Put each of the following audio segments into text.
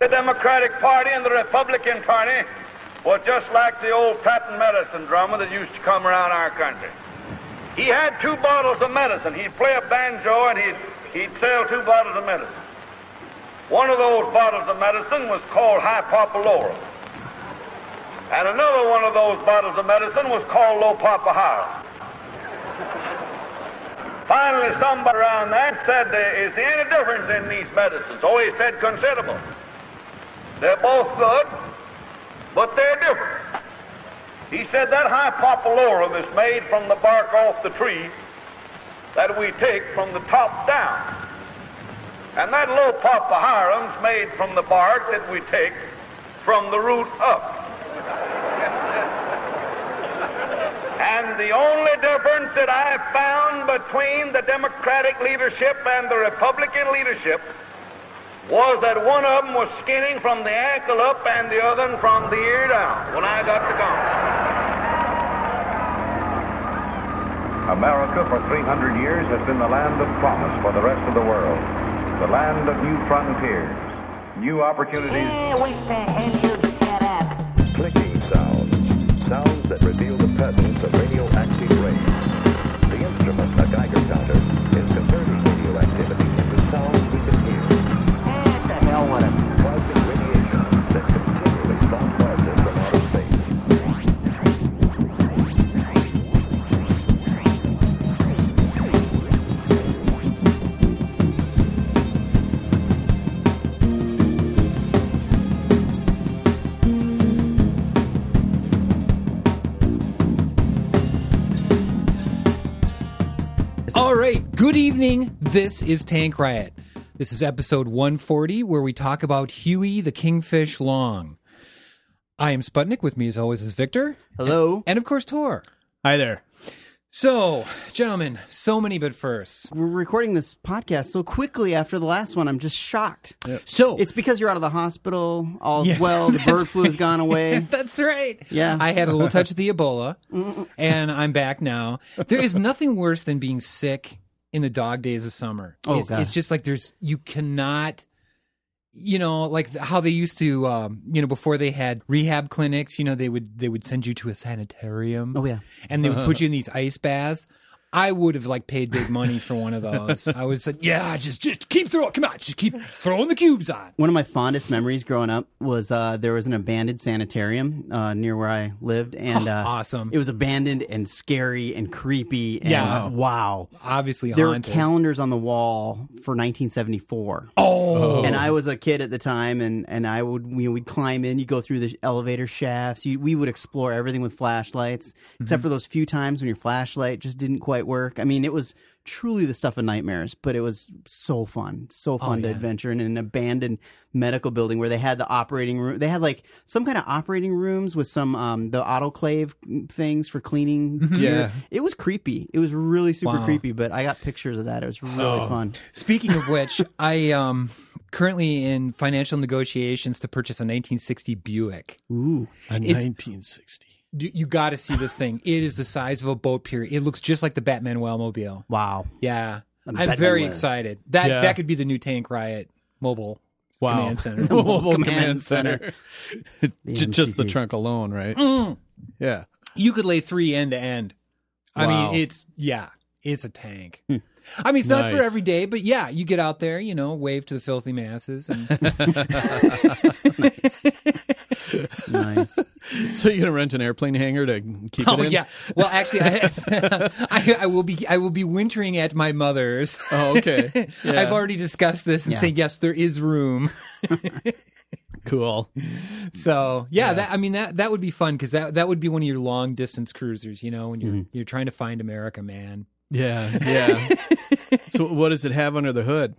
The Democratic Party and the Republican Party were just like the old patent medicine drummer that used to come around our country. He had two bottles of medicine. He'd play a banjo and he'd, he'd sell two bottles of medicine. One of those bottles of medicine was called hypopolorum. And another one of those bottles of medicine was called lopapahara. Finally, somebody around there said, Is there any difference in these medicines? Oh, he said, Considerable. They're both good, but they're different. He said, That hypopolorum is made from the bark off the tree that we take from the top down. And that lopapaharum's made from the bark that we take from the root up. And the only difference that I found between the Democratic leadership and the Republican leadership was that one of them was skinning from the ankle up and the other from the ear down when I got to Congress. America for 300 years has been the land of promise for the rest of the world, the land of new frontiers, new opportunities. Yeah, what the hell you get up? Clicking sounds. Sounds that reveal the presence of radioactive rays. The instrument, a Geiger counter, is converting radio activity into sounds we can hear, What the hell with it? causing radiation that continually bombards us from outer space. All right. Good evening. This is Tank Riot. This is episode 140, where we talk about Huey the Kingfish Long. I am Sputnik. With me, as always, is Victor. Hello. And, of course, Tor. Hi there. So, gentlemen, so many but first. We're recording this podcast so quickly after the last one. I'm just shocked. So, It's because you're out of the hospital. All's Yes, well. The that's bird flu has gone away. that's right. Yeah. I had a little touch of the Ebola, and I'm back now. There is nothing worse than being sick in the dog days of summer. Oh, it's, God. it's just like there's you cannot, you know, like th- how they used to, um, you know, before they had rehab clinics. You know, they would they would send you to a sanitarium. Oh, yeah. and they would put you in these ice baths. I would have like paid big money for one of those. I would have said, "Yeah, just just keep throwing. Come on, just keep throwing the cubes on." One of my fondest memories growing up was uh, there was an abandoned sanitarium uh, near where I lived, and uh, Awesome. It was abandoned and scary and creepy. And, Yeah. uh, wow. Obviously, There were haunted. calendars on the wall for 1974. oh, and I was a kid at the time, and and I would you know, we'd climb in, you go through the elevator shafts, you, we would explore everything with flashlights, Mm-hmm. except for those few times when your flashlight just didn't quite work. I mean, it was truly the stuff of nightmares, but it was so fun, Oh, so fun to adventure in an abandoned medical building where they had the operating room. They had like some kind of operating rooms with some um the autoclave things for cleaning. gear. Yeah. it was creepy. It was really super Mm-hmm. Wow. Oh. creepy, but I got pictures of that. It was really fun. Speaking of which, I um currently in financial negotiations to purchase a 1960 Buick. Ooh. A 1960. You, you got to see this thing. It is the size of a boat pier. It looks just like the Batman Wellmobile. Wow. Yeah, I'm Batman very Well. excited. That Yeah. that could be the new Tank Riot mobile Wow. command center. Mobile Command command, center. J- just the MCC. trunk alone, right? Mm. Yeah. you could lay three end to end. I Wow. mean, it's yeah, it's a tank. I mean, it's not for Nice. every day, but yeah, you get out there, you know, wave to the filthy masses, and Nice. So you're gonna rent an airplane hangar to keep Oh it in? yeah. Well, actually, I, I, I will be I will be wintering at my mother's. Oh, okay. Yeah. I've already discussed this and Yeah. say yes, there is room. cool. So yeah, that I mean that that would be fun because that that would be one of your long distance cruisers. You know, when you're Mm-hmm. you're trying to find America, man. Yeah, yeah. so what does it have under the hood?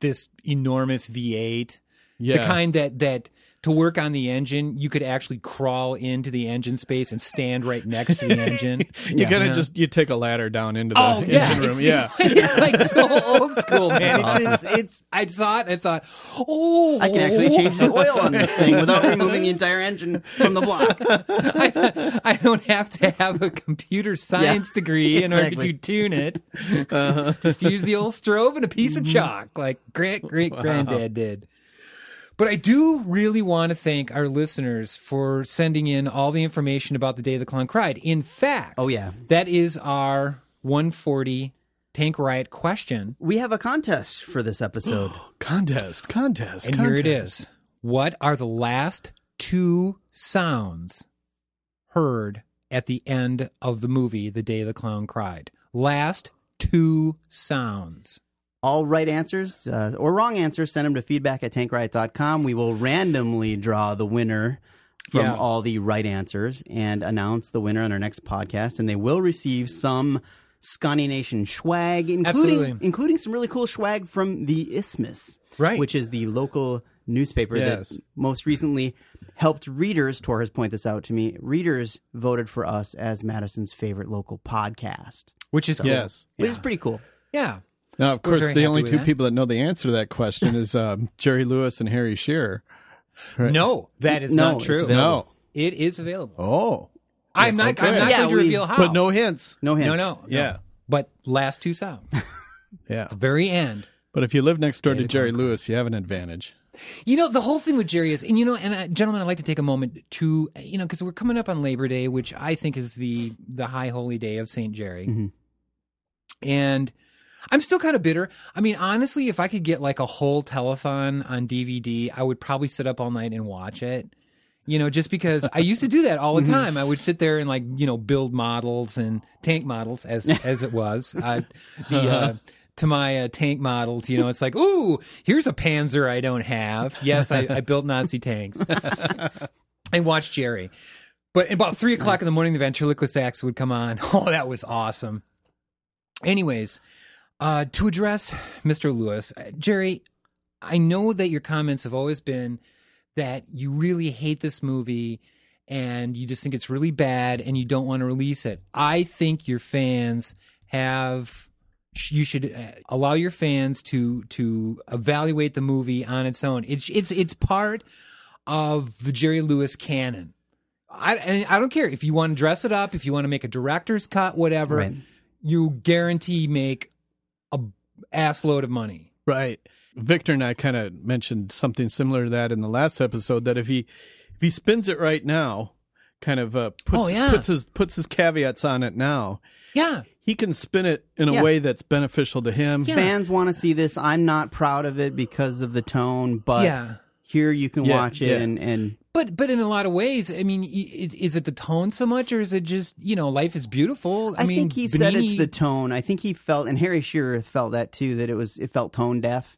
This enormous V8, Yeah, the kind that that to work on the engine, you could actually crawl into the engine space and stand right next to the engine. you gotta Yeah. just you take a ladder down into the Oh engine yeah, room. it's, yeah, it's like so old school, man. It's, it's, it's I saw it. I thought, oh, I can actually change the oil on this thing without removing the entire engine from the block. I, I don't have to have a computer science degree in order to exactly. Uh-huh. tune it. Mm-hmm. Just use the old strobe and a piece of chalk, like Grant Great Granddad did. But I do really want to thank our listeners for sending in all the information about the day the clown cried. In fact, Oh, yeah. that is our 140 tank riot question, We have a contest for this episode. Contest, contest, and here it is. What are the last two sounds heard at the end of the movie The Day the Clown Cried? Last two sounds. All right answers uh, or wrong answers, send them to feedback at tankriot.com. We will randomly draw the winner from Yeah. all the right answers and announce the winner on our next podcast. And they will receive some Scotty Nation swag, including Absolutely. including some really cool swag from the Isthmus, Right. Which is the local newspaper Yes. that most recently helped readers. Tor has pointed this out to me. Readers voted for us as Madison's favorite local podcast, Which is cool. Yes. which is pretty cool. Yeah. Now, of We're course, very the happy only with two that. people that know the answer to that question is um, Jerry Lewis and Harry Shearer. Right. No, that is No, not it's true. Available. It is available. Oh. I'm not. I'm okay. not Yeah, going to we- reveal how. But no hints. No no, hints. no. Yeah. But last two sounds, Yeah. very end. But if you live next door to Jerry Lewis, you have an advantage. You know, the whole thing with Jerry is, and you know, and uh, gentlemen, I'd like to take a moment to, you know, because we're coming up on Labor Day, which I think is the the high holy day of Saint Jerry, and I'm still kind of bitter. I mean, honestly, if I could get like a whole telethon on DVD, I would probably sit up all night and watch it. You know, just because I used to do that all the time. I would sit there and like you know build models and tank models as as it was. Uh, the uh, to my uh, tank models, you know, it's like, ooh, here's a Panzer I don't have. Yes, I, I built Nazi tanks and watched Jerry. But about three o'clock in the morning, the ventriloquist acts would come on. Oh, that was awesome. Anyways, uh, to address Mr. Lewis, uh, Jerry, I know that your comments have always been that you really hate this movie and you just think it's really bad and you don't want to release it. I think your fans have sh- you should uh, allow your fans to to evaluate the movie on its own. It's it's it's part of the Jerry Lewis canon. I and I don't care if you want to dress it up, if you want to make a director's cut, whatever. Right. You guarantee make a ass load of money. Right. Victor and I kind of mentioned something similar to that in the last episode that if he if he spins it right now, kind of uh, puts Oh, yeah. puts his puts his caveats on it now, Yeah, he can spin it in a Yeah. way that's beneficial to him. fans want to see this. I'm not proud of it because of the tone, but yeah. here you can Yeah, watch it yeah. and and But but in a lot of ways, I mean, y- is, is it the tone so much, or is it just you know life is beautiful? I, I, mean, think he said it's Benigni- the tone. I think he felt and Harry Shearer felt that too that it was it felt tone deaf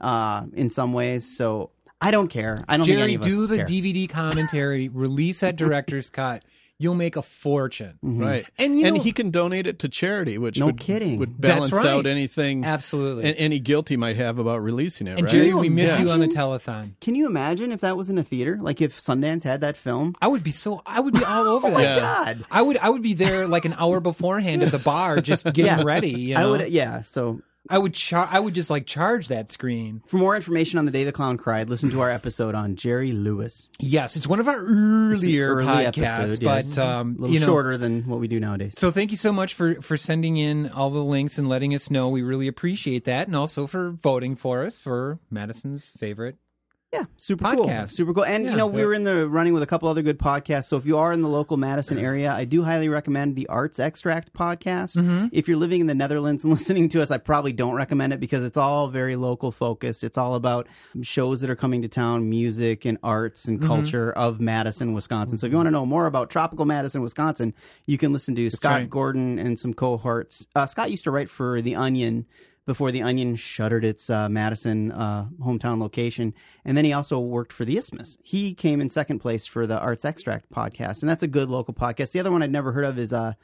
uh in some ways. So I don't care. I don't think Jerry any of do us the care. DVD commentary, release that director's cut. You'll make a fortune. Mm-hmm. Right. Mm-hmm. And you know- he can donate it to charity, which No would, kidding. would That's balance out right. anything Absolutely. a- any guilt he might have about releasing it, and right? Jerry, we miss Yeah. you on the telethon. Can you imagine if that was in a theater? Like if Sundance had that film? I would be so. I would be all over Oh my that. Yeah. god. I would. I would be there like an hour beforehand at the bar, just getting Yeah. ready. You know? I would yeah, so I would. Char- I would just like charge that screen. for more information on the day the clown cried, listen to our episode on Jerry Lewis. Yes, it's one of our earlier early podcasts, episode, yes. but um, A little you know, shorter than what we do nowadays. So thank you so much for for sending in all the links and letting us know. We really appreciate that, and also for voting for us for Madison's favorite. Yeah, super cool. Podcast. Super cool. And you know, we were in the running with a couple other good podcasts. So if you are in the local Madison area, I do highly recommend the Arts Extract podcast. Mm-hmm. If you're living in the Netherlands and listening to us, I probably don't recommend it because it's all very local focused. It's all about shows that are coming to town, music and arts Mm-hmm. and culture of Madison, Wisconsin. So if you want to know more about tropical Madison, Wisconsin, you can listen to Scott right. Gordon and some cohorts. Uh, Scott used to write for The Onion before The Onion shuttered its uh, Madison uh, hometown location. And then he also worked for The Isthmus. He came in second place for the Arts Extract podcast. And that's a good local podcast. The other one I'd never heard of is uh,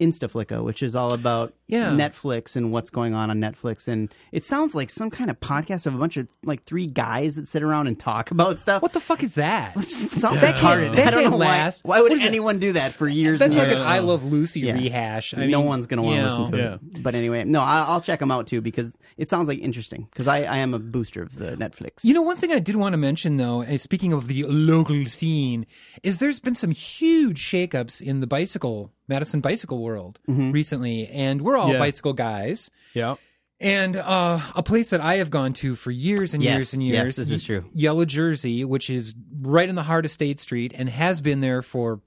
Instaflicka, which is all about Yeah. Netflix and what's going on on Netflix. And it sounds like some kind of podcast of a bunch of like three guys that sit around and talk about stuff. What the fuck is that? Sounds That can't- retarded. that I don't can't know why. last. Why would What is that? anyone do that for years? That's and like years? an I Love Lucy Yeah. rehash. I no mean, one's going to want you to listen know. to it. But anyway, no, I, I'll check them out too because it sounds like interesting because I, I am a booster of the Netflix. You know, one thing I did want to mention, though, and speaking of the local scene, is there's been some huge shakeups in the Mm-hmm. bicycle, Madison bicycle world recently, and we're all Yeah. bicycle guys. Yeah. And uh, a place that I have gone to for years and Yes, years and yes, years. this is true. Yellow Jersey, which is right in the heart of State Street and has been there for,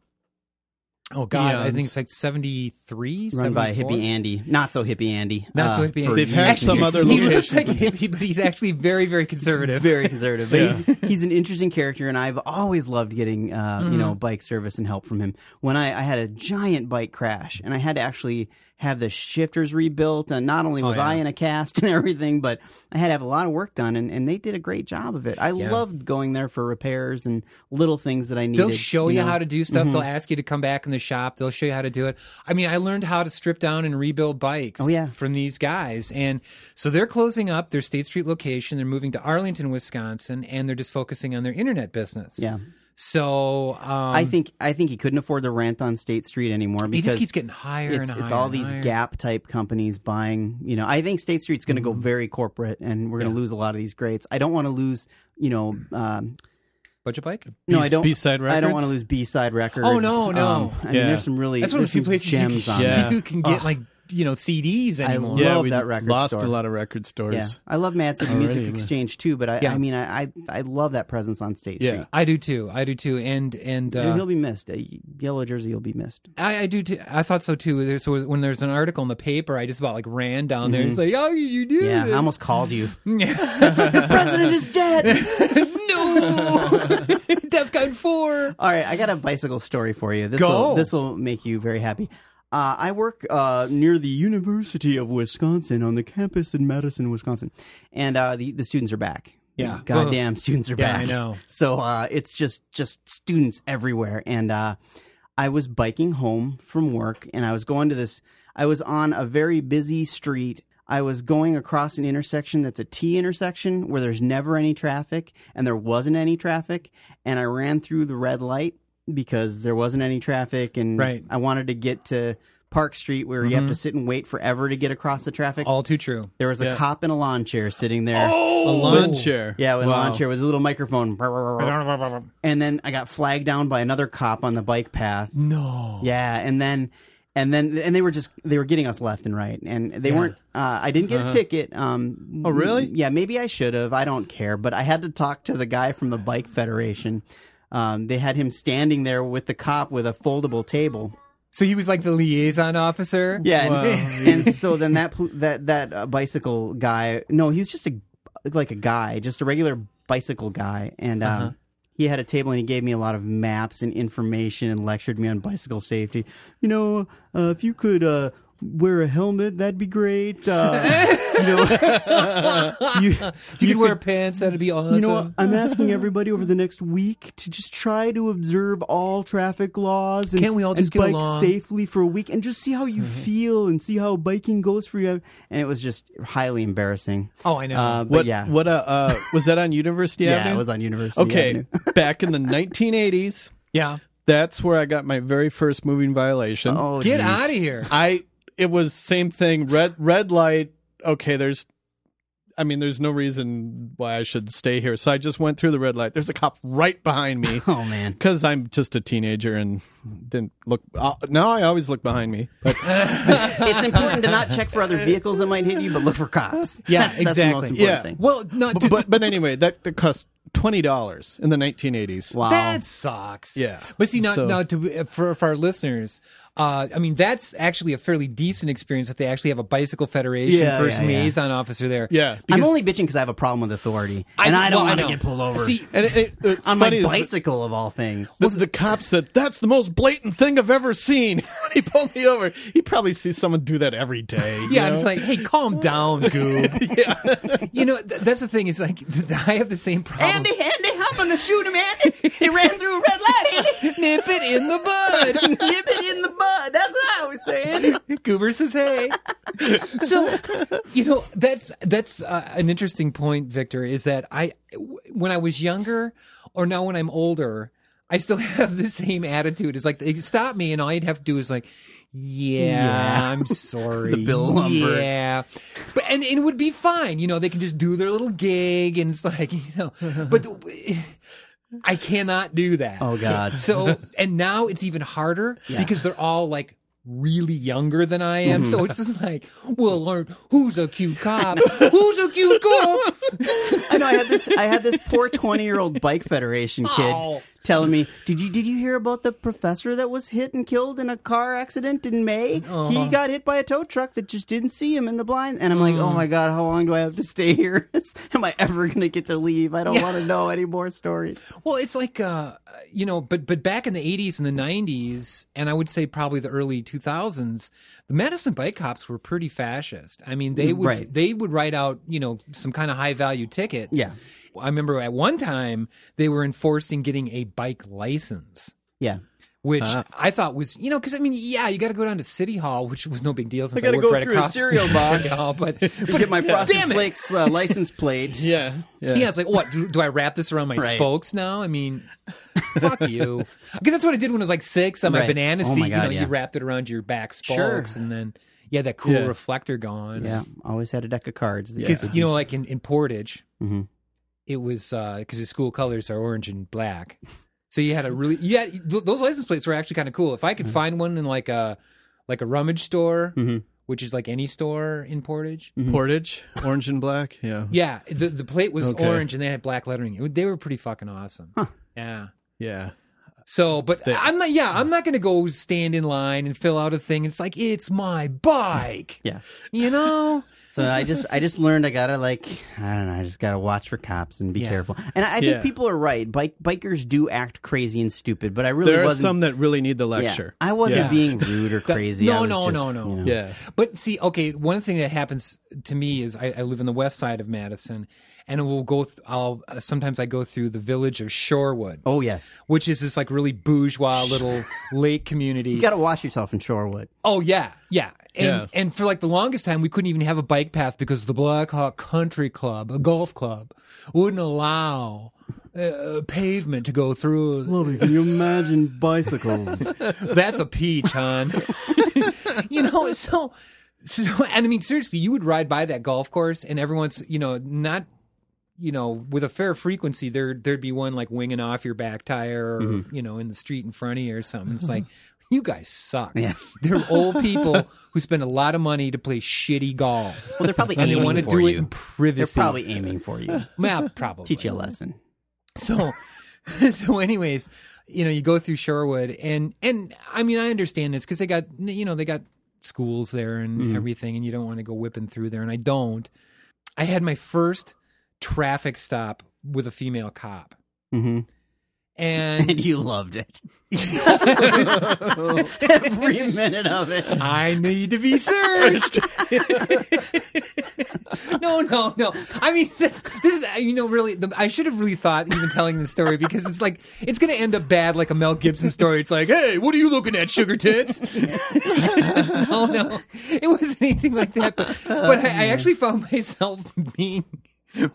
oh God, I Eons. think it's like 73, Run by 74? hippie Andy, not so hippie Andy. Not so uh, hippie for Andy. They've had years some and other years. He locations. looks like a hippie, but he's actually very, very conservative. very conservative. But he's, he's an interesting character, and I've always loved getting uh, you Mm-hmm. know bike service and help from him. When I, I had a giant bike crash, and I had to actually have the shifters rebuilt, and not Oh, only was I in a cast and everything, but I had to have a lot of work done, and, and they did a great job of it. I loved going there for repairs and little things that I needed. They'll show you, know. Mm-hmm. how to do stuff. They'll ask you to come back in the shop. They'll show you how to do it. I mean, I learned how to strip down and rebuild bikes Oh, yeah. from these guys. And so they're closing up their State Street location. They're moving to Arlington, Wisconsin, and they're just focusing on their internet business. Yeah, So um, I think I think he couldn't afford to rent on State Street anymore it because just keeps getting higher it's, and higher. it's all and these higher. gap type companies buying you know i think state street's going to Mm-hmm. go very corporate and we're going to lose a lot of these greats i don't want to lose you know um, Budget bike? no B- i don't B-side i don't records? want to lose b-side records Oh, no, no. Um, i mean Yeah. there's some really That's one of the there's few some places gems you, on can, there. there. you can get like, you know, CDs anymore. love yeah, we that record lost store. a lot of record stores. yeah i love mad city music Alrighty, man. exchange too but i, Yeah. I mean I, I i love that presence on state Yeah. street I do too. I do too. And, and, uh, And he'll be missed a yellow jersey will be missed I, I do. Too. I thought so too. There's, so when there's an article in the paper, I just about like ran down there. and It's like, oh, you- you do. Mm-hmm. yeah this. i almost called you the president is dead. no, DefCon Four. All right, I got a bicycle story for you. This Go. will this will make you very happy. Uh, I work uh, near the University of Wisconsin on the campus in Madison, Wisconsin, and uh, the the students are back. Yeah. goddamn, students are Yeah, I back. know. So uh, it's just just students everywhere, and uh, I was biking home from work, and I was going to this. I was on a very busy street. I was going across an intersection that's a T intersection where there's never any traffic, and there wasn't any traffic, and I ran through the red light because there wasn't any traffic, and Right. Mm-hmm. I wanted to get to Park Street where you have to sit and wait forever to get across the traffic. All Oh, too true. there was a Yeah. cop in a lawn chair sitting there. A lawn chair. Yeah, with a Wow. lawn chair with a little microphone. And then I got flagged down by another cop on the bike path. No. Yeah, and then and then and they were just they were getting us left and right, and they weren't. Uh, I didn't get a ticket. Um, Uh-huh. Oh, really? Yeah, maybe I should have. I don't care, but I had to talk to the guy from the bike federation. Um, they had him standing there with the cop with a foldable table. So he was like the liaison officer. Yeah, and, Wow. and so then that pol- that that uh, bicycle guy. No, he was just a like a guy, just a regular bicycle guy, and. Um, He had a table and he gave me a lot of maps and information and lectured me on bicycle safety. You know, uh, if you could uh, wear a helmet, that'd be great. Uh, you know, you, You, could wear could- pants. That'd be awesome. you know, what? I'm asking everybody over the next week to just try to observe all traffic laws and, Can't we all and just get bike along? Mm-hmm. safely for a week and just see how you feel and see how biking goes for you. And it was just highly embarrassing. Oh, I know. Uh, but What? yeah, What? Uh, uh, was that on University yeah, Avenue? it was on University. Okay, Avenue. back in the 1980s, yeah. that's where I got my very first moving violation. Oh, Get geez. out of here. I it was same thing. Red red light. Okay, there's. I mean, there's no reason why I should stay here. So I just went through the red light. There's a cop right behind me Oh man. because I'm just a teenager and didn't look. Uh, now I always look behind me. But it's important to not check for other vehicles that might hit you, but look for cops. Yeah, that's, that's the exactly. most important Yeah. thing. Well, no, but, dude, but but anyway, that, that cost twenty dollars in the 1980s. Wow. That sucks. Yeah. But see, now, So- now to for for our listeners, uh, I mean, that's actually a fairly decent experience that they actually have a bicycle federation Yeah, person yeah, yeah. liaison officer there. Yeah. I'm only bitching because I have a problem with authority, and I, don't well, want to know. get pulled over See, And it, it, it's on my funny is that- bicycle of all things. The, the cop said, "That's the most blatant thing I've ever seen." he pulled me over. He probably sees someone do that every day. you yeah, I'm know? just like, hey, calm down, goob. yeah. You know, th- that's the thing. It's like I have the same problem. Andy, I'm gonna shoot him, Andy. He ran through a red light, Andy. Nip it in the bud. Nip it in the bud. That's what I always say, Andy. Goober says hey. so, you know, that's that's uh, an interesting point, Victor. Is that I, w- when I was younger, or now when I'm older, I still have the same attitude. It's like they stop me, and all you'd have to do is like, yeah, Yeah. I'm sorry, The Bill Lumber. yeah, but and, and it would be fine. You know, they can just do their little gig, and it's like you know, but. the- I cannot do that. Oh, God. So and now it's even harder because they're all like really younger than I am. So it's just like, we'll learn who's a cute cop, who's a cute cop. I know I had this I had this poor 20-year-old bike federation kid Oh. telling me, "Did you did you hear about the professor that was hit and killed in a car accident in May? He got hit by a tow truck that just didn't see him in the blind." And I'm like, "Oh my god, how long do I have to stay here? Am I ever going to get to leave? I don't want to know any more stories." Well, it's like uh, you know, but but back in the '80s and the '90s, and I would say probably the early 2000s, the Madison bike cops were pretty fascist. I mean, they would Right. they would write out you know some kind of high value tickets. Yeah. I remember at one time they were enforcing getting a bike license. Yeah. Which Uh-huh. I thought was, you know, because I mean, yeah, you got to go down to City Hall, which was no big deal since I, gotta worked go right through a across cereal from box. City Hall, but, but Get my Frosted damn it. Flakes uh, license plate. Yeah, yeah. Yeah, it's like, what? Do, do I wrap this around my Right. spokes now? I mean, fuck you. Because that's what I did when I was like six on my Right. banana Oh my seat. you God, know, yeah. you wrapped it around your back Sure. spokes, and then you had that cool Yeah. reflector going. Yeah, always had a deck of cards. that you because could you know, use. like in, in Portage, Mhm. it was because the school colors are orange and black. So you had a really yeah. Th- those license plates were actually kind of cool. If I could Uh-huh. find one in like a like a rummage store, Mhm. which is like any store in Portage. Mm. Portage, orange and black. Mm-hmm. Yeah, Yeah, the the plate was Okay. orange and they had black lettering. It- They were pretty fucking awesome. Yeah. yeah. So, but They- I'm not. Yeah, I'm not going to go stand in line and fill out a thing. It's like it's my bike. yeah. You know. So I just I just learned I gotta like I don't know I just gotta watch for cops and be Yeah. careful. And I, I think Yeah. people are right. Bike bikers do act crazy and stupid, but I really There are wasn't. some that really need the yeah, lecture. I wasn't Yeah. being rude or crazy. I no, was no, just, no, no. you know. Yeah. But see, okay, one thing that happens to me is I, I live in the west side of Madison, and we'll go. Th- I'll uh, sometimes I go through the village of Shorewood, Oh yes, which is this like really bourgeois little lake community. you gotta wash yourself in Shorewood. Oh yeah, yeah. And Yeah. and for like the longest time we couldn't even have a bike path because the Blackhawk Country Club, a golf club, wouldn't allow uh, pavement to go through. Lovely. Can you imagine bicycles? That's a peach, hon. you know, so so and I mean seriously, you would ride by that golf course and everyone's, you know, not you know, with a fair frequency, there there'd be one like winging off your back tire, or, Mm-hmm. you know, in the street in front of you or something. It's like you guys suck. Yeah. They're old people who spend a lot of money to play shitty golf. well, they're probably and they aiming want to for do it you. in they're privacy. probably aiming for you. yeah, probably Teach you a lesson. so so anyways you know you go through shorewood and and i mean i understand this because they got you know they got schools there and Mm-hmm. everything and you don't want to go whipping through there and i don't i had my first traffic stop with a female cop Mhm. and And you loved it. Every minute of it. I need to be searched. no, no, no. I mean, this, this is you know really. The, I should have really thought even telling this story because it's like it's going to end up bad, like a Mel Gibson story. It's like, hey, what are you looking at, sugar tits? no, no, it wasn't anything like that. But, but I, I actually found myself being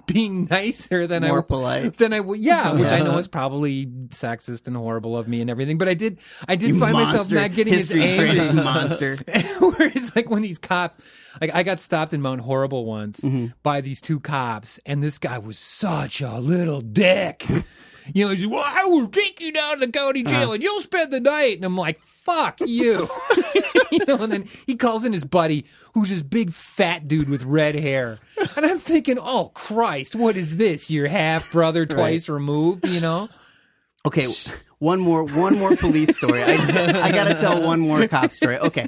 being nicer than More I polite. than I would. Yeah, which I know is probably sexist and horrible of me and everything. But I did, I did You find myself monster. not getting History's as angry. greatest monster. where it's like when these cops like i got stopped in mount horrible once Mm-hmm. by these two cops and this guy was such a little dick you know he's like, well i will take you down to county Uh-huh. jail and you'll spend the night and i'm like fuck you you know and then he calls in his buddy who's this big fat dude with red hair and i'm thinking oh christ what is this your half brother twice removed you know Okay, one more one more police story. I just, I gotta tell one more cop story. Okay,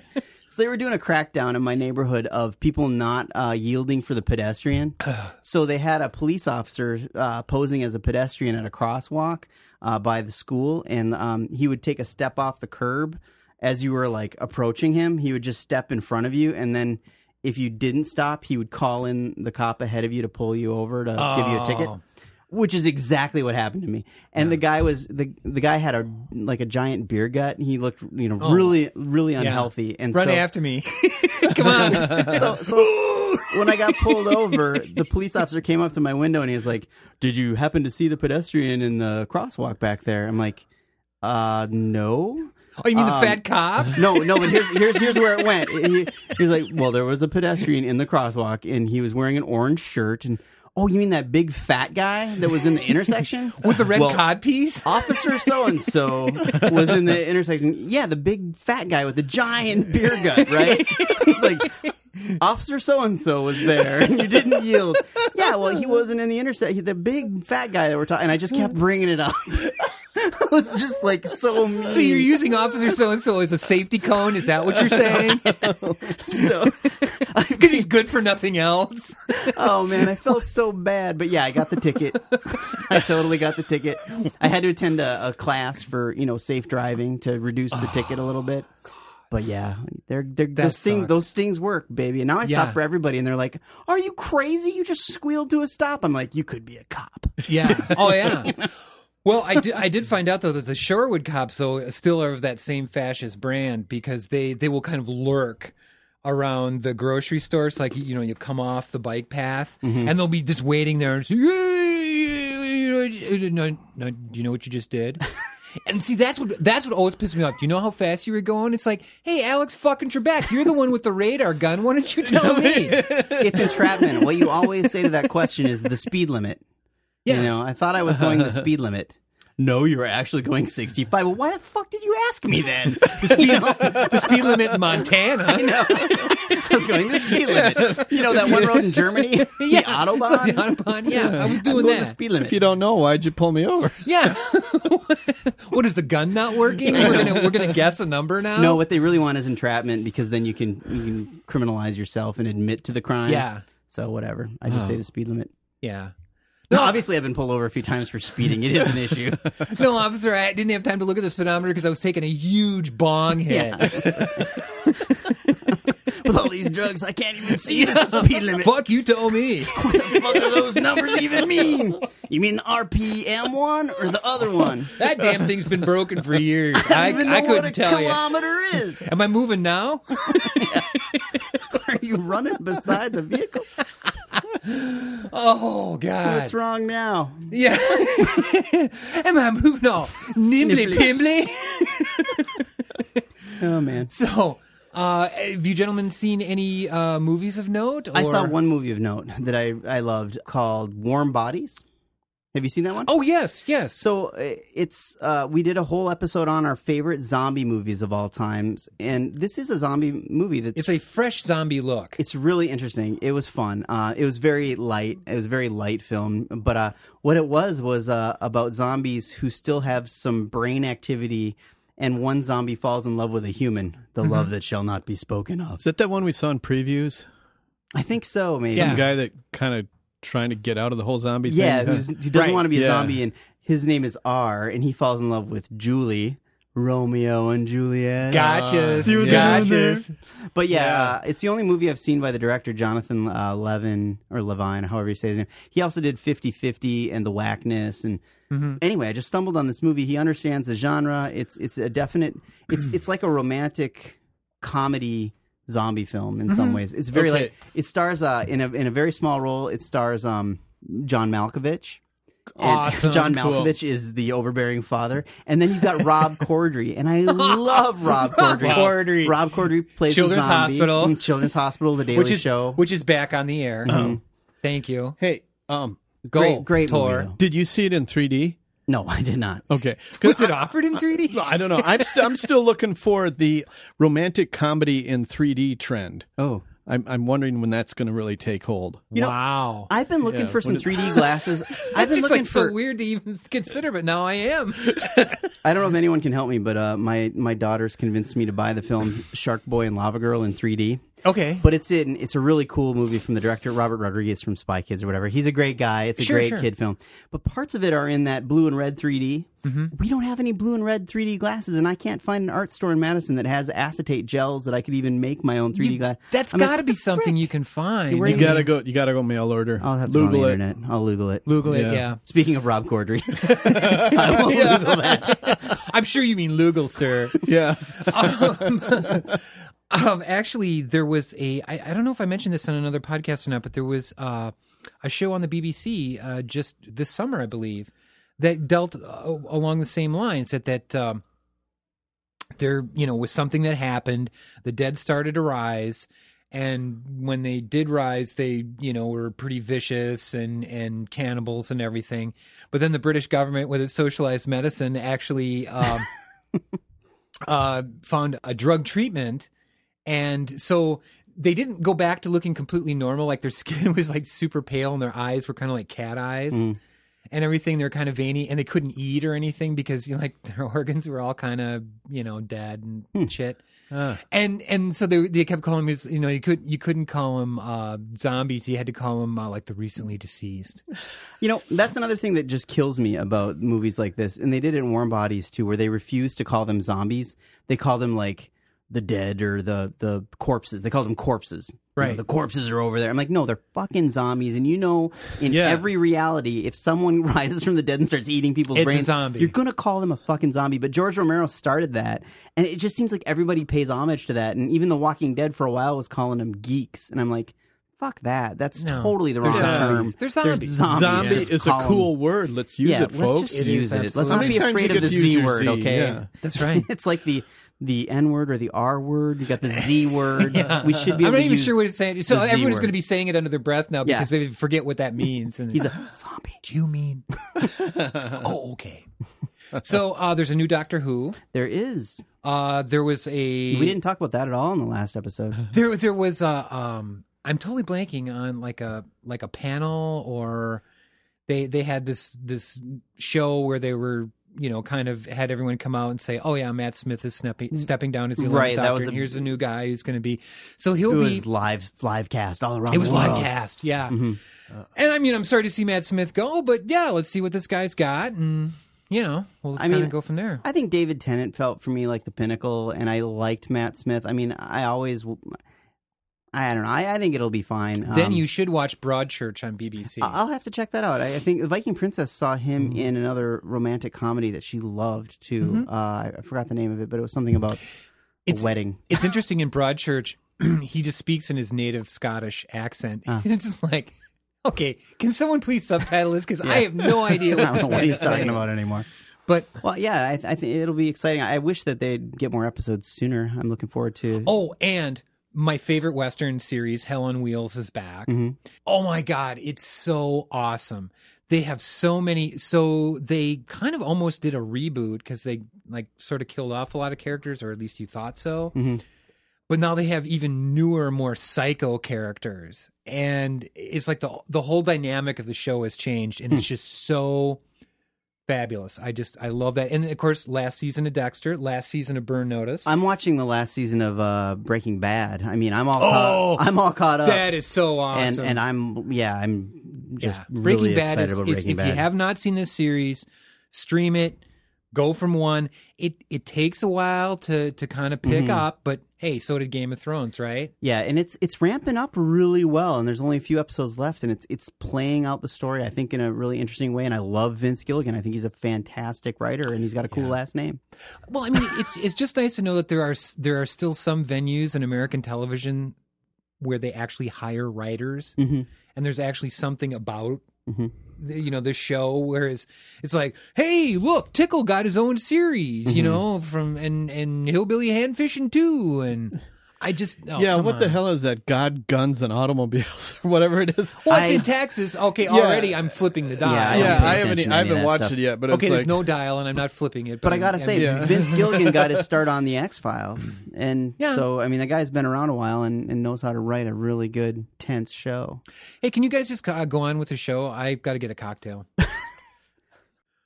so they were doing a crackdown in my neighborhood of people not uh, yielding for the pedestrian. So they had a police officer uh, posing as a pedestrian at a crosswalk uh, by the school, and um, he would take a step off the curb as you were like approaching him. He would just step in front of you, and then. If you didn't stop, he would call in the cop ahead of you to pull you over to give you a Oh. ticket which is exactly what happened to me. And the guy was the the guy had a like a giant beer gut. He looked you know really really Oh. Yeah. unhealthy. And run so, after me come on so, so when I got pulled over, the police officer came up to my window and he was like, "Did you happen to see the pedestrian in the crosswalk back there?" I'm like, "Uh, no." oh you mean Um, the fat cop No, no, but here's here's here's where it went. He, he was like, "Well, there was a pedestrian in the crosswalk, and he was wearing an orange shirt, and Oh, you mean that big fat guy that was in the intersection? with the red Well, cod piece. Officer so and so was in the intersection. Yeah, the big fat guy with the giant beer gut, right? He's like, Officer so and so was there, and you didn't yield. Yeah, well, he wasn't in the intersection. The big fat guy that we're talking, and I just kept bringing it up. it's just like so mean. So you're using Officer So and So as a safety cone? Is that what you're saying? so. Because he's good for nothing else. Oh man, I felt so bad, but yeah, I got the ticket. I totally got the ticket. I had to attend a, a class for you know safe driving to reduce the ticket a little bit. But yeah, they're, they're those things sucks. those things work, baby. And now I Yeah. stop for everybody, and they're like, "Are you crazy? You just squealed to a stop." I'm like, "You could be a cop." Yeah. Oh yeah. Well, I did. I did find out though that the Sherwood cops though still are of that same fascist brand because they they will kind of lurk around the grocery stores. Like you know, you come off the bike path and they'll be just waiting there and say, "Hey, no, no, do you know what you just did? And see, that's what that's what always pissed me off. Do you know how fast you were going? It's like, hey, Alex fucking Trebek, you're the one with the radar gun. Why don't you tell me? It's entrapment. what you always say to that question is the speed limit. Yeah. You know, I thought I was going the speed limit. No, you were actually going 65. Well, why the fuck did you ask me then? You know? the speed limit in Montana. I was going the speed limit. You know that one road in Germany, So yeah, the the autobahn. Autobahn, yeah, I was I'm doing going that. the speed limit. If you don't know, why'd you pull me over? Yeah. what is the gun not working? We're gonna we're gonna guess a number now. no, what they really want is entrapment because then you can you can criminalize yourself and admit to the crime. Yeah. So whatever. I just say the speed limit. Yeah. Oh. No, obviously I've been pulled over a few times for speeding. It is an issue. No, officer, I didn't have time to look at the speedometer because I was taking a huge bong hit. With all these drugs, I can't even see the speed limit. What Fuck you, told me. the fuck do those numbers even mean? You mean the RPM one or the other one? That damn thing's been broken for years. I I, don't even know I what couldn't a tell you. kilometer is. Am I moving now? Are you running beside the vehicle? Oh God! What's wrong now? Yeah. Am I moving? No, nimbly pimbly. Nimbly. Oh man. So, uh, have you gentlemen seen any uh, movies of note? I saw or- one movie of note that I, I loved called Warm Bodies. Have you seen that one? Oh yes, yes. So uh, it's uh, we did a whole episode on our favorite zombie movies of all times, and this is a zombie movie that's it's a fresh zombie look. it's really interesting. It was fun. Uh, it was very light. It was a very light film. But uh, what it was was uh, about zombies who still have some brain activity, and one zombie falls in love with a human, the Mm-hmm. love that shall not be spoken of. Is that that one we saw in previews? I think so. Maybe Yeah. The guy that kind of trying to get out of the whole zombie Yeah, thing. who's, who doesn't Right, want to be a yeah. zombie, and his name is R, and he falls in love with Julie, Romeo and Juliet. Gotchas. See what they're doing there? gotchas. But yeah, Uh, it's the only movie I've seen by the director Jonathan uh, Levin or Levine, however you say his name. He also did 50-50 and The Whackness, and Mm-hmm. anyway, I just stumbled on this movie. He understands the genre. It's it's a definite. It's it's like a romantic comedy zombie film in Mm-hmm. some ways. It's very Okay. like it stars uh, in a in a very small role. It stars um, John Malkovich. And Awesome. John Cool. Malkovich is the overbearing father, and then you've got Rob Corddry, and I love Rob Corddry. Corddry. Rob Corddry plays the Children's zombie Hospital. in Children's Hospital, The Daily Which is Show. Uh-huh. which is back on the air. Thank you. Hey, um, Go great, great movie, Tor. though. did you see it in 3D? No, I did not. Okay, Was it Oh, offered in 3D? Uh, I don't know. I'm still I'm still looking for the romantic comedy in 3D trend. Oh, I'm I'm wondering when that's going to really take hold. you know, wow. I've been looking Yeah, for some what is- 3D glasses. I've It's been just looking like for. so weird to even consider, but now I am. I don't know if anyone can help me, but uh, my my daughter's convinced me to buy the film Shark Boy and Lava Girl in 3D. Okay. But it's in it's a really cool movie from the director Robert Rodriguez from Spy Kids or whatever. He's a great guy. It's a Sure, great sure. kid film. But parts of it are in that blue and red 3D. Mm-hmm. We don't have any blue and red 3D glasses, and I can't find an art store in Madison that has acetate gels that I could even make my own 3D glass. That's I'm like, got to be "What the something frick?" you can find. Where I You mean, gotta go. You gotta go mail order. I'll have to Google Google the it. internet. I'll Google it. Google it, Yeah. yeah. Speaking of Rob Corddry, I will Google that. I'm sure you mean Lugal, sir. Yeah, Um, actually, there was a. I, I don't know if I mentioned this on another podcast or not, but there was uh, a show on the BBC uh, just this summer, I believe, that dealt uh, along the same lines that that um, there you know was something that happened. The dead started to rise, And when they did rise, they you know were pretty vicious and and cannibals and everything. But then the British government, with its socialized medicine, actually um, uh, found a drug treatment, and so they didn't go back to looking completely normal. Like their skin was like super pale, and their eyes were kind of like cat eyes Mm. and everything. They're kind of veiny, and they couldn't eat or anything because you know, like their organs were all kind of you know dead and Hmm. shit. And and so they they kept calling him his- you know you could you couldn't call him uh, zombies. You had to call him uh, like the recently deceased. You know, that's another thing that just kills me about movies like this, and they did it in Warm Bodies too, where they refuse to call them zombies. They call them like the dead or the the corpses. They call them corpses. You know, Right. the corpses are over there. I'm like, no, they're fucking zombies. And you know, in Yeah. every reality, if someone rises from the dead and starts eating people's It's a brains, zombie. you're gonna call them a fucking zombie. But George Romero started that, and it just seems like everybody pays homage to that. And even The Walking Dead for a while was calling them geeks, and I'm like. Fuck that! That's No. totally the wrong They're term. zombies. They're zombies. zombies. Zombie Just is call a 'em- cool word. Let's use yeah, it, let's folks. just It use is, it. Let's absolutely. not How many be times afraid you of get the to use Z your word, Z, okay? yeah. That's right. It's like the the N word or the R word. You got the Z word. We should be. I'm able not to even use- sure what it's saying. So the Z everyone's word. going to be saying it under their breath now Yeah. because they forget what that means. And He's a zombie. do you mean? oh, okay. So uh, there's a new Doctor Who. There is. Uh, there was a We didn't talk about that at all in the last episode. there there was a um I'm totally blanking on like a like a panel or they they had this this show where they were you know kind of had everyone come out and say oh yeah Matt Smith is stepping stepping down as the 11th Mm, Right, that doctor was and a- here's a new guy who's going to be so It he'll be was live live cast all around. it was the world. Mm-hmm. live cast yeah and I mean I'm sorry to see Matt Smith go but yeah let's see what this guy's got and you know we'll just I kind of mean, go from there I think David Tennant felt for me like the pinnacle, and I liked Matt Smith. I mean, I always. w- I don't know. I, I think it'll be fine. then Um, you should watch Broadchurch on BBC I- I'll have to check that out. I I think the Viking Princess saw him Mm-hmm. in another romantic comedy that she loved too. Uh, I I forgot the name of it, but it was something about It's- a wedding. it's interesting in Broadchurch, he just speaks in his native Scottish accent. Uh. And it's just like, okay, can someone please subtitle this? Because I have no idea I what don't this know what man he's is talking saying. about anymore. But Well, yeah, I, th- I think it'll be exciting. I wish that they'd get more episodes sooner. I'm looking forward to. oh, and my favorite Western series, Hell on Wheels, is back. Oh my God, it's so awesome. They have so many. So they kind of almost did a reboot because they like sort of killed off a lot of characters, or at least you thought so. but now they have even newer, more psycho characters, and it's like the the whole dynamic of the show has changed, and it's just so fabulous. I just I love that, and of course, last season of Dexter, last season of Burn Notice. I'm watching the last season of uh, Breaking Bad. I mean, I'm all Oh, caught, I'm all caught up. that is so and awesome, and I'm yeah, I'm just Yeah. really Breaking Bad excited is, about is- Breaking if Bad. you have not seen this series, stream it. Go from one. It it takes a while to to kind of Mm-hmm. pick up, but hey, so did Game of Thrones, right? Yeah, and it's it's ramping up really well, and there's only a few episodes left, and it's it's playing out the story, I think, in a really interesting way. And I love Vince Gilligan; I think he's a fantastic writer, and he's got a cool last name. Well, I mean, it's it's just nice to know that there are s- there are still some venues in American television where they actually hire writers, Mm-hmm. and there's actually something about the- you know this show. Whereas it's like, hey, look, Tickle got his own series, you Mm-hmm. know, from and and Hillbilly Hand Fishing too, and I just oh, yeah, come what the on. hell is that? God, guns, and automobiles, or whatever it is. Well, it's in I- Texas. Okay, already I'm flipping the dial. Yeah, I don't yeah, pay I attention haven't, to e, I any of haven't that watched stuff. it yet, but okay, it's there's like, no dial, and I'm not flipping it. But I gotta say, yeah. Vince Gilligan got his start on the X Files, and Yeah. so I mean, the guy's been around a while and, and knows how to write a really good tense show. hey, can you guys just uh, go on with the show? I've got to get a cocktail.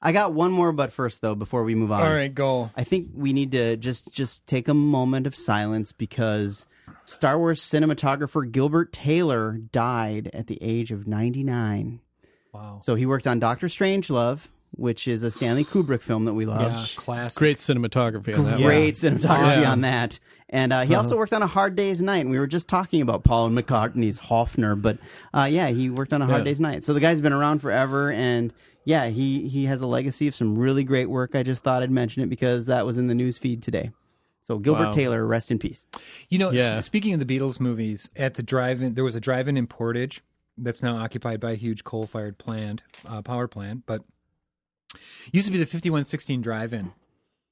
I got one more, but first though, before we move on, All right, go. I think we need to just just take a moment of silence because Star Wars cinematographer Gilbert Taylor died at the age of 99. Wow. So he worked on Doctor Strangelove, which is a Stanley Kubrick film that we love. Yeah, classic. great cinematography on that. one. Great cinematography Yeah. on that. And uh, he also worked on A Hard Day's Night. And we were just talking about Paul McCartney's Hoffner, but uh, yeah, he worked on A Hard Yeah. Day's Night. So the guy's been around forever. And yeah, he, he has a legacy of some really great work. I just thought I'd mention it because that was in the news feed today. So Gilbert Wow. Taylor, rest in peace. You know, s- Yeah. speaking of the Beatles movies, at the drive-in, there was a drive-in in Portage that's now occupied by a huge coal-fired plant, uh, power plant, but used to be the 5116 drive-in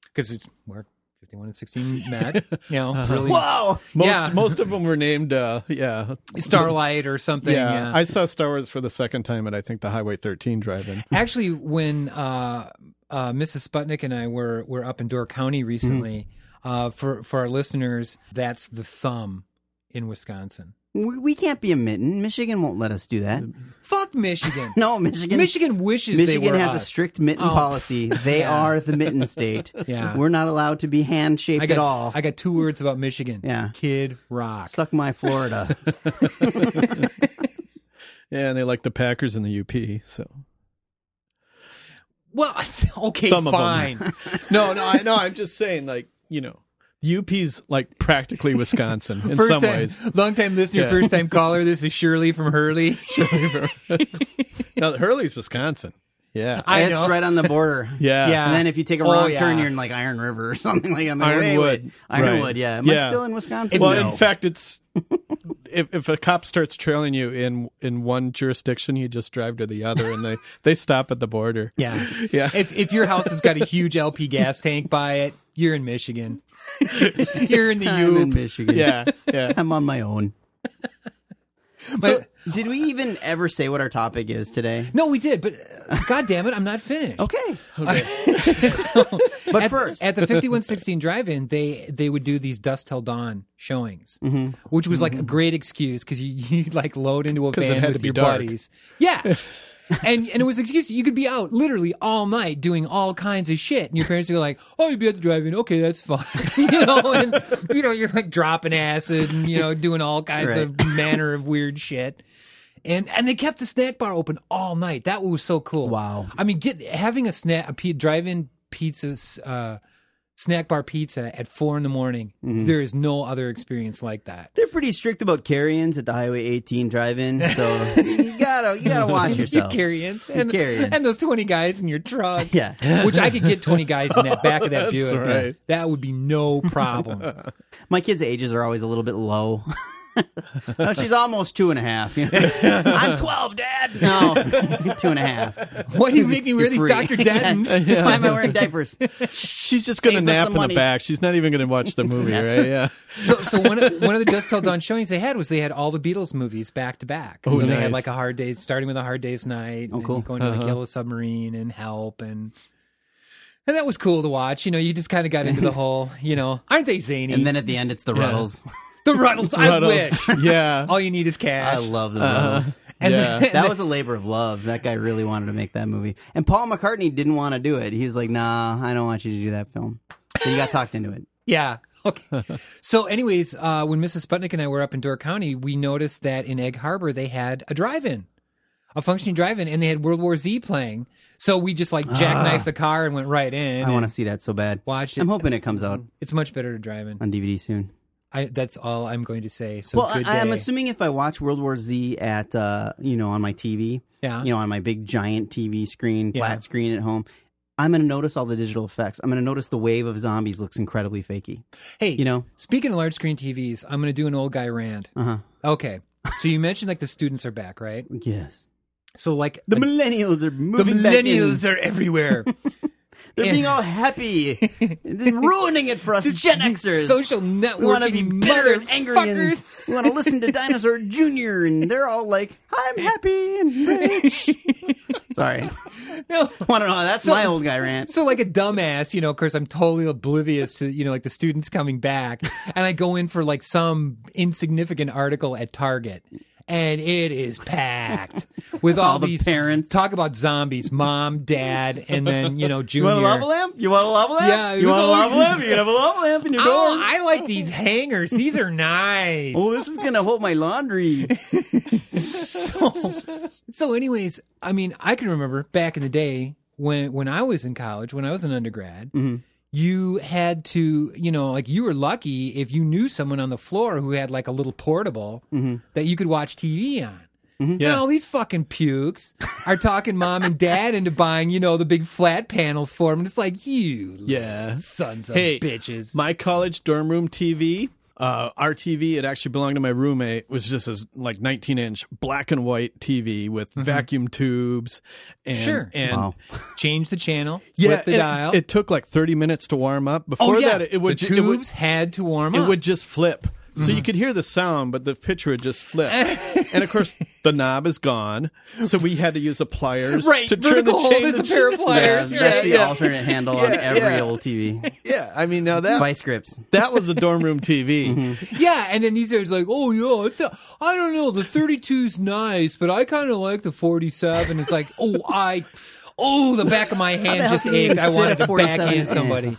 because it's where 51 and 16 Mac. You know, Uh-huh. really Whoa! Most Yeah. most of them were named. Uh, yeah, Starlight or something. yeah. Yeah. I saw Star Wars for the second time at I think the Highway 13 drive-in. Actually, when uh, uh, Mrs. Sputnik and I were, were up in Door Mm-hmm. County recently, uh, for, for our listeners, that's the thumb in Wisconsin. We, we can't be a mitten. Michigan won't let us do that. Fuck Michigan. No, Michigan. Michigan wishes they Michigan were has us. a strict mitten Oh, policy. They are the mitten state. Yeah. We're not allowed to be hand I shaped got, at all. I got two words about Michigan. Yeah. Kid Rock. Suck my Florida. Yeah, and they like the Packers and the UP. So well, okay, Some of 'em. fine. no, no, I, no. I'm just saying, like you know, UP's like practically Wisconsin in First some time, ways. long time listener, Yeah. first time caller. This is Shirley from Hurley. Now Hurley's Wisconsin. Yeah, I it's know. right on the border. yeah, Yeah. And then if you take a Oh, wrong yeah. turn, you're in like Iron River or something like that. I'm like, wait, Ironwood, wait. right. Ironwood, yeah. Am I Yeah. still in Wisconsin? Well, no. in fact, it's if if a cop starts trailing you in in one jurisdiction, you just drive to the other, and they they stop at the border. Yeah. Yeah. If if your house has got a huge LP gas tank by it, you're in Michigan. you're in the I'm in U. Michigan. yeah, yeah. I'm on my own. So, But- did we even ever say what our topic is today? No, we did, but uh, god damn it, I'm not finished. Okay. but at, first- at the 5116 drive-in, they they would do these Dust Till Dawn showings, Mm-hmm. which was like a great excuse because you you like load into a 'Cause it van had to with be your dark. buddies. Yeah. and and it was an excuse you could be out literally all night doing all kinds of shit, and your parents would go like, "Oh, you'd be at the drive-in, okay, that's fine," you know, and you know you're like dropping acid and you know doing all kinds of manner of weird shit. And and they kept the snack bar open all night. That was so cool. Wow. I mean, get having a snack a p- drive-in pizzas uh, snack bar pizza at four in the morning. Mm-hmm. there is no other experience like that. They're pretty strict about carry-ins at the Highway 18 drive-in, so you gotta you gotta watch yourself. You carry-ins and, carry-ins. and those twenty guys in your truck. Yeah. which I could get twenty guys in that back of that Buick. right. That would be no problem. My kids' ages are always a little bit low. no, she's almost two and a half. you know. I'm 12, Dad. No, two and a half. Why do you make me wear You're these free. Dr. Dentons? Yeah. Why am I wearing diapers? She's just gonna Saves us nap some in money. the back. She's not even gonna watch the movie, right? Yeah. So, so one of, one of the Dust Till Dawn showings they had was they had all the Beatles movies back to back. Oh, so they had nice. like a hard day's starting with a Hard Day's Night, and then Oh, cool. Uh-huh. going to like Yellow Submarine and Help, and and that was cool to watch. You know, you just kind of got into the whole, you know, aren't they zany? And then at the end, it's the Ruddles. the Ruddles, I Ruddles. wish. Oh, Yeah. All you need is cash. I love the Ruddles. Uh-huh. and yeah. then, That was a labor of love. That guy really wanted to make that movie, and Paul McCartney didn't want to do it. He's like, "Nah, I don't want you to do that film." So you got talked into it. yeah. Okay. so, anyways, uh, when Mrs. Sputnik and I were up in Door County, we noticed that in Egg Harbor they had a drive-in, a functioning drive-in, and they had World War Z playing. So we just like jackknifed the car and went right in. Ah. I want to and see that so bad. watch it. I'm hoping it comes out It's much better to drive in. on DVD soon. I, that's all I'm going to say. So Well, good I, I'm day. assuming if I watch World War Z at uh, you know on my TV, Yeah. you know on my big giant TV screen, Yeah. flat screen at home, I'm going to notice all the digital effects. I'm going to notice the wave of zombies looks incredibly fakey. hey, You know, speaking of large screen TVs, I'm going to do an old guy rant. uh huh. Okay. So you mentioned like the students are back, right? Yes, So like the a- millennials the are moving. back in. millennials are everywhere. They're being all happy, They're ruining it for us Gen Xers. social we want to networking be bitter and angry, and motherfuckers. we want to listen to Dinosaur Junior, and they're all like, "I'm happy and rich." Sorry, No. want to know? That's So- my old guy rant. So like a dumbass, you know, of course I'm totally oblivious to, you know, like the students coming back and I go in for like some insignificant article at Target and it is packed with all, All the these parents. Talk about zombies, mom, dad, and then, you know, You junior. want a lava lamp? You want a lava lamp? Yeah, it you was want a always- lava lamp? You can have a lava lamp in your Oh, dorm. I like these hangers. These are nice. Oh, this is gonna hold my laundry. so, so anyways i mean i can remember back in the day when when i was in college when i was an undergrad you had to you know like you were lucky if you knew someone on the floor who had like a little portable that you could watch tv on And all these fucking pukes are talking mom and dad into buying, you know, the big flat panels for them. And it's like, you Yeah. sons of Hey, bitches. My college dorm room TV. Uh, our TV, it actually belonged to my roommate, was just this like 19 inch black and white TV with vacuum tubes. And, Mm-hmm. Sure. And Wow. Change the channel. yeah, flip the and it- dial. It, took like 30 minutes to warm up. Before oh yeah, that, it would, the ju- it would tubes had to warm it up. Mm-hmm. would just flip. So you could hear the sound, but the picture would just flip. and of course, the knob is gone. So we had to use a pliers right. to turn vertical the hold chain. is a to- pair of Yeah, pliers. that's right. the alternate handle on Yeah, every yeah. old TV. Yeah, I mean now that Vice grips. that was the dorm room TV. Yeah, and then these guys are like, oh yeah, it's a, I don't know, the 32's nice, but I kind of like the 47. It's like, oh I, oh the back of my hand just How can you ached. I fit wanted a to 47 backhand somebody.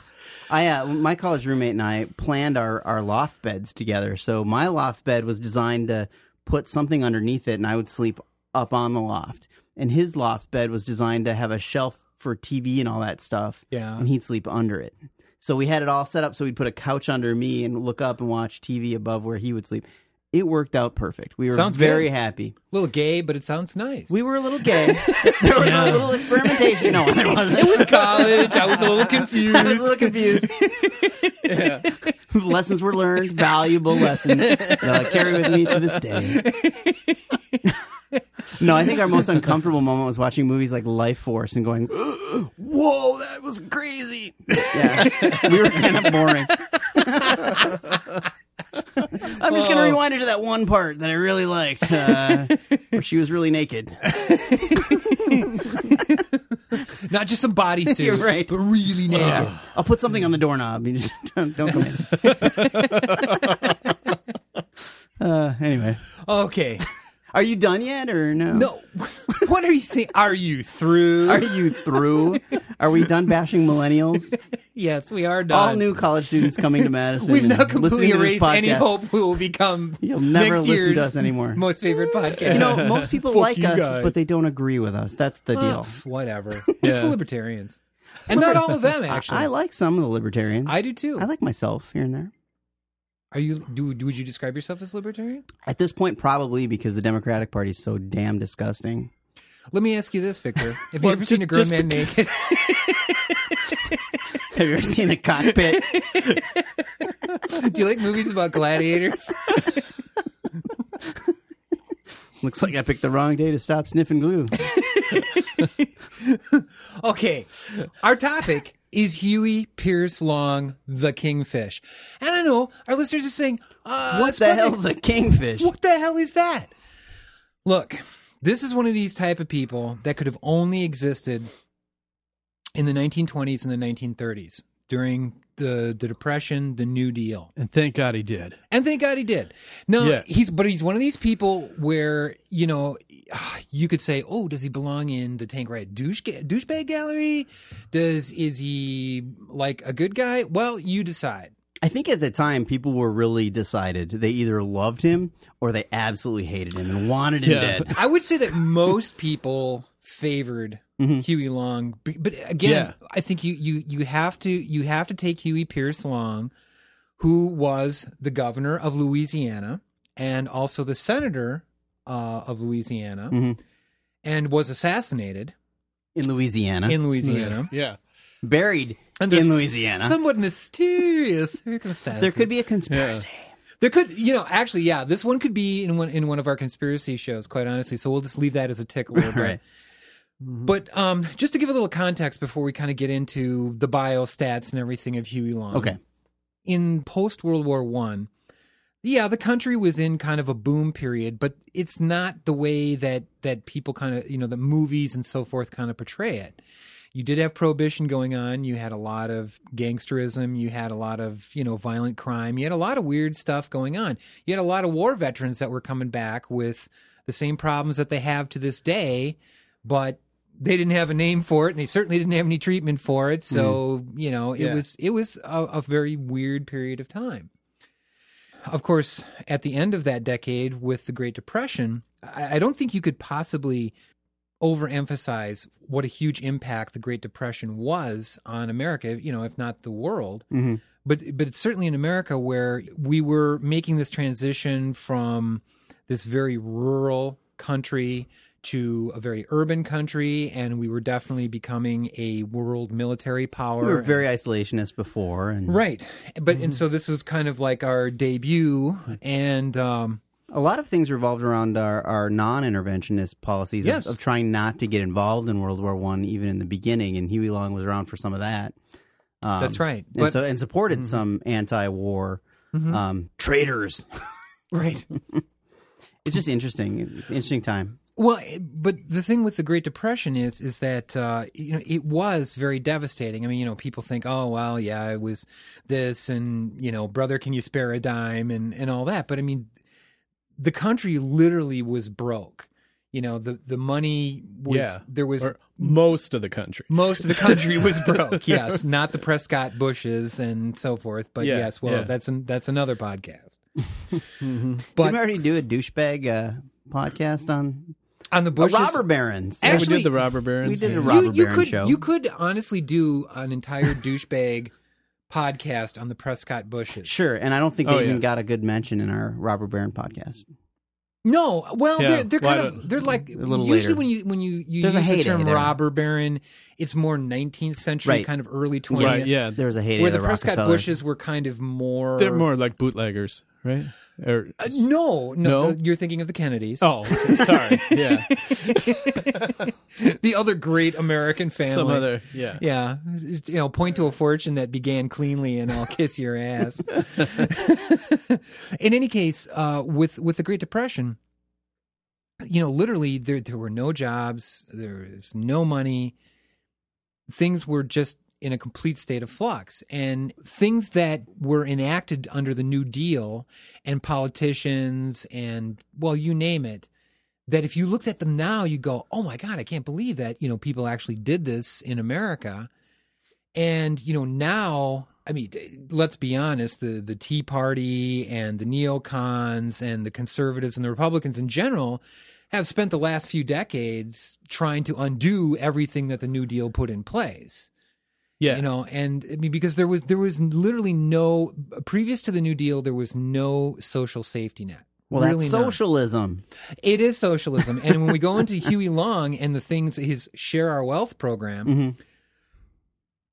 I, uh, my college roommate and I planned our, our loft beds together. So my loft bed was designed to put something underneath it, and I would sleep up on the loft. And his loft bed was designed to have a shelf for TV and all that stuff. Yeah. And he'd sleep under it. So we had it all set up so we'd put a couch under me and look up and watch TV above where he would sleep. It worked out perfect. We were Sounds very good. happy. little gay, but it sounds nice. We were a little gay. there was a little experimentation. No, there wasn't. it was college. I was a little confused. I was a little confused. lessons were learned, valuable lessons that I carry with me to this day. no, I think our most uncomfortable moment was watching movies like Life Force and going, "Whoa, that was crazy." Yeah, we were kind of boring. I'm just gonna rewind it to that one part that I really liked, uh, where she was really naked. Not just some bodysuit, You're right. but really naked. I'll put something on the doorknob. You just don't, don't come in. uh, anyway, Okay. are you done yet or no? No, what are you saying? Are you through? Are you through? are we done bashing millennials? yes, we are done. All new college students coming to Madison. We've and now completely listening to this erased any podcast. hope we will become You'll never next listen to year's us anymore. most favorite podcast. You know, most people Fuck like you us, guys. but they don't agree with us. That's the Oh, deal. whatever. Just the Yeah. libertarians. And not all of them, actually. I like some of the libertarians. I do too. I like myself here and there. Are you do, do would you describe yourself as libertarian? At this point, probably because the Democratic Party is so damn disgusting. Let me ask you this, Victor. Have you Well, ever just- seen a grown just man naked? Have you ever seen a cockpit? do you like movies about gladiators? Looks like I picked the wrong day to stop sniffing glue. Okay. Our topic is Huey Pierce Long, the Kingfish. And I know our listeners are saying, uh, What it's the one thing- hell's a kingfish? What the hell is that? Look, this is one of these type of people that could have only existed in the 1920s and the 1930s during the, the Depression, the New Deal. And thank God he did. And thank God he did. No, Yeah. he's but he's one of these people where you know you could say, oh, does he belong in the Tank Riot douche ga- douchebag gallery? Does is he like a good guy? Well, you decide. I think at the time people were really decided. They either loved him or they absolutely hated him and wanted him Yeah. dead. I would say that most people favored Mm-hmm. Huey Long, b- but again, Yeah. I think you you you have to you have to take Huey Pierce Long, who was the governor of Louisiana and also the senator uh, of Louisiana, Mhm. and was assassinated In Louisiana. in Louisiana. Yeah. buried And Uh, in there's Louisiana. somewhat mysterious circumstances. there could be a conspiracy. There could, you know, actually, yeah, this one could be in one in one of our conspiracy shows, quite honestly. So we'll just leave that as a tick a little bit. Right. But um, just to give a little context before we kind of get into the bio stats and everything of Huey Long. Okay. In post World War One, yeah, the country was in kind of a boom period, but it's not the way that that people kind of you know the movies and so forth kind of portray it. You did have prohibition going on. You had a lot of gangsterism. You had a lot of you know violent crime. You had a lot of weird stuff going on. You had a lot of war veterans that were coming back with the same problems that they have to this day, but they didn't have a name for it, and they certainly didn't have any treatment for it. So you know it Yeah. was it was a, a very weird period of time of course, at the end of that decade with the Great Depression, I, I don't think you could possibly overemphasize what a huge impact the Great Depression was on America, you know, if not the world. Mm-hmm. But but it's certainly in America where we were making this transition from this very rural country to a very urban country, and we were definitely becoming a world military power. We were and- very Mm-hmm. isolationist before, and right, but and so this was kind of like our debut, and um, a lot of things revolved around our, our non-interventionist policies Yes. of, of trying not to get involved in World War One, even in the beginning. And Huey Long was around for some of that. Um, That's right. and But- Mm-hmm. so and supported some anti-war um, traitors. right. It's just interesting, interesting time. Well, it- but the thing with the Great Depression is, is that uh, you know it was very devastating. I mean, you know, people think, oh, well, yeah, it was this, and you know, brother, can you spare a dime, and and all that. But I mean, the country literally was broke. You know, the the money was Yeah. there was Or most of the country. most of the country was broke. Yes, not the Prescott Bushes and so forth. But Yeah, yes, well, yeah. that's an, that's another podcast. Did we But already do a douchebag uh, podcast on on the uh, Bushes, robber barons? Yeah, we Actually, did the robber barons. we did yeah. a robber you, you baron could, show. You could honestly do an entire douchebag podcast on the Prescott Bushes. Sure, and I don't think they Oh, even yeah. got a good mention in our robber baron podcast. No, well, Yeah, they're, they're why kind of don't- they're like little usually later. when you when you you There's a use the heyday term there. robber baron, it's more 19th century Right. kind of early 20th. Right, yeah. There was a heyday Where of the, the, Prescott Rockefellers. Bushes were kind of more. They're more like bootleggers, right? Or Uh, no, no, No? the- you're thinking of the Kennedys. oh, sorry, yeah, the other great American family. some other, yeah. Yeah, you know, point to a fortune that began cleanly, and I'll kiss your ass. In any case, uh, with with the Great Depression, you know, literally there there were no jobs, there was no money, things were just in a complete state of flux, and things that were enacted under the New Deal and politicians and well, you name it, that if you looked at them now, you go, "Oh my God, I can't believe that you know people actually did this in America." And you know now, I mean, d- let's be honest: the the Tea Party and the neocons and the conservatives and the Republicans in general have spent the last few decades trying to undo everything that the New Deal put in place yeah. you know and i mean because there was there was literally no previous to the new deal there was no social safety net Well, really that's none. socialism. It is socialism. And when we go into Huey Long and the things his share our wealth program, Mm-hmm.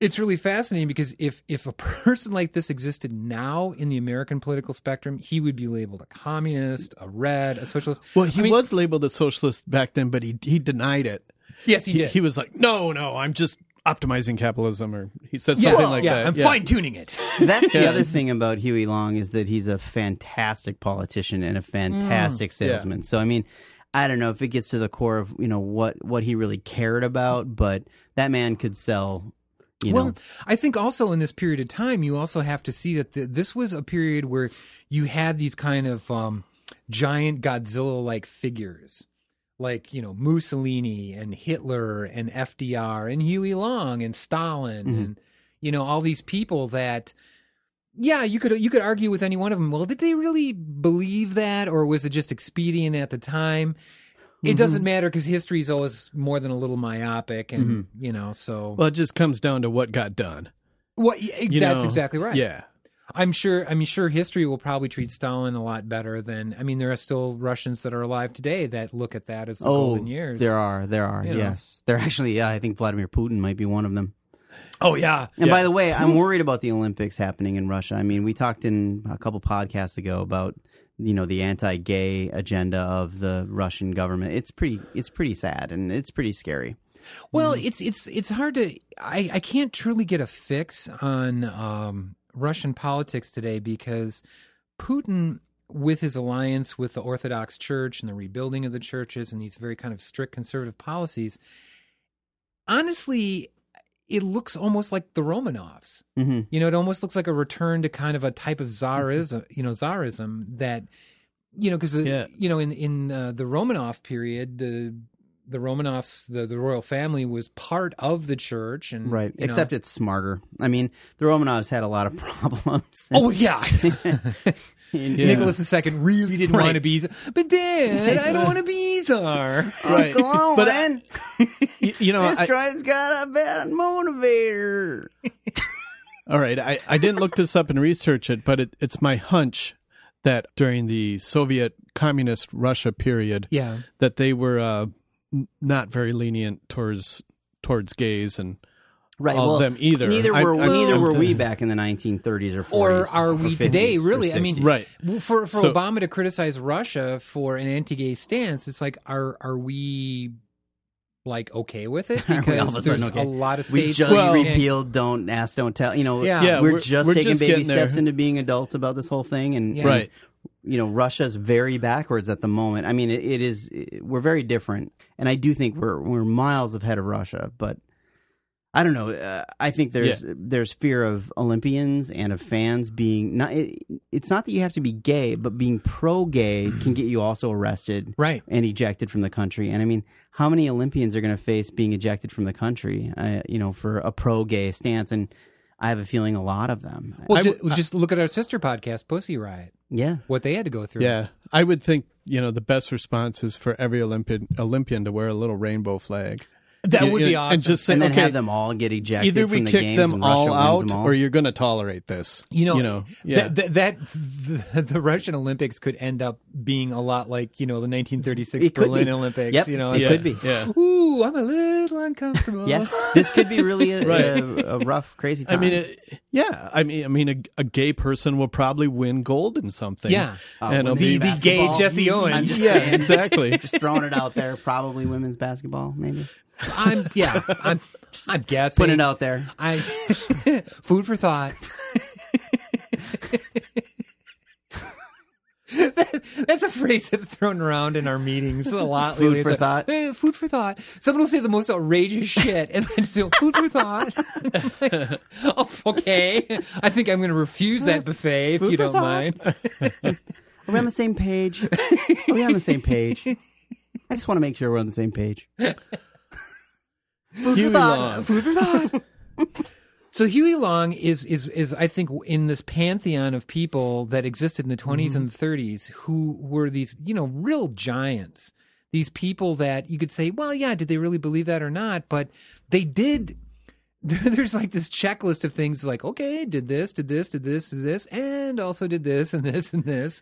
it's really fascinating because if if a person like this existed now in the American political spectrum, he would be labeled a communist, a red, a socialist. Well, he I mean, was labeled a socialist back then, but he he denied it. Yes, he, He, did. he was like, no, no, I'm just optimizing capitalism, or he said yeah, something like yeah, that. I'm yeah. fine tuning it. That's the other thing about Huey Long is that he's a fantastic politician and a fantastic salesman. So I mean, I don't know if it gets to the core of you know what what he really cared about, but that man could sell. You well, know, I think also in this period of time, you also have to see that the, this was a period where you had these kind of um, giant Godzilla-like figures, like you know Mussolini and Hitler and FDR and Huey Long and Stalin Mm-hmm. and you know all these people that. Yeah, you could you could argue with any one of them. Well, did they really believe that, or was it just expedient at the time? Mm-hmm. It doesn't matter because history is always more than a little myopic, and Mm-hmm. you know. So Well, it just comes down to what got done. well, yeah, you that's know? exactly right. Yeah, I'm sure. I'm sure history will probably treat Stalin a lot better than. I mean, there are still Russians that are alive today that look at that as the oh, golden years. there are, there are, You know. yes, there actually. Yeah, I think Vladimir Putin might be one of them. Oh yeah. And by the way, I'm worried about the Olympics happening in Russia. I mean, we talked in a couple podcasts ago about you know the anti-gay agenda of the Russian government. It's pretty, it's pretty sad and it's pretty scary. Well, it's it's it's hard to. I I can't truly get a fix on um, Russian politics today because Putin, with his alliance with the Orthodox Church and the rebuilding of the churches and these very kind of strict conservative policies, honestly, it looks almost like the Romanovs. hmm You know, it almost looks like a return to kind of a type of czarism, Mm-hmm. you know, czarism that, you know, because Yeah. you know in in uh, the Romanov period, the the Romanovs, the the royal family was part of the church, and Right. you know- Except it's smarter. I mean, the Romanovs had a lot of problems. oh yeah. And- Nicholas II really didn't Right. want to be, czar. but Dad, I don't want to be czar. right. Go on, But I- man. you, you know, this I- guy's got a bad motivator. All right, I, I didn't look this up and research it, but it, it's my hunch that during the Soviet communist Russia period, Yeah. that they were uh, n- not very lenient towards towards gays and right? all well, of them either. Neither I- were I- neither I'm were we saying- back in the 1930s or 40s, or are or we today 50s or really i mean 60s. Right. w- for for So- obama to criticize russia for an anti-gay stance it's like are are we like okay with it Are we all of because a there's sudden okay? a lot of states we just that- Well- repealed "Don't ask, don't tell." You know, Yeah. Yeah, we're, we're- just we're taking just baby getting there. steps into being adults about this whole thing, and Yeah. and, Right. you know, Russia's very backwards at the moment. I mean, it, it is it- we're very different, and I do think we're we're miles ahead of Russia, but. I don't know. Uh, I think there's there's fear of Olympians and of fans being not. It, it's not that you have to be gay, but being pro-gay can get you also arrested right and ejected from the country. And I mean, how many Olympians are going to face being ejected from the country? Uh, you know, for a pro-gay stance, and I have a feeling a lot of them. well I ju- w- just look at our sister podcast pussy riot yeah, what they had to go through Yeah, I would think you know the best response is for every Olympian Olympian to wear a little rainbow flag. that You- would you be know, awesome And just say, and then okay, have them all get ejected. either we from the kick games them and Russia all wins out, them all. or you're going to tolerate this. you know, you know, yeah. that, that, that the, the Russian Olympics could end up being a lot like you know the 1936 It could Berlin be. Olympics. Yep, you know, it's it yeah, could be. Yeah. like, ooh, I'm a little uncomfortable. yeah, this could be really a, Right. a, a rough, crazy I time. mean, it, yeah. I mean, I mean, a, a gay person will probably win gold in something. Yeah. Uh, and it'll women's be the gay basketball. Jesse I'm Owens. just yeah, saying. exactly. Just throwing it out there, probably women's basketball, maybe. I'm yeah, I'm I'm guessing. Put it out there. I food for thought. That- That's a phrase that's thrown around in our meetings a lot Food lately. It's for like, thought. "Eh, food for thought. Someone will say the most outrageous shit, and then just go, food for thought. oh, okay, I think I'm going to refuse that buffet if Food you for don't thought. mind. Are we on the same page? Are we on the same page? I just want to make sure we're on the same page. Huey thought. Long. food for thought. so Huey Long is is is I think in this pantheon of people that existed in the 20s and 30s who were these you know real giants. These people that you could say, well, yeah, did they really believe that or not? But they did. There's like this checklist of things like, okay, did this, did this, did this, did this, and also did this and this and this.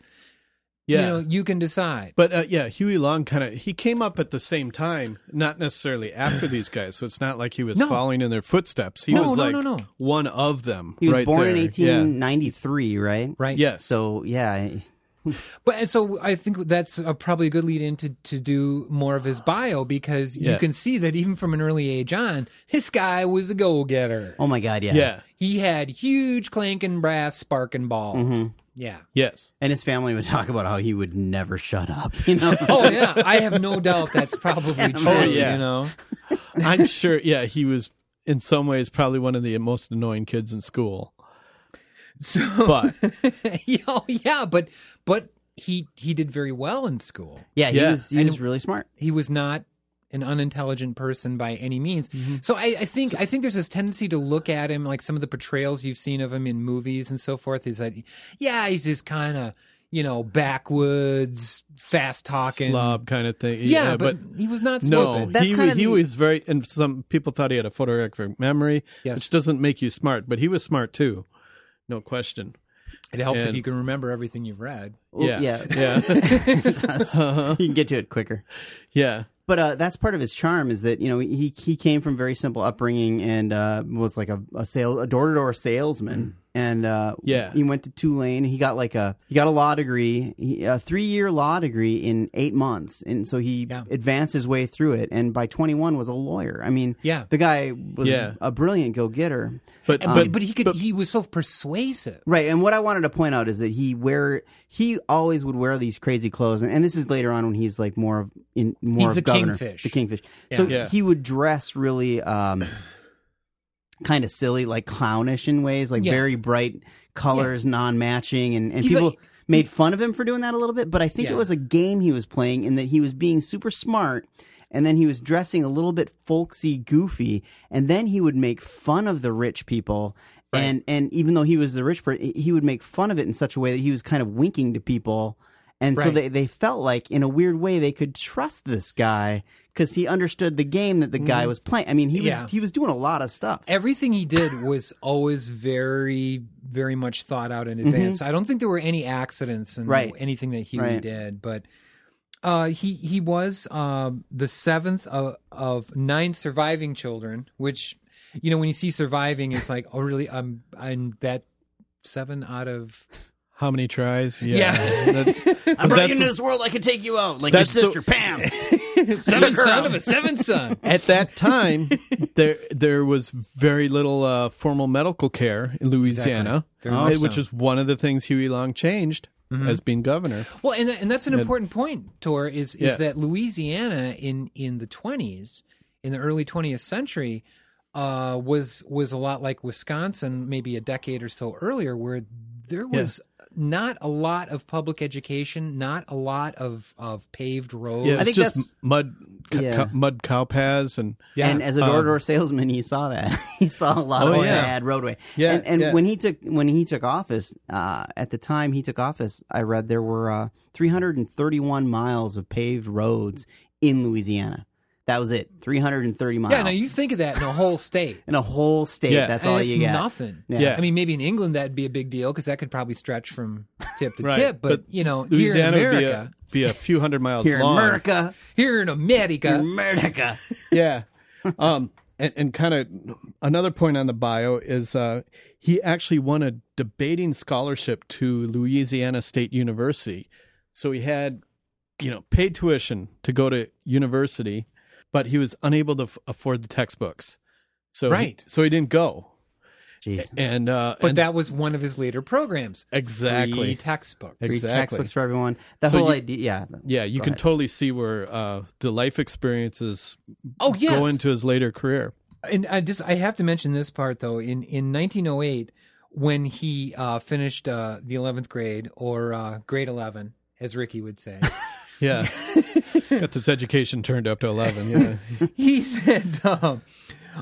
Yeah. You know, you can decide. But uh, yeah, Huey Long kind of he came up at the same time, not necessarily after these guys. So it's not like he was No. following in their footsteps. He No, was no, like no, no. one of them. He was right born there. in Yeah. 1893, right? Right. Yes. So yeah, I- But and so I think that's uh probably a good lead in to, to do more of his bio because you Yeah. can see that even from an early age on, this guy was a goal getter. oh my god, yeah. yeah. He had huge clanking brass sparking balls. Mm-hmm. Yeah. Yes. And his family would talk about how he would never shut up. You know, Oh yeah, I have no doubt that's probably true. imagine. Oh, Yeah. You know, I'm sure. Yeah, he was in some ways probably one of the most annoying kids in school. so But yeah, oh, yeah, but but he he did very well in school. yeah, he Yeah. was he And- was really smart. he was not an unintelligent person by any means. Mm-hmm. So I, I think I think there's this tendency to look at him like some of the portrayals you've seen of him in movies and so forth. Is that yeah, he's just kind of you know backwoods, fast talking, slob kind of thing. Yeah, but, he was not no, stupid. That's he, kind wa- of he the- was very. And some people thought he had a photographic memory, Yes. which doesn't make you smart, but he was smart too, no question. it helps if and- you can remember everything you've read. Well, yeah, Uh-huh. yeah. yeah, You can get to it quicker. yeah. But uh, that's part of his charm is that you know he he came from very simple upbringing and uh, was like a a sale a door to door salesman and uh, Yeah. he went to Tulane he got like a he got a law degree he, a three year law degree in eight months and so he Yeah. advanced his way through it and by twenty one was a lawyer I mean Yeah. the guy was Yeah. a brilliant go getter But And- but Um, but he could he was so persuasive. Right, and what I wanted to point out is that he wear he always would wear these crazy clothes, and, and this is later on when he's like more of in more He's of the governor, kingfish. the kingfish. So Yeah. Yeah. he would dress really um, kind of silly, like clownish in ways, like Yeah. very bright colors, non-matching, and and He's people. like- Made fun of him for doing that a little bit, but I think Yeah. it was a game he was playing in that he was being super smart and then he was dressing a little bit folksy, goofy, and then he would make fun of the rich people. And and even though he was the rich person, he would make fun of it in such a way that he was kind of winking to people. And so Right. they, they felt like, in a weird way, they could trust this guy because he understood the game that the guy was playing. I mean, he was Yeah. he was doing a lot of stuff. Everything he did was always very, very much thought out in advance. I don't think there were any accidents and Mm-hmm. Right. anything that Huey Right. did, but uh, he he was um, the seventh of, of nine surviving children, which you know when you see surviving, it's like oh really? I'm I'm that seven out of How many tries? Yeah. That's, I brought you that's, into this world. I could take you out, like your That's so- sister Pam. seven girl. son of a seven son. at that time, there there was very little uh, formal medical care in Louisiana, Very much uh, which so. Mm-hmm. is one of the things Huey Long changed as being governor. Well, and that, and that's an important point, Tor, is is Yeah. that Louisiana in in the twenties, in the early twentieth century, uh, was was a lot like Wisconsin, maybe a decade or so earlier, where there was. Not a lot of public education, not a lot of, of paved roads. Yeah, it's think just that's- mud co- Yeah. co- mud cow paths and And as a door to door salesman, he saw that. he saw a lot Oh, of yeah. bad roadway. Yeah, And, and yeah. when he took when he took office, uh, at the time he took office, I read there were uh, 331 miles of paved roads in Louisiana. That was it. 330 miles. Yeah, now you think of that in a whole state. in a whole state. Yeah. That's and all it's you got. nothing. Yeah. Yeah. I mean, maybe in England that'd be a big deal because that could probably stretch from tip to Right. tip. But, But you know, Louisiana here in would be America, a, be a few hundred miles Here in long. America, here in America, America. yeah. Um, and, and kind of another point on the bio is uh, he actually won a debating scholarship to Louisiana State University. So he had, you know, paid tuition to go to university, but he was unable to f- afford the textbooks. So he- Right. so he didn't go. Jeez. And uh, but and that was one of his later programs. exactly Free textbooks. Free exactly. textbooks for everyone. The So whole you- idea. Yeah. Yeah, you Go can ahead. totally see where uh, the life experiences Oh yes. go into his later career. and I just I have to mention this part though. In in 1908, when he uh, finished uh, the 11th grade or uh, grade 11, as Ricky would say, Yeah, got this education turned up to eleven. Yeah, he said um,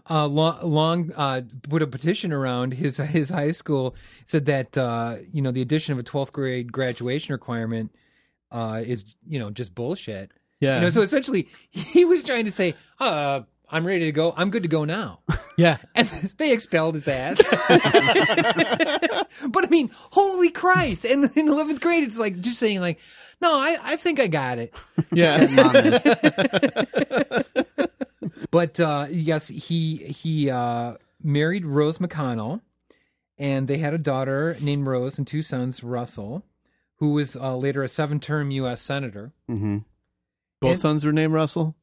uh, long, long uh, put a petition around his his high school said that uh, you know the addition of a 12th grade graduation requirement uh, is you know just bullshit yeah, you know so essentially he was trying to say uh, i'm ready to go i'm good to go now yeah. and they expelled his ass but i mean holy christ and in 11th grade it's like just saying like no i, I think i got it yeah. But uh, yes, he he uh, married Rose McConnell, and they had a daughter named Rose and two sons, Russell, who was uh, later a seven-term U.S. senator. hmm Both And- sons were named Russell.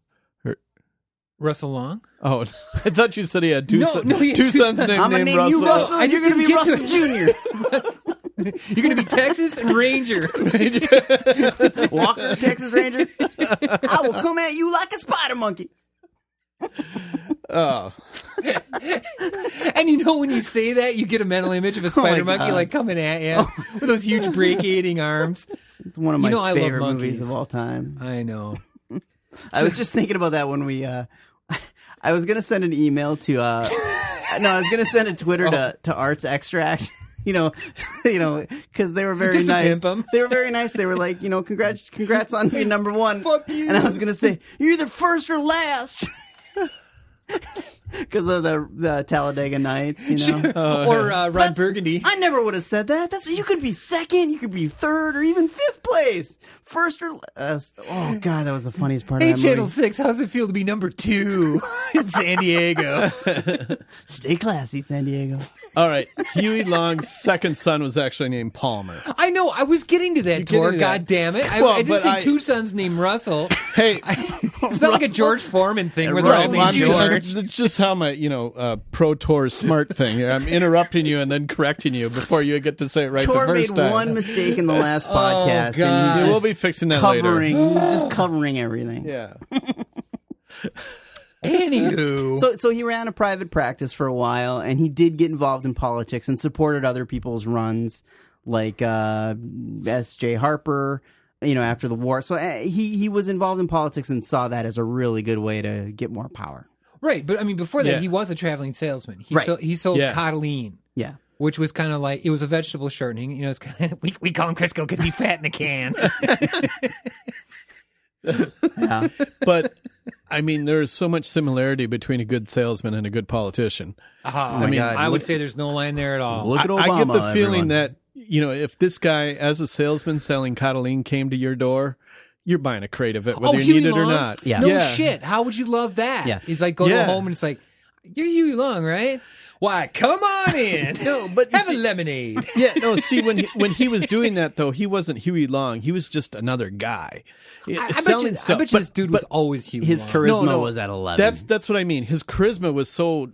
Russell Long. Oh, I thought you said he had two. No, son- no, he had two two sons sons. named, I'm gonna named name Russell. you Russell. I and You're just gonna be didn't Russell get Junior. You're going to be Texas and Ranger. Walker, Texas Ranger. I will come at you like a spider monkey. Oh, and you know when you say that, you get a mental image of a spider monkey God. like coming at you with those huge brachiating arms. It's one of You my know I love favorite monkeys. movies of all time. I know. I was just thinking about that when we. Uh, I was gonna send an email to. Uh, no, I was gonna send a Twitter Oh. to, to Arts Extract. You know, you know, because they were very Just to nice. pimp 'em. They were very nice. They were like, you know, congrats, congrats on being number one. Fuck you. And I was gonna say, you're either first or last. Because of the the Talladega Nights, you know. or uh, Rod Burgundy. I never would have said that. That's you could be second, you could be third, or even fifth place, first or uh, oh god, that was the funniest part. Hey, of that Channel movie. 6, how's it feel to be number two in San Diego? stay classy, San Diego. all right. Huey Long's second son was actually named Palmer. I know. I was getting to that, getting Tor. to that. God damn it. I, Well, I didn't but say I- two sons named Russell. Hey, It's not like a George Foreman thing where they're all Russell named I'm Junior. George. just, that's just how my you know uh, pro tour smart thing. I'm interrupting you and then correcting you before you get to say it right Tor the made first time. one mistake in the last podcast, Oh, God. and Yeah, he's we'll just be fixing that covering. later. he's just covering everything. Yeah. Anywho. So, so he ran a private practice for a while, and he did get involved in politics and supported other people's runs, like uh, S.J. Harper. You know, after the war, so uh, he he was involved in politics and saw that as a really good way to get more power. right. But I mean, before that, Yeah. he was a traveling salesman. He, Right. sold, he sold Yeah. cottolene, Yeah. which was kind of like, it was a vegetable shortening. You know, it's kind of, we, we call him Crisco because he's fat in the can. Oh, Yeah. but I mean, there is so much similarity between a good salesman and a good politician. I mean, mean, God, I would look- say there's no line there at all. Look I, at I get the Obama, feeling everyone. that you know, if this guy, as a salesman selling cottolene, came to your door, you're buying a crate of it, oh, whether you Huey need it or Long? not. Yeah. No yeah. shit. How would you love that? Yeah. He's like, go to Yeah. a home and it's like, you're Huey Long, right? Why, come on in. No, but you have see- a lemonade. Yeah, no. See, when he, when he was doing that though, he wasn't Huey Long. He was just another guy Yeah, I, I bet selling you, stuff. I bet you but- this dude was but always Huey His Long. charisma No, no. was at eleven. That's that's what I mean. His charisma was so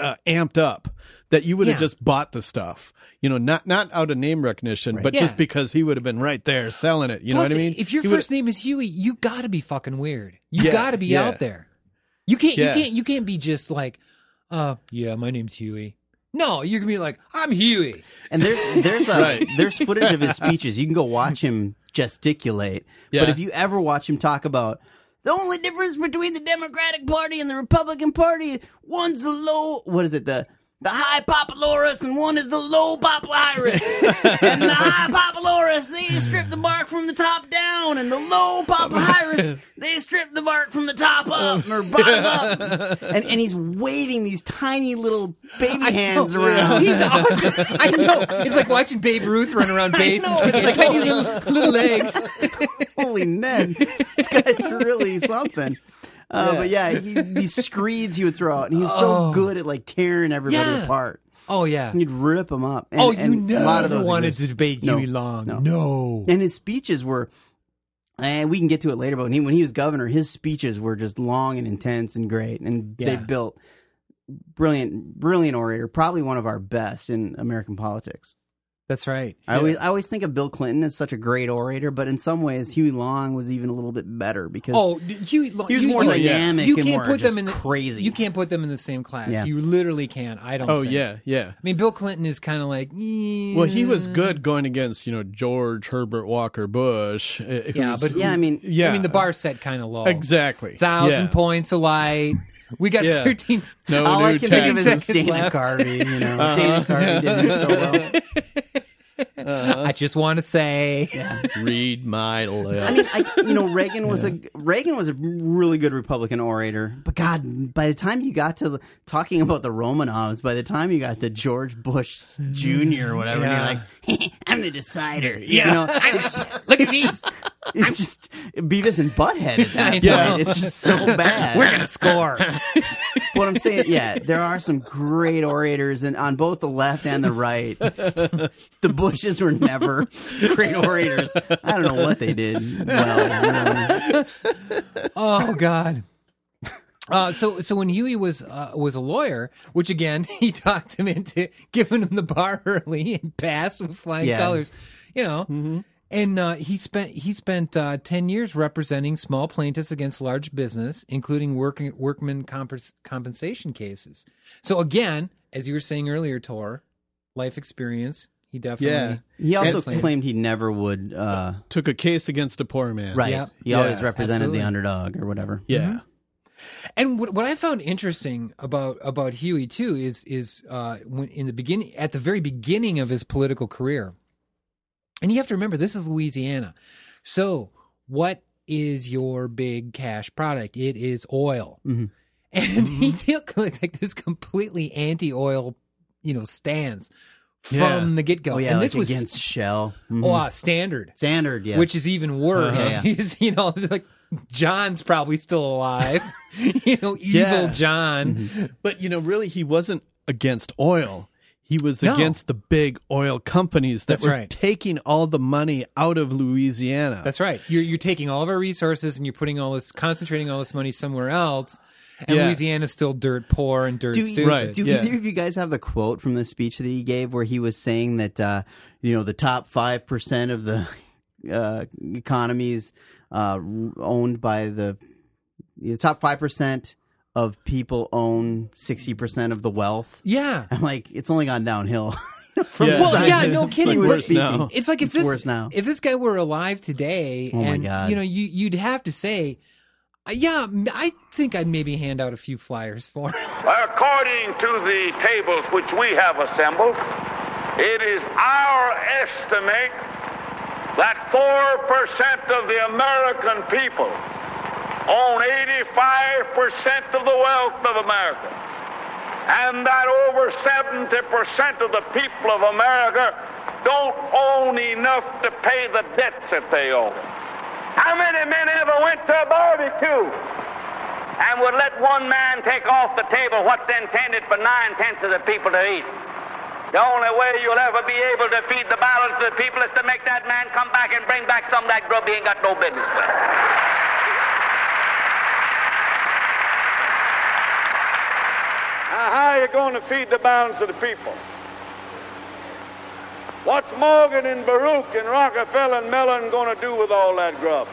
uh, amped up that you would have Yeah. just bought the stuff. You know, not not out of name recognition, but Yeah. just because he would have been right there selling it. You know Plus, what I mean? If your He would- first name is Huey, you got to be fucking weird. You Yeah, got to be yeah. out there. You can't. Yeah. You can't. You can't be just like, uh, yeah, my name's Huey. No, you can be like, I'm Huey. And there's there's uh, Right. there's footage of his speeches. You can go watch him gesticulate. But Yeah. if you ever watch him talk about the only difference between the Democratic Party and the Republican Party, one's the low what is it the the high popularis and one is the low popularis. and the high popularis, they strip the bark from the top down, and the low popularis, they strip the bark from the top up Oh. or bottom up. And, and he's waving these tiny little baby hands around. He's awesome. I know. It's like watching Babe Ruth run around base. know, with it's like- tiny little, little legs. Holy man, this guy's really something. Uh, But yeah, he, these screeds he would throw out, and he was so good at like tearing everybody Oh. Yeah. apart. Oh yeah. He'd rip them up. And, oh, you and never a lot of those wanted to exist. debate No, Huey Long. no. no. And his speeches were, and we can get to it later. But when he, when he was governor, his speeches were just long and intense and great, and they Yeah. built brilliant, brilliant orator, probably one of our best in American politics. That's right. I always, I always think of Bill Clinton as such a great orator, but in some ways, Huey Long was even a little bit better because Oh, d- Huey Long. He was you- more you- dynamic You and can't more put just them in the, crazy. You can't put them in the same class. Yeah. You literally can't. I don't. oh think. yeah, yeah. I mean, Bill Clinton is kind of like. eh. Well, he was good going against you know George Herbert Walker Bush. uh, who Yeah, was- but- yeah, I mean, yeah. I mean, the bar set kind of low. exactly Thousand Yeah. points a light. We got Yeah. thirteen. No All new I can think of taxes. is Seconds Dana left. Uh-huh. Carvey. You know, Dana Carvey did it so well. I just want to say. read my I lips. mean, I, you know, Reagan was a Reagan was a really good Republican orator, but God, by the time you got to the, talking about the Romanovs, by the time you got to George Bush Jr. or whatever, and you're like, I'm the decider. Yeah, you know, it's, look at these. It's just Beavis and Butthead at that Yeah. point. It's just so bad. We're gonna score. what I'm saying, yeah, there are some great orators, and on both the left and the right, the Bushes were never great orators. I don't know what they did. Well, um, Oh God. Uh, so so when Huey was uh, was a lawyer, which again he talked him into giving him the bar early and passed with flying Yeah. colors, you know. And uh, he spent he spent uh, ten years representing small plaintiffs against large business, including working workman compens- compensation cases. So again, as you were saying earlier, Tor, life experience. He definitely. Yeah. he also Absolutely. claimed he never would. Uh, Took a case against a poor man. right, Yep. he always Yeah, represented absolutely. the underdog or whatever. Yeah. Mm-hmm. And what, what I found interesting about about Huey too is is uh, when in the beginning at the very beginning of his political career, and you have to remember this is Louisiana, so what is your big cash product? It is oil, Mhm. and he Mm-hmm. took like, like this completely anti-oil, you know, stance from Yeah. the get-go. Oh yeah, and like this was against Shell, oh, Mhm. uh, standard Standard, yeah. which is even worse. Uh-huh. is, you know, like John's probably still alive. you know, evil Yeah. Mm-hmm. John. But you know, really, he wasn't against oil. He was No. against the big oil companies that That's were right. taking all the money out of Louisiana. That's right. You're you're taking all of our resources and you're putting all this, concentrating all this money somewhere else. And Yeah. Louisiana's still dirt poor and dirt Do, stupid. Right. do yeah. either of you guys have the quote from the speech that he gave where he was saying that uh, you know the top five percent of the uh, economies uh, owned by the the top five percent of people own sixty percent of the wealth? Yeah. I'm like, it's only gone downhill. from Yeah. the Well, time yeah, no he kidding. was Worse speaking. now. It's like if It's this worse now. if this guy were alive today, Oh my and God. you know, you you'd have to say, uh, yeah, m- I think I'd maybe hand out a few flyers for. him. According to the tables which we have assembled, it is our estimate that 4% of the American people own 85% of the wealth of America, and that over 70% of the people of America don't own enough to pay the debts that they owe. How many men ever went to a barbecue and would let one man take off the table what's intended for nine tenths of the people to eat? The only way you'll ever be able to feed the balance of the people is to make that man come back and bring back some of that grub he ain't got no business with. Now, how are you going to feed the balance of the people? What's Morgan and Baruch and Rockefeller and Mellon going to do with all that grub?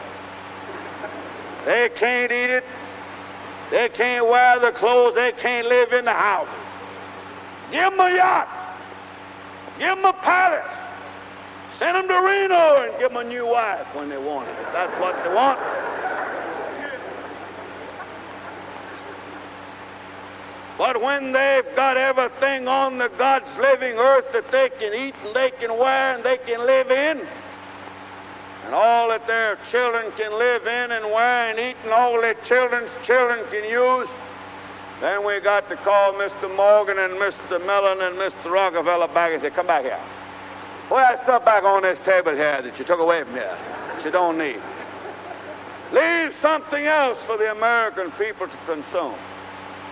They can't eat it. They can't wear the clothes. They can't live in the house. Give 'em a yacht. Give 'em a palace. Send 'em to Reno and give 'em a new wife when they want it. If that's what they want. But when they've got everything on the God's living earth that they can eat and they can wear and they can live in, and all that their children can live in and wear and eat and all their children's children can use, then we got to call Mr. Morgan and Mr. Mellon and Mr. Rockefeller back and say, come back here. Put that stuff back on this table here that you took away from here that you don't need. Leave something else for the American people to consume.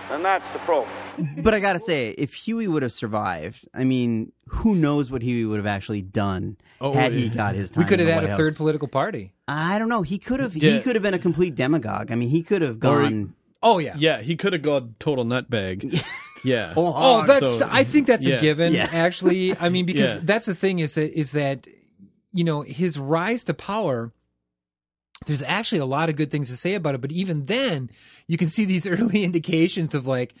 And that's the problem. But I gotta say, if Huey would have survived, I mean, who knows what Huey would have actually done Oh, had he yeah. got his time. We could have in the had White a third House. political party. I don't know. He could have. He Yeah. could have been a complete demagogue. I mean, he could have Or he- gone. Oh yeah. Yeah, he could have gone total nutbag. Yeah. All Oh, hog. that's. so- I think that's yeah. a given. Yeah. Actually, I mean, because Yeah. that's the thing is that is that you know his rise to power. There's actually a lot of good things to say about it, but even then, you can see these early indications of like.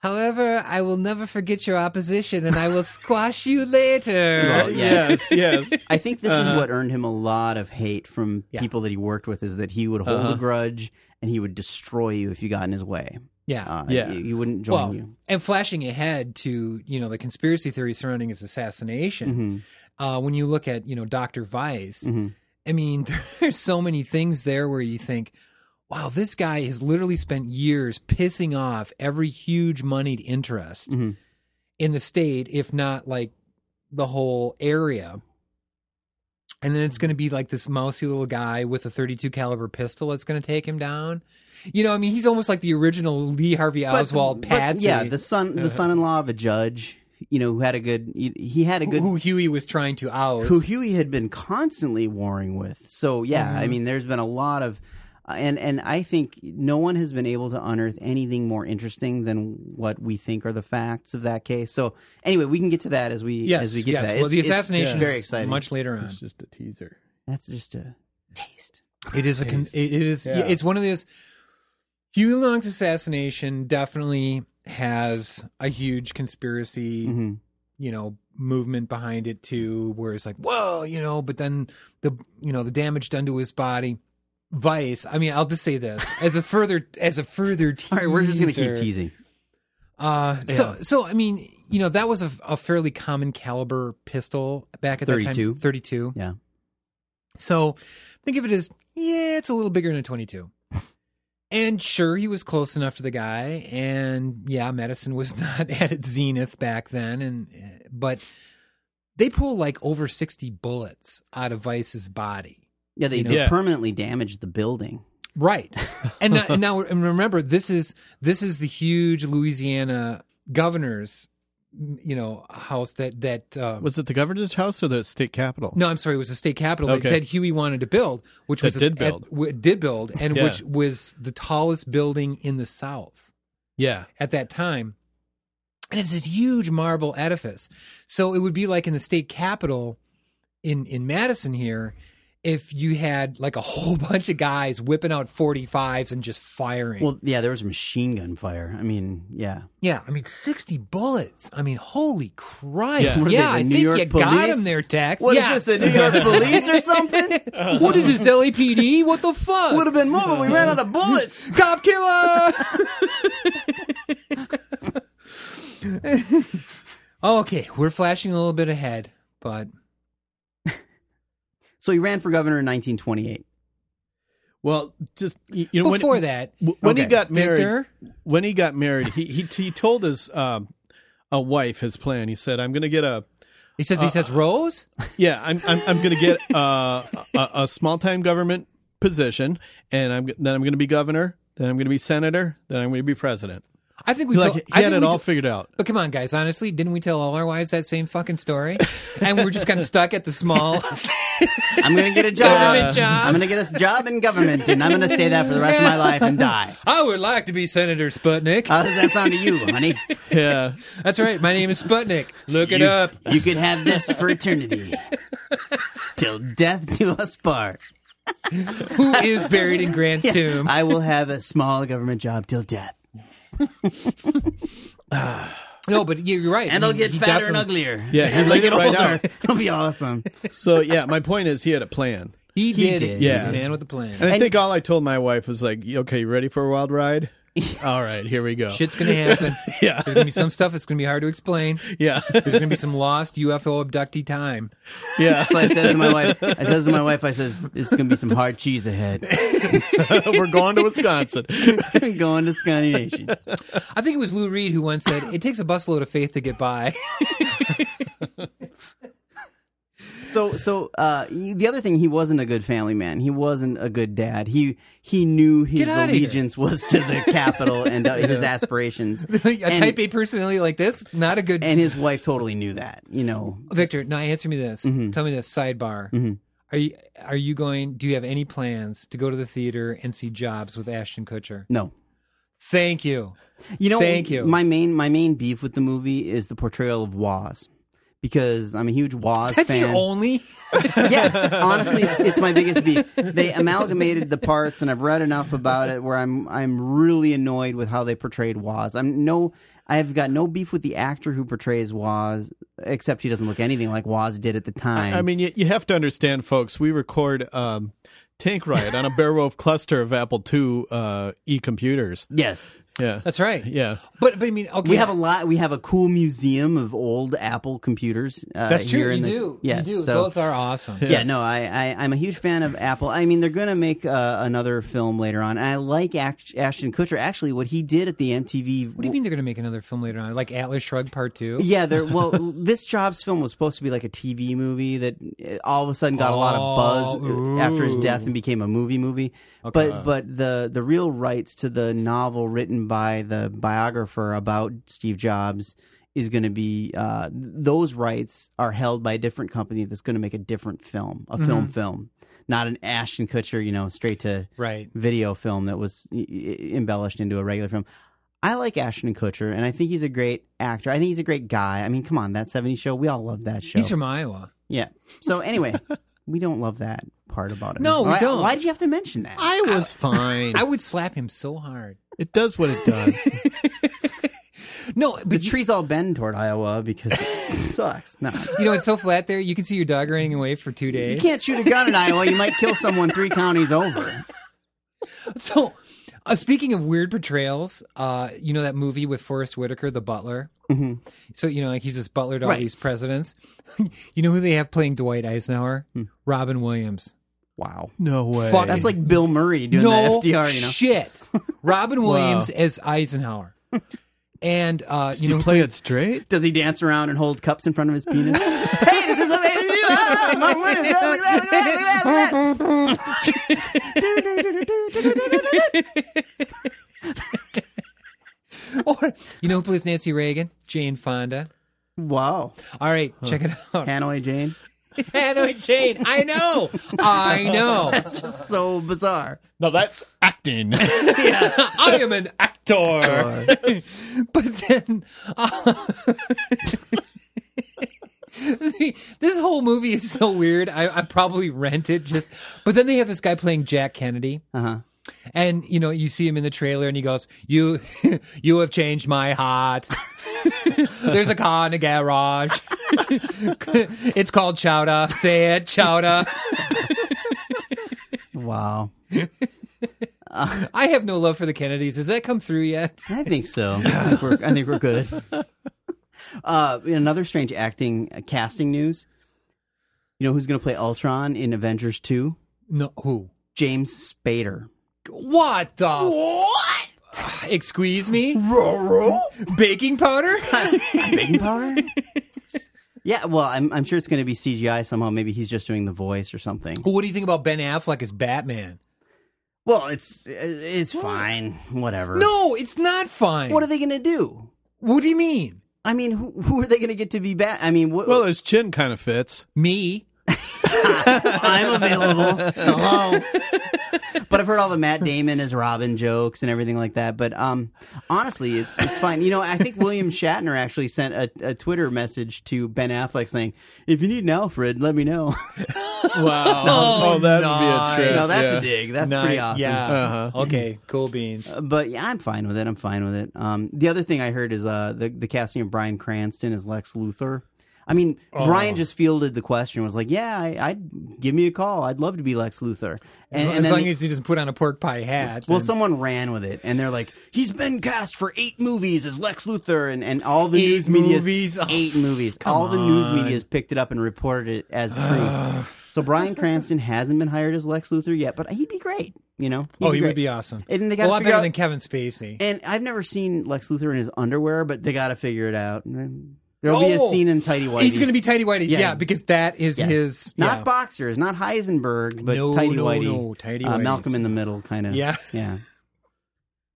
However, I will never forget your opposition, and I will squash you later. Well, yeah. Yes, yes. I think this Uh-huh. is what earned him a lot of hate from people that he worked with. Is that he would hold Uh-huh. a grudge and he would destroy you if you got in his way. Yeah. Uh, Yeah. he, he wouldn't join well, you. and flashing ahead to you know the conspiracy theory surrounding his Mm-hmm. assassination. Uh, when you look at you know Doctor Vice, I mean, there's so many things there where you think, wow, this guy has literally spent years pissing off every huge moneyed interest Mm-hmm. in the state, if not like the whole area. And then it's going to be like this mousy little guy with a 32 caliber pistol that's going to take him down. You know, I mean, he's almost like the original Lee Harvey Oswald But- Patsy, Uh-huh. Yeah, the son, the son-in-law of a judge. You know, who had a good. He, he had a who- good. who Huey was trying to oust. who Huey had been constantly warring with. So yeah, I Mm-hmm. mean, there's been a lot of, uh, and and I think no one has been able to unearth anything more interesting than what we think are the facts of that case. So anyway, we can get to that as we yes, as we get yes. to that. Well, It's- the it's assassination very exciting. much later on. It's just a teaser. That's just a taste. It is a con- it it is Yeah. it's one of those Huey Long's assassination definitely has a huge conspiracy, Mm-hmm. you know, movement behind it too, where it's like, whoa, you know, but then the you know, the damage done to his body. Vice. I mean, I'll just say this as a further as a further teaser. All right, we're just gonna keep teasing. Uh, so so I mean, you know, that was a, a fairly common caliber pistol back at that 32. time. Thirty two. Yeah. So think of it as, yeah, it's a little bigger than a 22. and sure, he was close enough to the guy. And yeah, medicine was not at its zenith back then. And eh, but they pull like over 60 bullets out of Vice's body. Yeah, they, You know- they Yeah. permanently damaged the building. Right. And now, and now and remember this is this is the huge Louisiana governor's you know house that that uh, Was it the governor's house or the state capitol? No, I'm sorry. It was the state capitol Okay. that, that Huey wanted to build, which That was did at- build. w- did build, and Yeah. which was the tallest building in the South Yeah. at that time. And it's this huge marble edifice. So it would be like in the state capitol in in Madison here, if you had like a whole bunch of guys whipping out 45s and just firing. Well, yeah, there was machine gun fire. I mean, yeah, yeah, I mean 60 bullets. I mean, holy Christ! Yeah. Yeah, What are they, the I New think York you got police? him there, Tex. What is yeah. this? The New York police or something? what is this LAPD? What the fuck? Would have been more, but we ran out of bullets. cop killer. okay, we're flashing a little bit ahead, but So he ran for governor in 1928. Well, just you you know when- before that, W- when he Okay. got married, Victor? when he got married, he he, he told his um, a wife his plan. He said, "I'm going to get a he says he says Rose. yeah, I'm I'm, I'm going to get uh, a, a uh, small time government position, and I'm then I'm going to be governor, then I'm going to be senator, then I'm going to be president. I think we Like told- he I had think it we all t- figured out. But come on, guys. Honestly, didn't we tell all our wives that same fucking story? And we were just kind of stuck at the small. I'm gonna get a job. Government job. I'm gonna get a job in government, and I'm gonna stay that for the rest of my life and die. I would like to be Senator Sputnik. How does that sound to you, honey? Yeah, That's right. My name is Sputnik. Look it you, up. You could have this for eternity, till death do us part. Who is buried in Grant's tomb? I will have a small government job till death, no, but you- you're right. and I'll get He fatter and definitely- uglier. Yeah, he as I laid get it right older, out. it'll be awesome. so yeah, my point is he had a plan, He did. did. it. He's Yeah. a man with a plan. and I And- think all I told my wife was like, "Okay, you ready for a wild ride? all right, here we go." Shit's gonna happen. Yeah, There's gonna be some stuff that's gonna be hard to explain. yeah, There's gonna be some lost UFO abductee time. yeah. So I said to my wife, I says to my wife, I says, "There's gonna be some hard cheese ahead." We're going to Wisconsin. Going to Scotty Nation. I think it was Lou Reed who once said, "It takes a busload of faith to get by." So, so uh, he- the other thing, he wasn't a good family man. He wasn't a good dad. He he knew his Get outta here. allegiance was to the capital and uh, his aspirations. a and, type A personality like this, not a good. and his wife totally knew that. You know, Victor, now answer me this. Mm-hmm. Tell me this sidebar. Are you are you going? Do you have any plans to go to the theater and see Jobs with Ashton Kutcher? no. Thank you. You know, Thank you. My main my main beef with the movie is the portrayal of Waz. Because I'm a huge Waz That's fan. your only. yeah, honestly, it's, it's my biggest beef. They amalgamated the parts, and I've read enough about it where I'm I'm really annoyed with how they portrayed Waz. I'm no, I've got no beef with the actor who portrays Waz, except he doesn't look anything like Waz did at the time. I mean, you, you have to understand, folks. We record um, Tank Riot on a Bearwolf cluster of Apple II uh, e computers. yes, Yeah, That's right. yeah. But but I mean, okay. we have a lot. We have a cool museum of old Apple computers. Uh, That's true. Here in You the, do. Yes, you do. so- Both are awesome. Yeah, no, I, I I'm a huge fan of Apple. I mean, they're gonna make uh, another film later on. And I like Act- Ashton Kutcher. Actually, what he did at the MTV What do you mean they're going to make another film later on, like Atlas Shrugged Part Two? Yeah, there. Well, this Jobs film was supposed to be like a TV movie that uh, all of a sudden got a lot of buzz Oh, uh, after his ooh. death and became a movie movie. But but the the real rights to the novel written by the biographer about Steve Jobs is going to be uh, those rights are held by a different company that's going to make a different film, a film film, not an Ashton Kutcher, you know, straight to Right. video film that was e- e- embellished into a regular film. I like Ashton Kutcher, and I think he's a great actor. I think he's a great guy. I mean, come on, that 70s show, we all love that show. He's from Iowa. yeah. So, anyway, we don't love that part about it. No, we why, don't. Why did you have to mention that? I was fine. I would slap him so hard. it does what it does. No, but the you- trees all bend toward Iowa because it sucks. No. you know it's so flat there. You can see your dog running away for two days. You can't shoot a gun in Iowa. You might kill someone three counties over. So, uh, speaking of weird portrayals, uh, you know that movie with Forrest Whitaker, The Butler. So you know, like he's this butler to all Mm-hmm. Right. these presidents. you know who they have playing Dwight Eisenhower? Hmm. Robin Williams. Wow. No way. Fuck. That's like Bill Murray doing no the FDR, you know? shit. Robin Wow. Williams as Eisenhower, and uh, Did you know, play it straight. Does he dance around and hold cups in front of his penis? hey, this is amazing! Ah, my wind. Look at that, look at that, look at that. or, you know who plays Nancy Reagan? Jane Fonda. Wow. All right, check it out. Hanoi Jane. Hanoi Jane. I know. I know. It's just so bizarre. No, that's acting. I am an actor. Or- but then uh, this whole movie is so weird I, I probably rent it just but then they have this guy playing jack kennedy Uh-huh. and you know you see him in the trailer and he goes you you have changed my heart there's a car in a garage it's called chowder say it chowder Wow. i have no love for the kennedys does that come through yet I think so. I think we're, I think we're good. Uh, in another strange acting uh, casting news. You know who's going to play Ultron in Avengers 2? no who James Spader. what the what excuse me baking powder Baking powder? yeah, well, I'm, I'm sure it's going to be CGI somehow. Maybe he's just doing the voice or something. Well, what do you think about Ben Affleck as Batman? Well, it's it's fine. Whatever. No, it's not fine. What are they going to do? What do you mean? I mean, who, who are they going to get to be back? I mean, what, Well, his chin kind of fits. Me? I'm available. Hello. but I've heard all the Matt Damon as Robin jokes and everything like that. But um, honestly, it's it's fine. You know, I think William Shatner actually sent a, a Twitter message to Ben Affleck saying, "If you need an Alfred, let me know." Wow. oh, that nice. would be a trip. no, that's yeah. a dig. That's Nice. pretty awesome. Yeah. Uh-huh. Okay. Cool beans. But yeah, I'm fine with it. I'm fine with it. Um, the other thing I heard is uh, the the casting of Brian Cranston as Lex Luthor. I mean, Oh. Brian just fielded the question. Was like, "Yeah, I, I'd give me a call. I'd love to be Lex Luthor." And, As, and then long the- as he doesn't put on a pork pie hat. Well, then- someone ran with it, and they're like, "He's been cast for eight movies as Lex Luthor," and, and all the Eight news media movies? Oh, eight movies, all the news media's picked it up and reported it as true. so Brian Cranston hasn't been hired as Lex Luthor yet, but he'd be great, you know. He'd oh, he great. would be awesome. And they a gotta lot figure better out- than Kevin Spacey. And I've never seen Lex Luthor in his underwear, but they got to figure it out. There'll be a Oh! scene in tidy whities. He's going to be tidy whitey. Yeah. Yeah. because that is Yeah. his. not yeah. boxers, not Heisenberg, but No, tidy no, whitey, no, tidy uh, Malcolm whities. in the Middle, kind of. Yeah. yeah.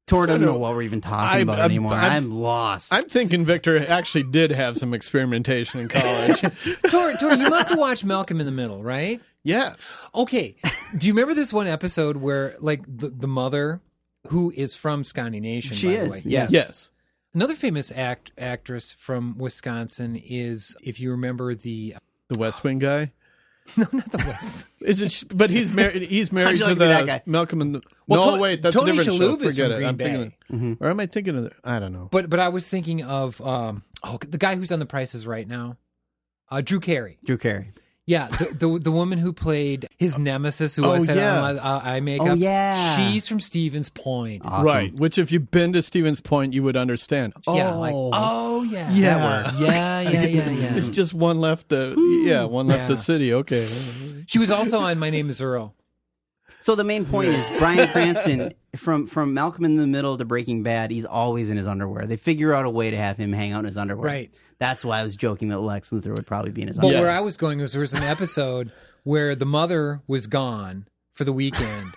Tor doesn't know what we're even talking I'm- about I'm- anymore. I'm- I'm, lost. I'm thinking Victor actually did have some experimentation in college. Tor, Tor, you must have watched Malcolm in the Middle, right? yes. Okay. Do you remember this one episode where, like, the, the mother, who is from Scandi Nation, She by the is, way, yes. Yes. Another famous act actress from Wisconsin is, if you remember the The West Wing guy. no, not the West. Is it? sh- But he's married. He's married you to like to be that the guy? Malcolm and the. Well, no, To- wait, that's Tony a different show. Shalhoub is Forget from it. I'm Green thinking. Of, Or am I thinking of? The, I don't know. but but I was thinking of um oh the guy who's on the prices right now, uh, Drew Carey. Drew Carey. Yeah, the, the the woman who played his nemesis, who Oh, always had yeah. on, uh, eye makeup. Oh, yeah. she's from Stevens Point. Awesome. Right. Which, if you've been to Stevens Point, you would understand. Oh, yeah, like oh yeah, yeah. yeah, yeah, yeah, yeah. It's just one left the yeah, one left the Yeah. city. Okay. She was also on My Name Is Earl. So the main point is Brian Cranston from from Malcolm in the Middle to Breaking Bad. He's always in his underwear. They figure out a way to have him hang out in his underwear. Right. That's why I was joking that Lex Luthor would probably be in his But underwear. where I was going was there was an episode where the mother was gone for the weekend,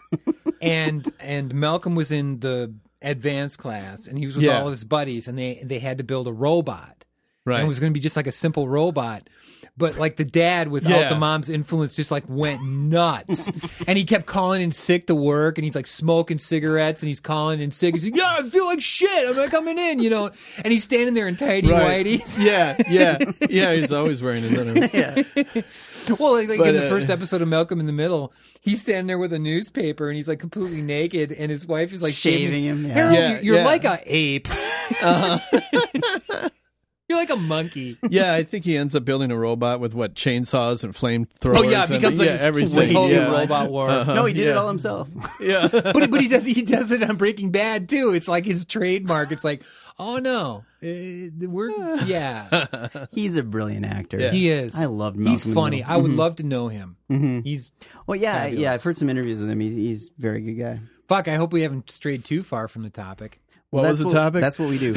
and and Malcolm was in the advanced class, and he was with Yeah. all of his buddies, and they they had to build a robot. Right. And it was going to be just like a simple robot. But like the dad, without Yeah. the mom's influence, just like went nuts, and he kept calling in sick to work, and he's like smoking cigarettes, and he's calling in sick. He's like, "Yeah, I feel like shit. I'm not coming in," you know. And he's standing there in tidy Right. whities. Yeah. Yeah. Yeah. He's always wearing his underwear. Well, like, like But, in the uh, first episode of Malcolm in the Middle, he's standing there with a newspaper and he's like completely naked, and his wife is like shaving, Shaving him, yeah. Harold, Yeah, you- you're yeah. like a ape. you're like a monkey. Yeah, I think he ends up building a robot with what chainsaws and flamethrowers. Oh yeah, it and, becomes like yeah, this everything. total yeah. robot war. no, he did it yeah. all himself. Yeah. But but he does he does it on Breaking Bad too. It's like his trademark. It's like oh no, uh, we're yeah. He's a brilliant actor. Yeah. He is. I loved He's Malcolm in the funny. Middle. Mm-hmm. I would love to know him. He's Well, yeah, Fabulous. yeah. I've heard some interviews with him. He's, he's a very good guy. fuck. I hope we haven't strayed too far from the topic. What That's was the topic? That's what we do.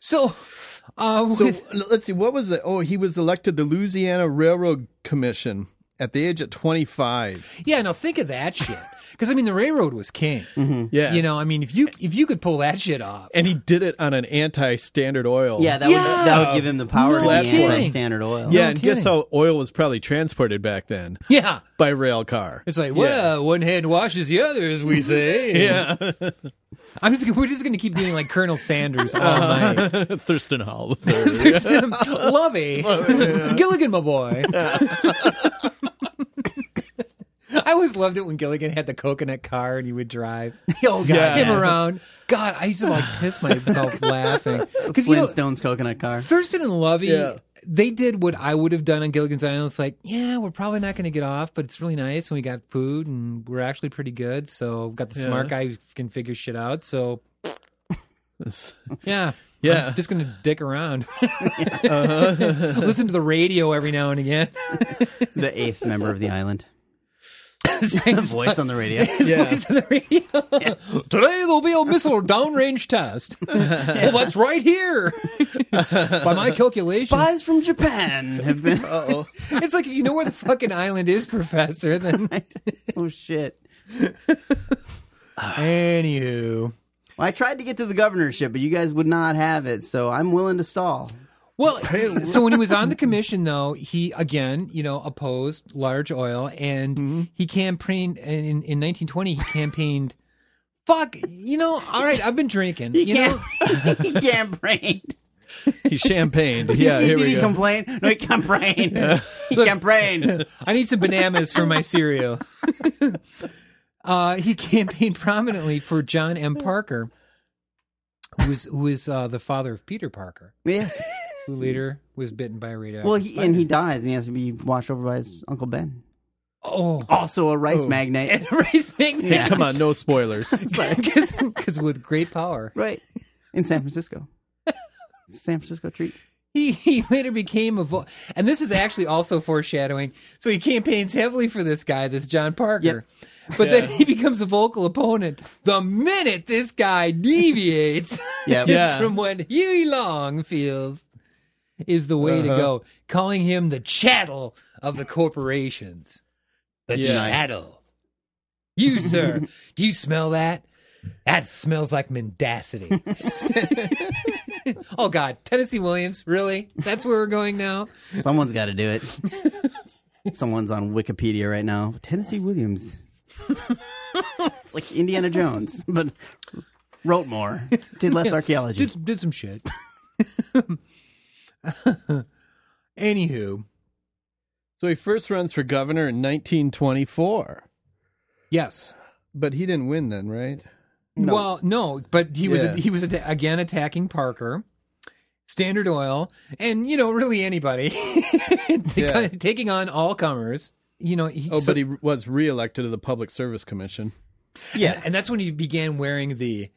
So, uh, so with- l- let's see. What was the? Oh, he was elected the Louisiana Railroad Commission at the age of twenty-five. Yeah, now think of that shit. Because I mean, the railroad was king. Yeah, You know, I mean, if you if you could pull that shit off, and he did it on an anti-Standard Oil. Yeah, that Yeah. would that would give him the power No to be kidding. anti-standard oil. yeah. No and kidding. guess how oil was probably transported back then yeah, by rail car. it's like well, one hand washes the other, as we say. yeah, I'm just we're just gonna keep doing like Colonel Sanders all Uh-huh. night. Thurston Hall. the third. Lovey, Gilligan, my boy. I always loved it when Gilligan had the coconut car and he would drive oh god, yeah. him around. God, I used to like piss myself laughing because you know, Flintstones coconut car. Thurston and Lovey, Yeah. they did what I would have done on Gilligan's Island. It's like, yeah, we're probably not going to get off, but it's really nice, and we got food, and we're actually pretty good. So we've got the smart guy who can figure shit out. So yeah, Yeah. Uh-huh. I'm just going to dick around, listen to the radio every now and again. The eighth member of the island. the voice on the radio. Yeah. voice on the radio. Today there'll be a missile downrange test. Well, that's right here. By my calculation, Spies from Japan have been. Uh-oh. it's like if you know where the fucking island is, Professor. Then oh shit. anywho, Well, I tried to get to the governorship, but you guys would not have it, so I'm willing to stall. Well, so when he was on the commission, though, he again, you know, opposed large oil, and Mm-hmm. he campaigned in, in 1920. He campaigned, fuck, you know, all right, I've been drinking, He you know, can't. he can't brain. He champagned. Yeah, he, here did we he go. complain? No, he can't brain. He can't brain. I need some bananas for my cereal. uh, he campaigned prominently for John M. Parker, who is who is uh, the father of Peter Parker, Yes. who later was bitten by a radioactive. Well, he, and he dies, and he has to be watched over by his uncle Ben, oh, also a rice magnate. race magnate. Yeah. Come on, no spoilers. Because with great power. right in San Francisco. San Francisco treat. He, he later became a vo- and this is actually also foreshadowing. So he campaigns heavily for this guy, this John Parker. But then he becomes a vocal opponent the minute this guy deviates Yep. Yeah. from what Huey Long feels is the way to go, calling him the chattel of the corporations. The Yeah. chattel. You, sir, do you smell that? That smells like mendacity. oh, God. Tennessee Williams, really? That's where we're going now? Someone's got to do it. Someone's on Wikipedia right now. Tennessee Williams. it's like Indiana Jones, but wrote more, did less archaeology. Did, did some shit. Anywho, so he first runs for governor in 1924, yes. but he didn't win then, right? Well, no, but he was Yeah. he was atta- again attacking Parker, Standard Oil, and you know really anybody Yeah. taking on all comers. You know, he, Oh, so- but he was reelected to the Public Service Commission. yeah, and that's when he began wearing the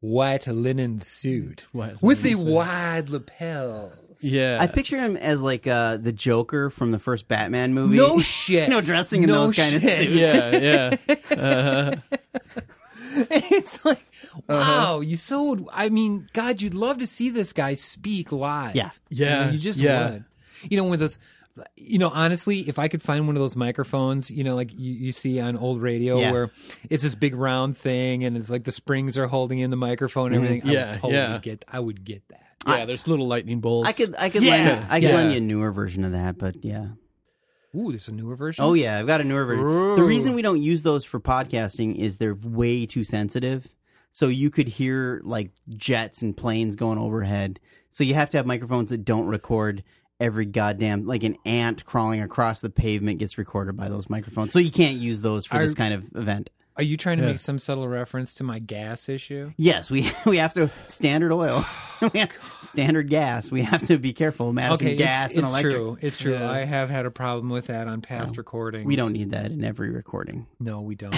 white linen suit White with the wide lapel. Yeah, I picture him as like uh, the Joker from the first Batman movie. No shit. No dressing in No those kind shit. of suits. Yeah, yeah. it's like, wow, you so. I mean, God, you'd love to see this guy speak live. Yeah. You know, Yeah, you just yeah. would. You know, with those. You know, honestly, if I could find one of those microphones, you know, like you, you see on old radio Yeah. where it's this big round thing and it's like the springs are holding in the microphone and everything, I Yeah, would totally yeah. get I would get that. yeah, there's little lightning bolts. I could, uh, I could, Yeah. lend, you- I could Yeah. lend you a newer version of that, but yeah. Ooh, there's a newer version. Oh yeah, I've got a newer version. The Ooh. reason we don't use those for podcasting is they're way too sensitive. So you could hear like jets and planes going overhead. So you have to have microphones that don't record every goddamn like an ant crawling across the pavement gets recorded by those microphones. So you can't use those for Are- this kind of event. Are you trying to Yeah. make some subtle reference to my gas issue? Yes, we we have to standard oil, We have- standard gas. We have to be careful, Madison. okay, gas it's, and it's electric. true. It's true. Yeah. I have had a problem with that on past recordings. We don't need that in every recording. No, we don't.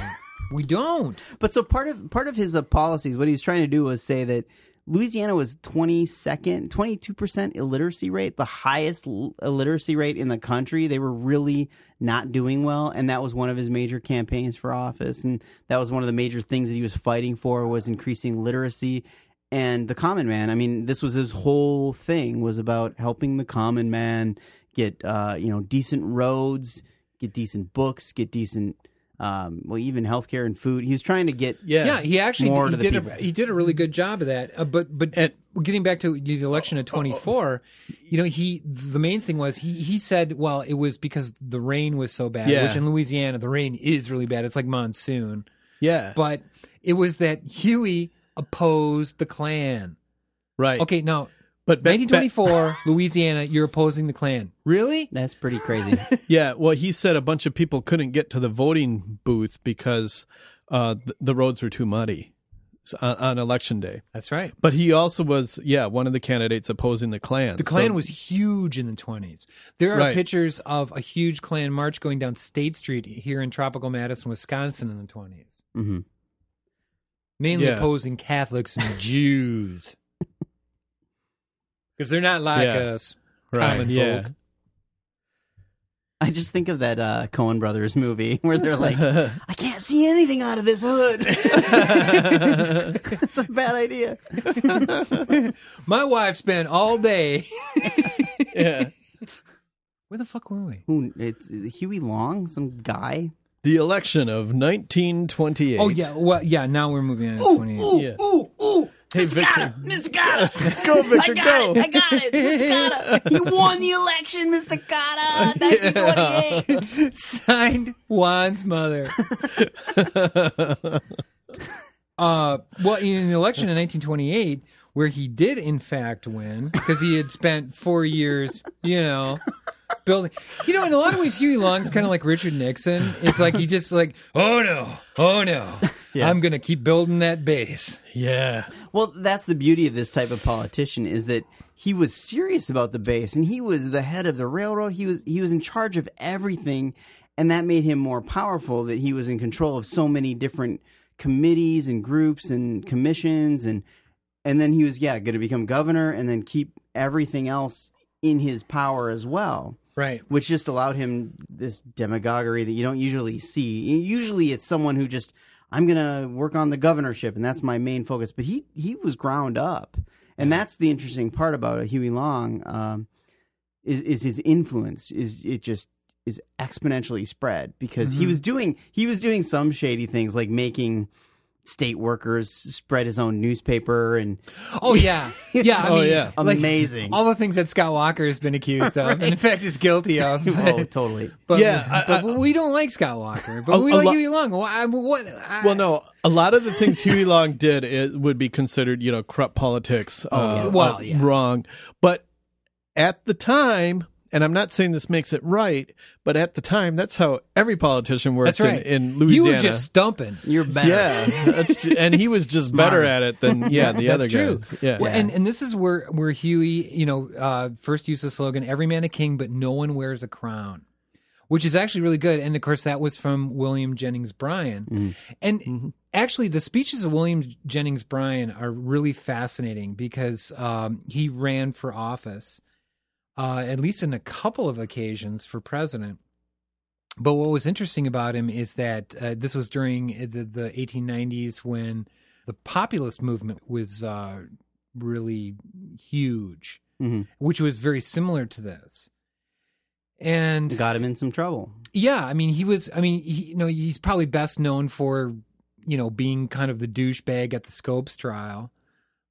we don't. But so part of part of his uh, policies, what he was trying to do was say that Louisiana was twenty second, twenty two percent illiteracy rate, the highest l- illiteracy rate in the country. They were really not doing well, and that was one of his major campaigns for office, and that was one of the major things that he was fighting for was increasing literacy. And the common man, I mean, this was his whole thing was about helping the common man get uh, you know decent roads, get decent books, get decent um, well even healthcare and food. He was trying to get yeah, Yeah, he actually More he to the did a, people. he did a really good job of that. Uh, but but And- getting back to the election Oh, of 24, you know, he the main thing was he he said, well, it was because the rain was so bad, Yeah. which in Louisiana the rain is really bad. It's like monsoon. yeah. But it was that Huey opposed the Klan. right. Okay, now but ba- ba- 1924 Louisiana, you're opposing the Klan. Really? That's pretty crazy. Yeah, well, he said a bunch of people couldn't get to the voting booth because uh, th- the roads were too muddy s- on, on election day. That's right. But he also was, yeah, one of the candidates opposing the Klan. The Klan was huge in the 20s. There are Right. pictures of a huge Klan march going down State Street here in tropical Madison, Wisconsin in the 20s, hmm mainly Yeah. opposing Catholics and Jews. Because they're not like Yeah. us, Right, common yeah. folk. I just think of that uh, Cohen Brothers movie where they're like, I can't see anything out of this hood. It's a bad idea. My wife spent all day. Yeah. Where the fuck were we? Who? It's Huey Long, some guy. The election of 1928. Oh yeah, well yeah. Now we're moving on to twenty eight. Yeah. ooh, ooh. Hey, Victor. Miscata! Go, Victor, go. I got it! Miscata! He won the election, Mr. Kata! 1928! Signed Juan's mother. uh, well, in the election in 1928, where he did in fact win, because he had spent four years, you know, building. You know, in a lot of ways, Huey Long's kind of like Richard Nixon. It's like he just like, oh no, oh no, I'm gonna keep building that base. Yeah. Well, that's the beauty of this type of politician is that he was serious about the base and he was the head of the railroad. He was he was in charge of everything and that made him more powerful that he was in control of so many different committees and groups and commissions and and then he was yeah, going to become governor and then keep everything else in his power as well Right. which just allowed him this demagoguery that you don't usually see. Usually, it's someone who just I'm gonna work on the governorship, and that's my main focus. But he he was ground up, and that's the interesting part about Huey Long um, is is his influence. Is it just is exponentially spread because he was doing he was doing some shady things like making state workers spread his own newspaper and Oh yeah, yeah. I Oh, mean, yeah. like, Amazing. All the things that Scott Walker has been accused of, and in fact is guilty of. oh totally But, Yeah, I- but I- we don't like Scott Walker, but A- we a like lo- Huey Long. Why- I- what? I- Well, no, a lot of the things Huey Long did it would be considered, you know, corrupt politics. uh, Oh, yeah. Well, uh, yeah. wrong. But at the time, and I'm not saying this makes it right, but at the time, that's how every politician worked that's right. in, in Louisiana. you were just stumping. you're better yeah, that's ju- and he was just better at it than yeah the That's other true. guys. Yeah, Well, and and this is where where Huey, you know, uh, first used the slogan "Every man a king, but no one wears a crown," which is actually really good. And of course, that was from William Jennings Bryan. Mm-hmm. And actually, the speeches of William Jennings Bryan are really fascinating because um, he ran for office, uh, at least in a couple of occasions for president. But what was interesting about him is that uh, this was during the, the 1890s when the populist movement was uh, really huge, Mhm. which was very similar to this. And got him in some trouble yeah, I mean, he was. I mean, he, you know, he's probably best known for you know being kind of the douchebag at the Scopes trial,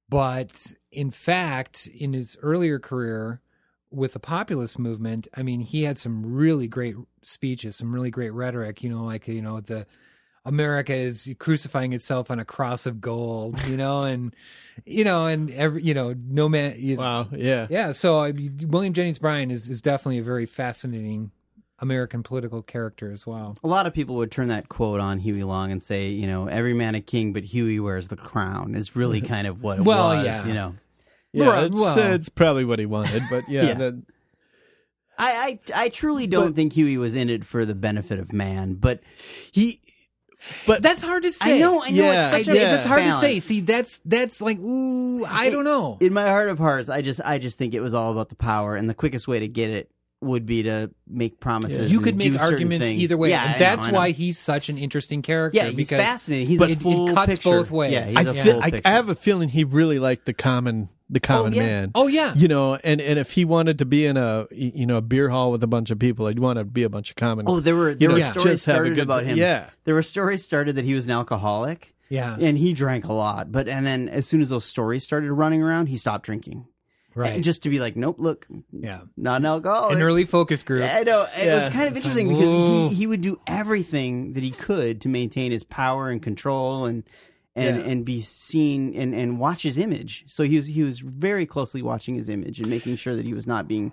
but in fact, in his earlier career with the populist movement, I mean, he had some really great speeches, some really great rhetoric. You know, like you know the. America is crucifying itself on a cross of gold, you know, and you know, and every you know, no man, you, wow, yeah, yeah, so I mean, William Jennings Bryan is, is definitely a very fascinating American political character as well. A lot of people would turn that quote on Huey Long and say, you know, every man a king, but Huey wears the crown is really kind of what it Well, was, yeah. you know. yeah. Right, it's, well. uh, it's probably what he wanted, but yeah, Yeah. that- I, I, I truly don't think Huey was in it for the benefit of man, but he. But That's hard to say. I know, I know Yeah, it's I- such a yeah. That's hard to say. balance. See, that's that's like, ooh, I don't know. In my heart of hearts, I just I just think it was all about the power and the quickest way to get it would be to make promises. you and could make do certain arguments things. either way. Yeah, I and know, that's I know. why he's such an interesting character. Yeah, he's because fascinating. He's but a it- it full cuts picture. both ways. Yeah, he's I a feel- full I, picture. I have a feeling he really liked the common the common yeah. man. Oh yeah. you know, and and if he wanted to be in a you know a beer hall with a bunch of people, he'd want to be a bunch of common. Oh, there were there know, were yeah. stories just have a started good- about him. yeah. there were stories started that he was an alcoholic. Yeah. and he drank a lot. But and then as soon as those stories started running around, he stopped drinking. Right. And just Oh, to be like, nope, look, yeah. not an alcoholic. An early focus group. I know it Yeah. was kind of It's interesting like, because whoa. he, he would do everything that he could to maintain his power and control and and Yeah. and be seen and and watch his image. So he was he was very closely watching his image and making sure that he was not being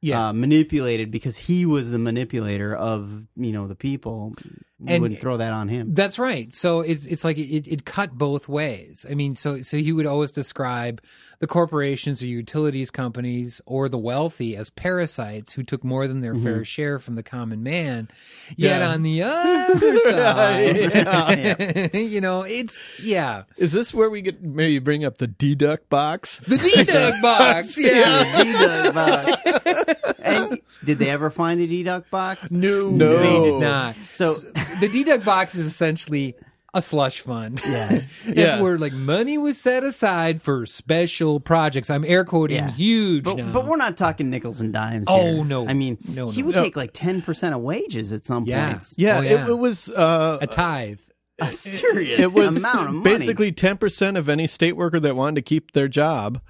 Yeah. uh, manipulated because he was the manipulator of you know the people. We And- wouldn't throw that on him. That's right. So it's it's like it, it cut both ways. I mean, so so he would always describe the corporations or utilities companies or the wealthy as parasites who took more than their fair share from the common man. Yet Yeah. on the other side, Yeah. you know, it's yeah. Is this where we get maybe bring up the deduct box? The D Dug box. Yeah. D-Duck box. uh, and did they ever find the D-Duck box? No, No. they did not. So- S- the deduct box is essentially a slush fund. Yeah. That's Yeah. where like money was set aside for special projects. I'm air quoting Yeah. huge But, now. but we're not talking nickels and dimes. Oh, here. no. I mean, No, he no. would No. take like ten percent of wages at some Yeah. points. Yeah, Oh, It, yeah. it was uh, a tithe. A serious it was amount of money. basically ten percent of any state worker that wanted to keep their job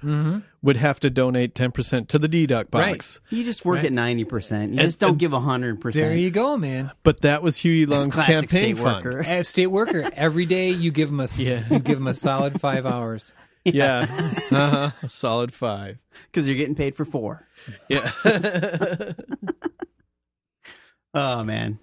would have to donate ten percent to the deduct box. Right. you just work at ninety percent. You just don't give hundred There percent. you go, man. But that was Huey That's Long's classic campaign state fund. worker. As state worker, every day you give him a s- Yeah. you give him a solid five hours. Yeah, uh-huh. solid five. because you're getting paid for four. Yeah, Oh man,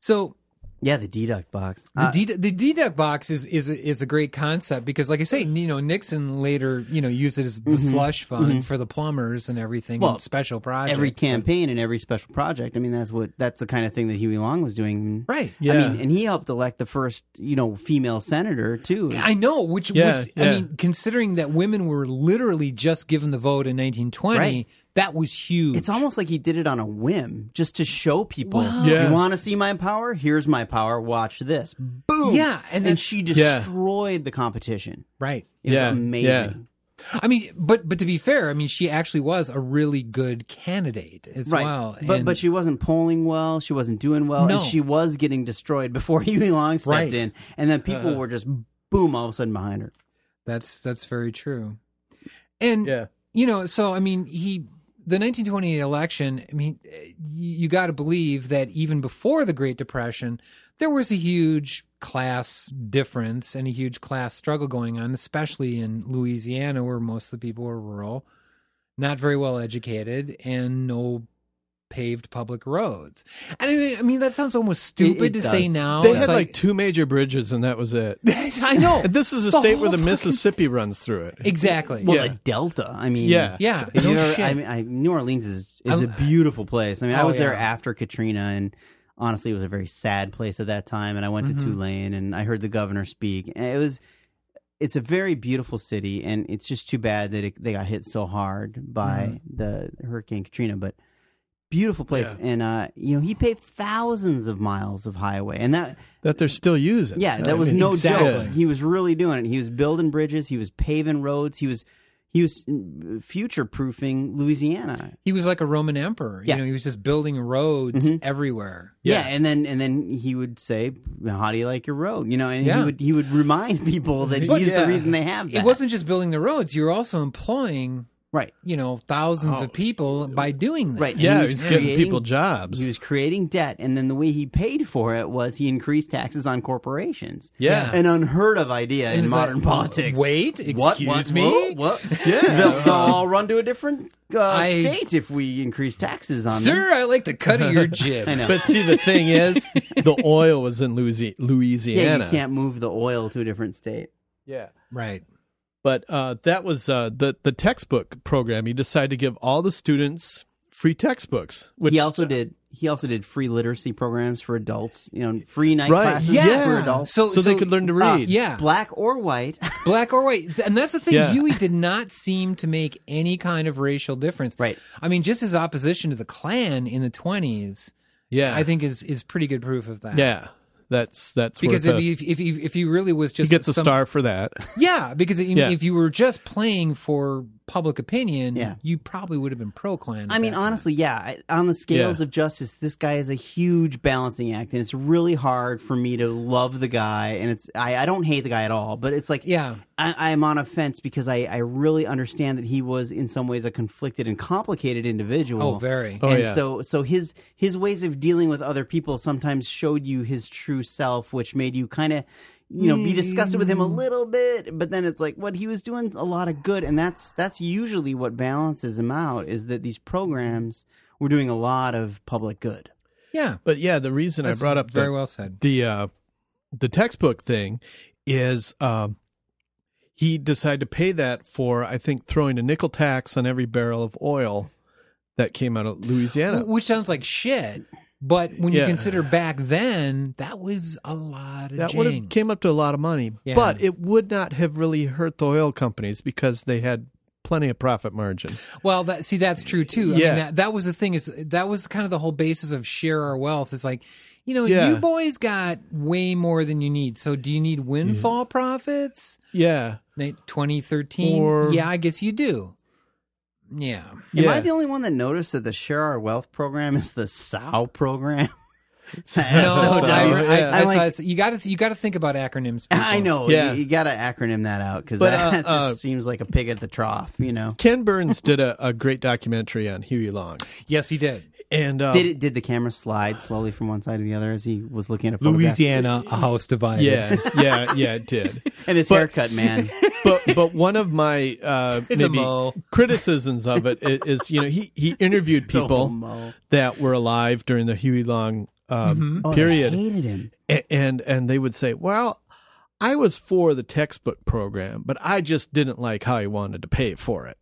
So yeah, the deduct box. The, Uh, D the deduct box is is a, is a great concept because, like I say, you know Nixon later you know used it as the slush fund for the plumbers and everything, Mm-hmm. Well, and special projects. every campaign and every special project. I mean, that's what that's the kind of thing that Huey Long was doing. right? yeah. I mean, and he helped elect the first, you know, female senator too. I know, which, Yeah, which yeah. I mean, considering that women were literally just given the vote in 1920, Right. that was huge. It's almost like he did it on a whim, just to show people, Yeah. you want to see my power? Here's my power. Watch this. Boom. Yeah, and and that's- she Yeah. destroyed the competition. right. It Yeah, was amazing. yeah. I mean, but but to be fair, I mean, she actually was a really good candidate as Right. well. But and- but she wasn't polling well, she wasn't doing well, No. and she was getting destroyed before Huey Long stepped Right. in. And then people Uh. were just boom all of a sudden behind her. that's that's very true. And yeah. you know so i mean he the 1928 election i mean eh, you, you got to believe that even before the great depression there was a huge class difference and a huge class struggle going on especially in louisiana where most of the people were rural not very well educated and no paved public roads and i mean, I mean that sounds almost stupid it to say does. now They It's had like two major bridges, and that was it. i know And this is a The state where whole the fucking Mississippi runs through it. exactly Well, Yeah. the Delta. I mean Yeah. yeah New, no Or- shit. I mean, I, New Orleans is is I- a beautiful place. I mean, I Oh, was there yeah. after Katrina, and honestly, it was a very sad place at that time. And I went to Mm-hmm. Tulane, and I heard the governor speak. And it was, it's a very beautiful city, and it's just too bad that it, they got hit so hard by Mm-hmm. the Hurricane Katrina. But beautiful place, and uh, you know, he paved thousands of miles of highway, and that That they're still using. yeah, that I was mean, no exactly. joke. He was really doing it. He was building bridges. He was paving roads. He was he was future proofing Louisiana. He was like a Roman emperor. Yeah. Mm-hmm. You know, he was just building roads everywhere. Yeah. and then and then he would say, "How do you like your road?" You know, and he Yeah. would he would remind people that But- he's yeah. the reason they have that. It wasn't just building the roads, you were also employing, right, you know, thousands of people by doing that. right. And Oh. Yeah, he he's was giving creating- people jobs. He was creating debt, and then the way he paid for it was he increased taxes on corporations. yeah. An unheard of idea And in it's modern like, politics. Wait, excuse What? What? me? Whoa, What? Yeah. They'll, they'll all run to a different uh, I- state if we increase taxes on them. Sir, I like the cut of your jib. um, I know. But see, the thing is, the oil was in Louisi- Yeah, Louisiana. you can't move the oil to a different state. Yeah. Right. But uh, that was uh, the the textbook program. He decided to give all the students free textbooks. Which he also did. He also did free literacy programs for adults. You know, free night Right. classes Yeah. for adults. So- so, they could learn to Uh, read. Yeah. black or white. Black or white. And that's the thing. Yeah. Huey did not seem to make any kind of racial difference. Right. I mean, just his opposition to the Klan in the 20s, yeah, I think, is, is pretty good proof of that. yeah. That's that's Because where it if, goes. he- if, if, he- if he really was he just gets a some- star for that. Yeah, because if, Yeah. if you were just playing for public opinion, Yeah. you probably would have been pro Klan. I mean, honestly, yeah. I- On the scales Yeah. of justice, this guy is a huge balancing act, and it's really hard for me to love the guy. And it's I, I don't hate the guy at all, but it's like Yeah. I, I'm on a fence because I, I really understand that he was in some ways a conflicted and complicated individual. Oh, very. Oh, and yeah. so so his his ways of dealing with other people sometimes showed you his true self, which made you kind of you know be disgusted with him Mm. a little bit. But then it's like what he was doing a lot of good, and that's that's usually what balances him out is that these programs were doing a lot of public good. yeah. But yeah, the reason That's I brought up very the well said. the uh, the textbook thing is um, he decided to pay that for, I think, throwing a nickel tax on every barrel of oil that came out of Louisiana. Which sounds like shit. But when you Yeah. consider back then, that was a lot of that would jing. have came up to a lot of money, Yeah. but it would not have really hurt the oil companies because they had plenty of profit margin. Well, that see, that's true too. I Yeah. mean, that, that was the thing is that was kind of the whole basis of share our wealth. Is like, you know, Yeah. you boys got way more than you need. So do you need windfall Mm-hmm. profits? Yeah. Twenty thirteen. Or- Yeah, I guess you do. Yeah. Am yeah. I the only one that noticed that the Share Our Wealth program is the SOW program? No, so I, dumb. I, Yeah. I- I'm like- so you got to you got to think about acronyms. people. I know. Yeah. You, got to acronym that out because But, that, uh, that just uh, seems like a pig at the trough, you know? Ken Burns did a, a great documentary on Huey Long. Yes, he did. And um, Did it? Did the camera slide slowly from one side to the other as he was looking at a photograph? Louisiana, a house divided. Yeah, yeah, yeah, it did. And his But- haircut, man. But but one of my uh, It's a maybe mole. criticisms of it i- is you know he he interviewed a people mole. that were alive during the Huey Long um, Oh, they period, hated him. A- and and they would say, well, I was for the textbook program, but I just didn't like how he wanted to pay for it.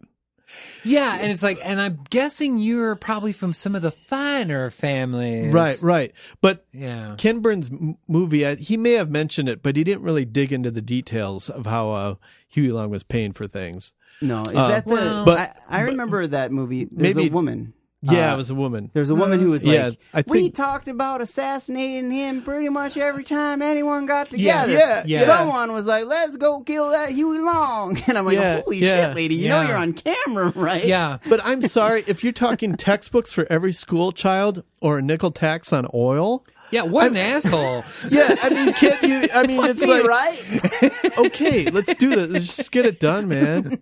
yeah, and it's like, and I'm guessing you're probably from some of the finer families, Right, right. But Yeah. Ken Burns' m- movie, I, he may have mentioned it, but he didn't really dig into the details of how uh, Huey Long was paying for things. No, is Uh, that the? well, but- I, I remember that movie. There's Maybe- a woman. Yeah, Uh, it was a woman. There's a woman who was like, Yeah, I "We think- talked about assassinating him pretty much every time anyone got Yes, together." yeah, yeah. Someone was like, "Let's go kill that Huey Long," and I'm like, Yeah, "Holy yeah, shit, lady! You know yeah. you're on camera, right?" Yeah. But I'm sorry if you're talking textbooks for every school child or a nickel tax on oil. Yeah, what an asshole. Yeah, I mean, can't you? I mean, it's Me, like right? okay, let's do this. Let's just get it done, man.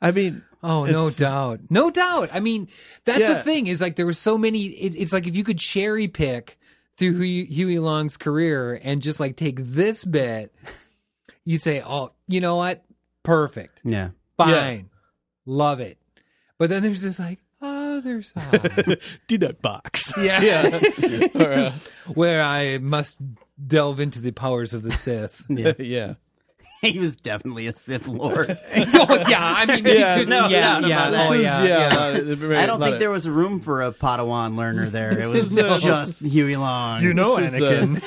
I mean, Oh, no It's- doubt. No doubt. I mean, that's the Yeah. thing is like there were so many. It, it's like if you could cherry pick through Huey, Huey Long's career and just like take this bit, you'd say, oh, you know what? Perfect. Yeah. Fine. Yeah. Love it. But then there's this like other side deduct box. Yeah. yeah, Or, uh, where I must delve into the powers of the Sith. yeah. He was definitely a Sith Lord. oh, yeah. I mean, Yeah, yeah, no yeah, doubt yeah, about oh, it. This is- yeah, yeah. I don't think there was room for a Padawan learner there. It was is, uh, just Huey Long. know, Emperor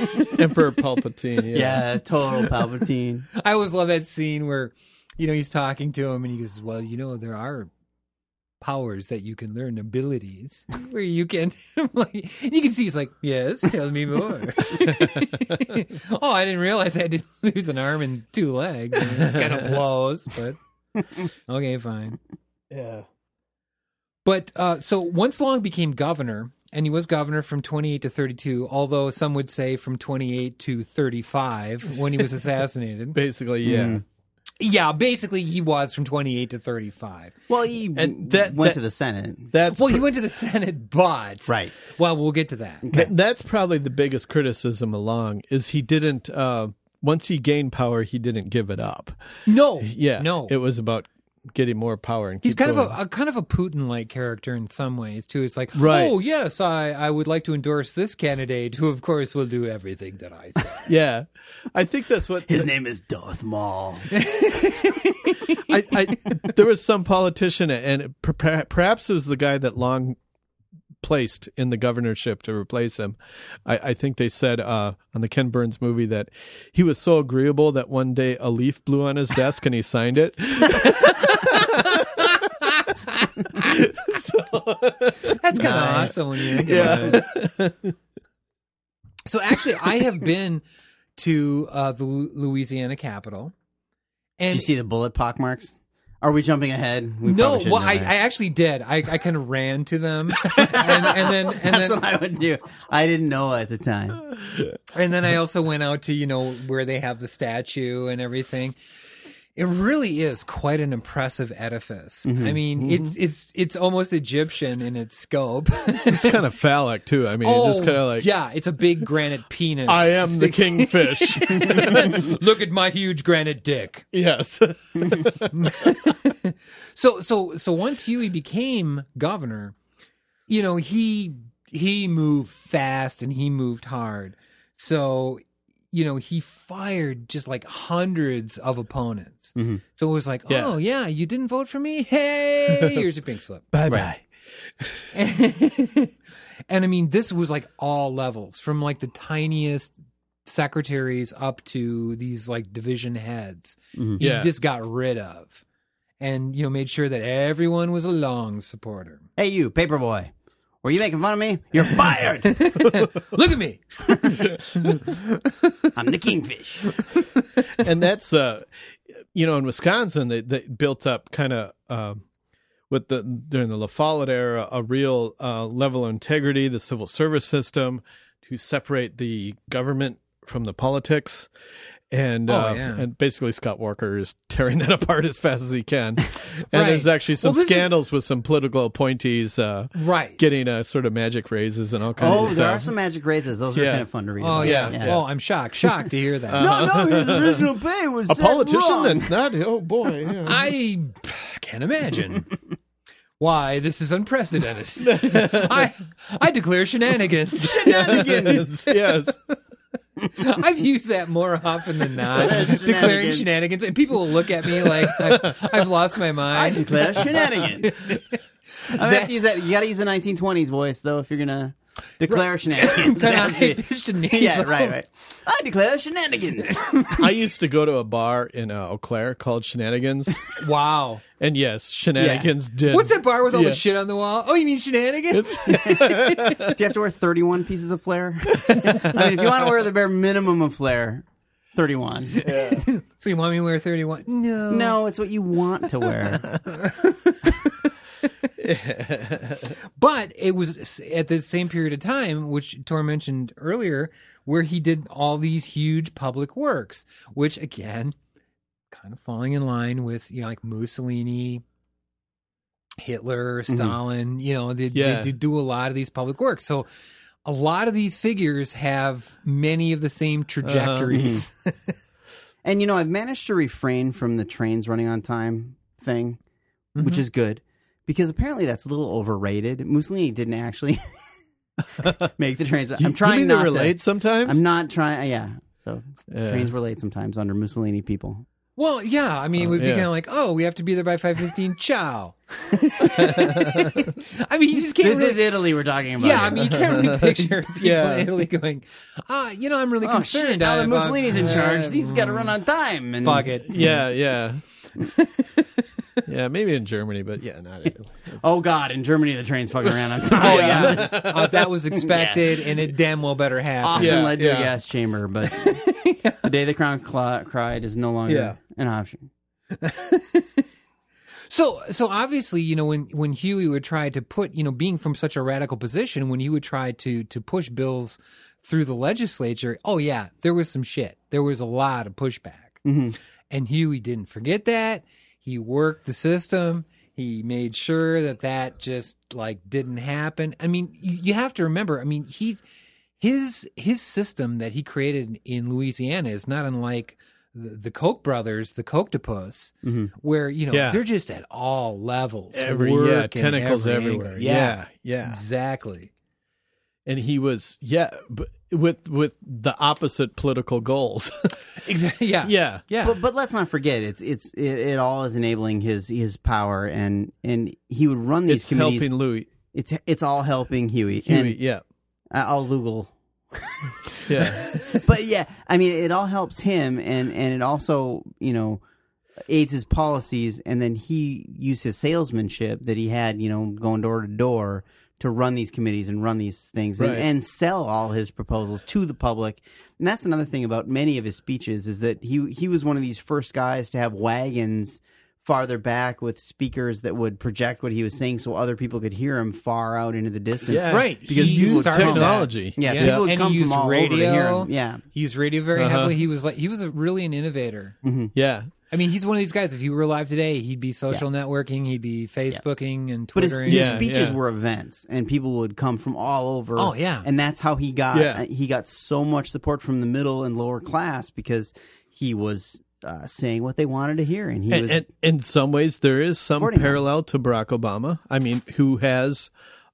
Palpatine. Yeah. yeah, total Palpatine. I always love that scene where, you know, he's talking to him and he goes, "Well, you know, there are powers that you can learn, abilities where you can." I'm like, you can see he's like, "Yes, tell me more." oh, I didn't realize I had to lose an arm and two legs. I mean, this kind of blows, but okay, fine. yeah. But uh, so once Long became governor, and he was governor from 28 to 32, although some would say from 28 to 35 when he was assassinated. Basically, yeah. Mm. Yeah, basically he was from 28 to 35. Well, he And that- went that- to the Senate. That's well, he went to the Senate, but Right. Well, we'll get to that. Th- That's probably the biggest criticism along is he didn't uh, once he gained power he didn't give it up. No, Yeah, no. it was about getting more power and He's keep kind of going. a, a kind of a Putin-like character in some ways too. It's like, Right. oh yes, I, I would like to endorse this candidate, who of course will do everything that I say. yeah. I think that's what His name is Darth Maul. I, I there was some politician and it per- perhaps it was the guy that Long placed in the governorship to replace him. I, I think they said uh, on the Ken Burns movie that he was so agreeable that one day a leaf blew on his desk and he signed it. That's kind of Nice. awesome when you think Uh, about it. so actually, I have been to uh, the Lu- Louisiana Capitol, Did and you see the bullet pock marks? Are we jumping ahead? We no, probably shouldn't well, do I, that. I actually did. I, I kind of ran to them, and, and then and That's then what I would do. I didn't know at the time. and then Uh-huh. I also went out to you know where they have the statue and everything. It really is quite an impressive edifice. I Mm-hmm. mean, it's it's it's almost Egyptian in its scope. Oh, It's kind of phallic too. I mean, it's just kind of like yeah, it's a big granite penis. I am the kingfish. Look at my huge granite dick. yes. So so so once Huey became governor, you know, he he moved fast and he moved hard. So you know, he fired just like hundreds of opponents. Mhm. So it was like, Mm-hmm. Yeah. oh yeah, you didn't vote for me. Hey, here's your pink slip. Bye Right. and I mean, this was like all levels from like the tiniest secretaries up to these like division heads. Mhm. He Mm-hmm. Yeah. just got rid of and, you know, made sure that everyone was a long supporter. Hey, you, paperboy. Were you making fun of me? You're fired. Look at me. I'm the kingfish. and that's uh you know in wisconsin they, they built up kind of um with the during the La Follette era a real uh, level of integrity the civil service system to separate the government from the politics and Oh, uh, yeah. and basically Scott Walker is tearing that apart as fast as he can, and there's Right. actually some Well, this is- scandals with some political appointees uh, Right. getting uh, sort of magic raises and all kinds Oh, of stuff. there are some magic raises. Those are Yeah. kind of fun to read. Oh about. yeah. Oh, I'm shocked. Shocked to hear that. no, no, his original pay was a set politician wrong. that's not oh boy yeah. I can't imagine why this is unprecedented. I I declare shenanigans. yes, yes. I've used that more often than not. Shenanigans. declaring shenanigans, and people will look at me like I've, I've lost my I mind. declare shenanigans. I'm gonna have to use that. You gotta use the 1920s voice though if you're gonna declare shenanigans. Then I That's it. pitched a nasal. yeah, right, right. I declare shenanigans. I used to go to a bar in uh, Eau Claire called Shenanigans, Wow. and yes, Shenanigans did. What's that bar with all Yeah. the shit on the wall? Oh, you mean shenanigans? Do you have to wear 31 pieces of flair? I mean, if you want to wear the bare minimum of flair, 31. so you want me to wear 31? No. No, it's what you want to wear. But it was at the same period of time, which Tor mentioned earlier, where he did all these huge public works, which again, kind of falling in line with, you know, like Mussolini, Hitler, Stalin, you know, they, Mm-hmm. Yeah. they did do a lot of these public works. So a lot of these figures have many of the Uh-huh. same trajectories. Mm-hmm. And you know, I've managed to refrain from the trains running on time thing, Mm-hmm. which is good because apparently that's a little overrated. Mussolini didn't actually make the trains. You- I'm trying you mean not they to relate sometimes. I'm not trying. Yeah, so Yeah. trains were late sometimes under Mussolini people. Well, yeah, I mean, Oh, we'd be yeah. kind of like, oh, we have to be there by 5.15, ciao. I mean, you just can't This really- is Italy we're talking about. Yeah, I here. mean, you can't really picture people Yeah. in Italy going, ah, you know, I'm really oh concerned. shit! Now that about- Uh, mm, Mussolini's in charge, these got to run on time. And Fuck it. yeah, yeah, yeah. Maybe in Germany, but yeah, not. Italy. Oh god, in Germany the trains fucking ran on time. Oh, yeah. Uh, that was expected, and it damn well Ah. better happen. Often Yeah, led to yeah. a gas chamber, but the day the crown cl- cried is no longer Yeah. an option. So, so obviously, you know, when, when Huey would try to put, you know, being from such a radical position, when he would try to, to push bills through the legislature, oh, yeah, there was some shit. There was a lot of pushback. And Huey didn't forget that. He worked the system. He made sure that that just like didn't happen. I mean, you you have to remember. I mean, he's his his system that he created in Louisiana is not unlike the, the Koch brothers, the Coctopus, where you know Mm-hmm. Yeah. they're just at all levels, Every yeah, working tentacles every angle. Mm. everywhere. Yeah, yeah. exactly. And he was yeah, but with with the opposite political goals. Exactly. Yeah. yeah, Yeah. But but let's not forget it's it's it, it all is enabling his his power and and he would run these it's committees. helping Louis. It's it's all helping Huey. Huey, And yeah, I- I'll Google yeah. but yeah, I mean, it all helps him, and and it also you know aids his policies, and then he used his salesmanship that he had, you know, going door to door to run these committees and run these things Right. and, and sell all his proposals to the public. And that's another thing about many of his speeches is that he he was one of these first guys to have wagons farther back with speakers that would project what he was saying so other people could hear him far out into the distance. Yeah. Right. Because he people used started that. technology. Yeah, Yeah. people would And come he from used all over to hear radio. him. Yeah. He used radio very Uh-huh. heavily. He was like he was a, really an innovator. yeah. I mean, he's one of these guys. If he were alive today, he'd be social networking, he'd be Facebooking and But his, Twittering. his Yeah, speeches yeah. were events, and people would come from all over. Oh, yeah. and that's how he got uh, Yeah. he got so much support from the middle and lower class because he was uh, saying what they wanted to hear, and he and, was and in some ways there is some supporting them. parallel to Barack Obama. I mean, who has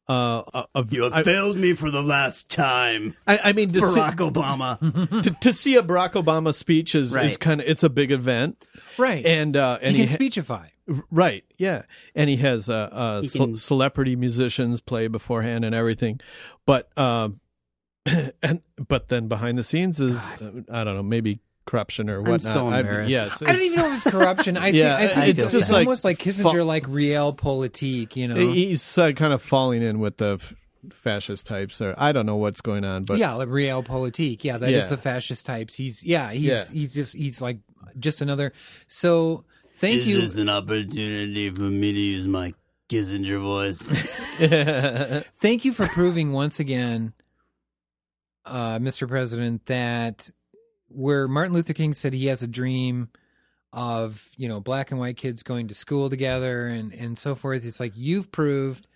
Uh, a- a- You have I- failed me for the last time, I, I mean, to see, Barack Obama. to, to see a Barack Obama speech is, is Right. kind of it's a big event, Right. and uh, and he he, can speechify. ha- right, yeah, and he has uh, uh ce- can- celebrity musicians play beforehand and everything, but um, and but then behind the scenes is uh, I don't know maybe corruption or whatnot. so I- embarrassed. yes, I don't even know if it's corruption. I, Yeah, think, I I think it's feel just that. almost like Like, fu- Kissinger, like real politique, you know? he's uh, kind of falling in with the f- fascist types or i don't know what's going on but yeah, like real politique. Yeah, that is Yeah. the fascist types. He's yeah, he's Yeah. he's just he's like just another. So thank Is you. this an opportunity for me to use my Kissinger voice? Thank you for proving once again, uh, Mr. President, that where Martin Luther King said he has a dream of you know black and white kids going to school together and and so forth. It's like you've proved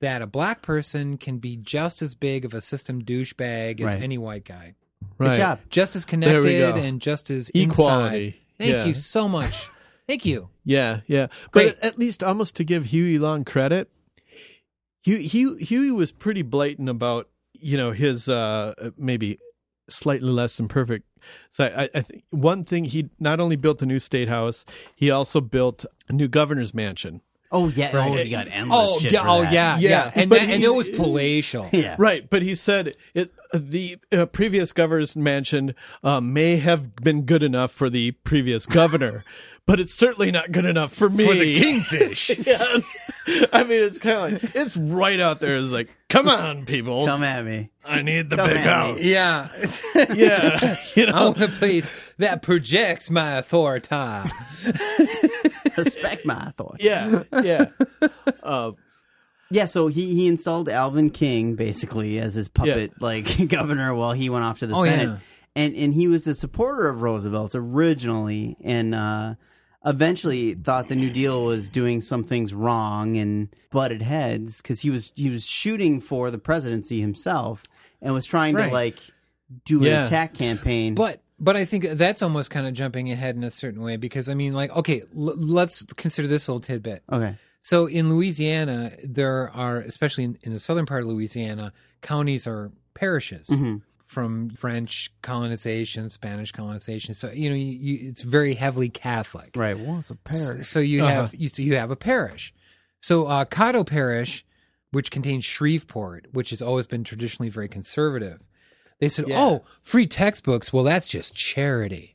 that a black person can be just as big of a system douchebag as Right. any white guy, right Good job. just as There we connected go. and just as Equality. Inside. Thank Yeah. you so much. Thank you. yeah yeah Great. but at least almost to give huey long credit Hue- Hue- huey was pretty blatant about you know his uh maybe slightly less than perfect so I, I think one thing he not only built the new state house he also built a new governor's mansion Oh yeah. Right. Oh, oh, you you got got endless Oh shit yeah, for oh that. yeah, Yeah, yeah, and but that, and he's- it was palatial. yeah. Right, but he said it, the uh, previous governor's mansion uh, may have been good enough for the previous governor, but it's certainly not good enough for me. For the kingfish. yes, I mean it's kind of like it's right out there. It's like, come on, people, Come at me. I need the come Oh. big at me. house. Yeah, Yeah, you I know, want a place that projects my authority. Respect my thought. yeah, yeah, uh, Yeah, so he, he installed Alvin King basically as his puppet like governor while he went off to the Oh, Senate. yeah. And and he was a supporter of Roosevelt's originally and uh eventually thought the New Deal was doing some things wrong and butted heads cuz he was he was shooting for the presidency himself and was trying Right. to like do an Yeah. attack campaign. But but I think that's almost kind of jumping ahead in a certain way because I mean, like, okay, l- let's consider this little tidbit. okay. So in Louisiana, there are, especially in, in the southern part of Louisiana, counties are parishes from French colonization, Spanish colonization. So you know, you, you, it's very heavily Catholic. Right. Well, it's a parish. So Uh-huh. you have you, so you have a parish. So uh, Cotto Parish, which contains Shreveport, which has always been traditionally very conservative, they said, "Oh, free textbooks. Well, that's just charity."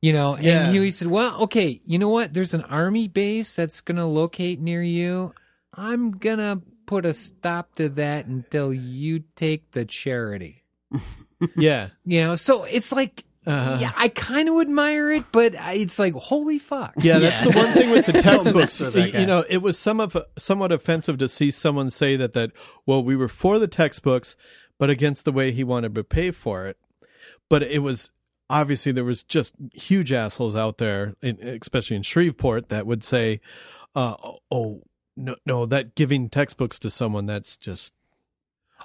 You know, and Mm-hmm. Yeah. Huey said, "Well, okay, you know what? There's an army base that's going to locate near you. I'm gonna put a stop to that until you take the charity." yeah. You know, so it's like, Uh-huh. yeah, I kind of admire it, but I, it's like, holy fuck. Yeah, that's the one thing with the textbooks. with that You- guy. you know, it was some of somewhat offensive to see someone say that that well, we were for the textbooks, but against the way he wanted to pay for it. But it was obviously there was just huge assholes out there, in, especially in Shreveport, that would say, uh, "Oh, no, no, that giving textbooks to someone that's just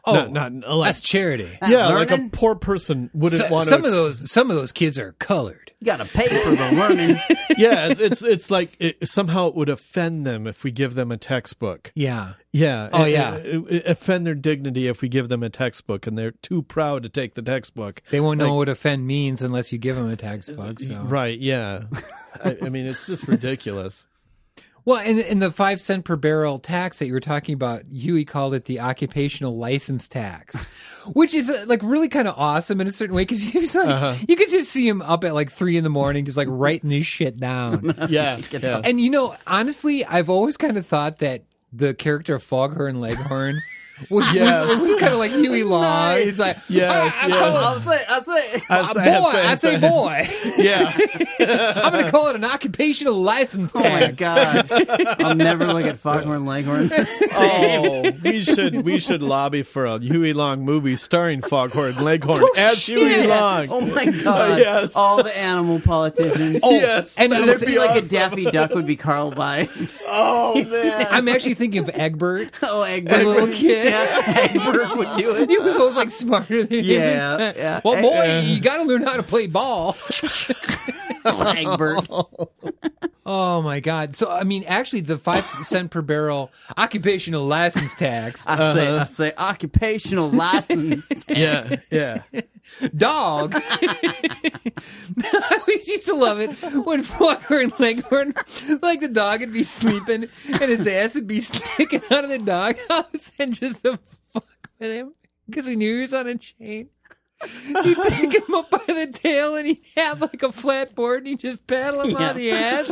Oh, not, not like, that's charity. yeah, like a learning. poor person wouldn't So- want to some of ex- those some of those kids are colored. You got to pay for the learning. yeah, it's it's, it's like it, somehow it would offend them if we give them a textbook. Yeah. Yeah. Oh, it- yeah. it- it offend their dignity if we give them a textbook and they're too proud to take the textbook. They won't know what offend means unless you give them a textbook. So. Right. Yeah. I, I mean, it's just ridiculous. Well, and, and the five cent per barrel tax that you were talking about, Huey called it the occupational license tax, which is uh, like really kind of awesome in a certain way because he was like, Uh-huh. you could just see him up at like three in the morning, just like writing this shit down. Yeah. yeah. And you know, honestly, I've always kind of thought that the character of Foghorn Leghorn was Yes. was, was kind of like Huey Long. He's like, Yes, "Ah, I yes. call it I'll say I'll say I boy. say- I say- I say boy. Yeah. I'm going to call it an occupational license Oh my tag. god! I'll never look at Foghorn Leghorn. Oh, we should we should lobby for a Huey Long movie starring Foghorn Leghorn Oh, as Huey Long. Oh my god! yes. All the animal politicians. Oh, Yes, and that I'm, would It'd sa- be be like awesome. a Daffy Duck would be Carl Weiss. Oh man. I'm actually thinking of Egbert, Oh, the Egbert. little kid. Egbert would do it. He was always like smarter than Yeah, him. yeah. Well, boy, Uh, you got to learn how to play ball. Oh, Egbert. Oh my God! So I mean, actually, the five cent per barrel occupational license tax, I say, I say, occupational license. Yeah, yeah. dog. I always used to love it when Foghorn and Leghorn, like the dog would be sleeping and his ass would be sticking out of the doghouse and just to fuck with him because he knew he was on a chain. He'd pick him up by the tail and he'd have like a flat board and he'd just paddle him on the ass.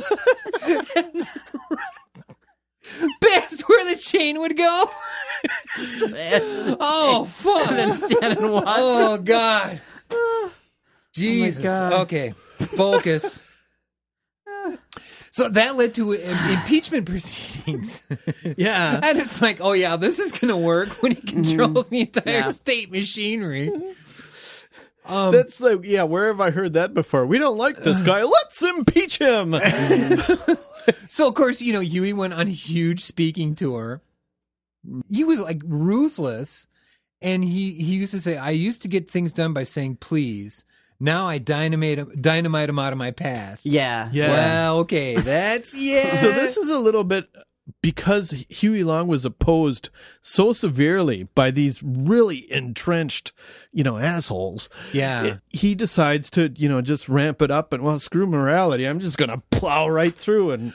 Past where the chain would go. oh, fuck. Oh God. Jesus. Oh, God. Okay. Focus. so that led to im- impeachment proceedings. Yeah. and it's like, oh yeah, this is gonna work when he controls the entire Mm-hmm. Yeah. state machinery. Um, That's like, yeah, where have I heard that before? We don't like this guy. Let's impeach him. so of course, you know, Huey went on a huge speaking tour. He was like ruthless, and he he used to say, "I used to get things done by saying please. Now I dynamite dynamite him out of my path." yeah. Yeah. Well, okay, that's yeah. So this is a little bit because Huey Long was opposed so severely by these really entrenched, you know, assholes. Yeah. it- he decides to, you know, just ramp it up and well, screw morality. I'm just going to plow right through and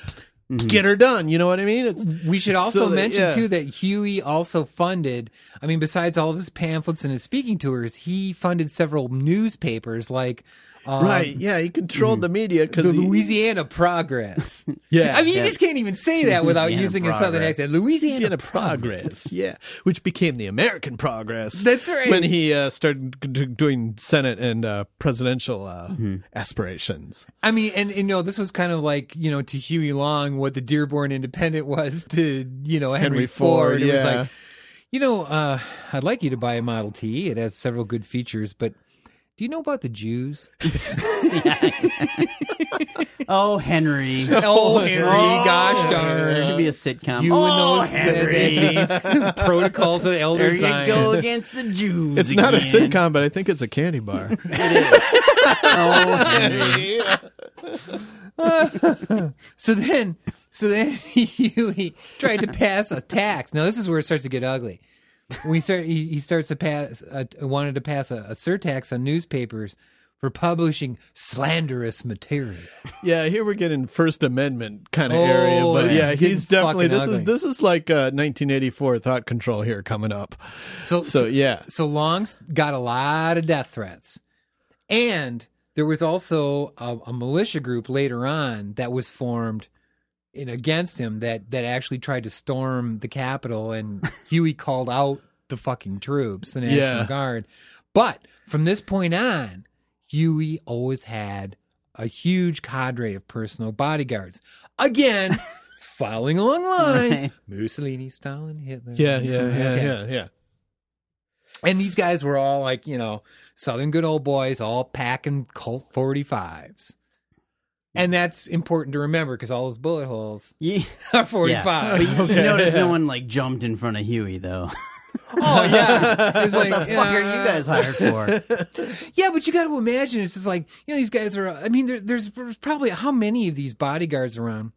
get her done. You know what I mean? It's Mm-hmm. we should also so that- mention yeah. too that Huey also funded. I mean, besides all of his pamphlets and his speaking tours, he funded several newspapers like um, Mm-hmm. right. Yeah, he controlled the media because the Louisiana Progress. Yeah, I mean, you just can't even say that without using a southern Progress. accent. Louisiana Louisiana Progress, yeah, which became the American Progress. That's right. When he uh, started g- doing Senate and uh, presidential uh, Mm-hmm. aspirations. I mean, and, and you know, this was kind of like you know to Huey Long what the Dearborn Independent was to you know Henry, Ford. It was like you know, uh, I'd like you to buy a Model T. It has several good features, but do you know about the Jews? Oh, Henry. oh, Henry, gosh darn. There should be a sitcom. you oh, and those uh, Henry. the- the protocols of the there elder you sign. go against the Jews. it's not a again. sitcom, but I think it's a candy bar. Oh, Henry. So then, so then Huey tried to pass a tax. Now this is where it starts to get ugly. When he start, he, he starts to pass, uh, wanted to pass a, a surtax on newspapers for publishing slanderous material. Yeah, here we're getting First Amendment kind of Oh, area, but it's yeah, getting he's definitely fucking this is ugly. this is like uh, 1984 thought control here coming up. So, So yeah, so Long's got a lot of death threats, and there was also a, a militia group later on that was formed in against him that that actually tried to storm the Capitol, and Huey called out the fucking troops, the National Yeah. Guard. But from this point on, Huey always had a huge cadre of personal bodyguards. Again. Following along lines, Right. Mussolini, Stalin, Hitler. yeah, yeah, yeah, Okay. yeah, yeah. And these guys were all like, you know, Southern good old boys, all packing Colt 45s. And that's important to remember because all those bullet holes Yeah. are Yeah. 45. But you, Okay. you notice no one like jumped in front of Huey though. Oh, yeah. It's like, what the fuck are you guys hired for? Yeah, but you got to imagine it's just like, you know, these guys are, I mean, there, there's, there's probably how many of these bodyguards around?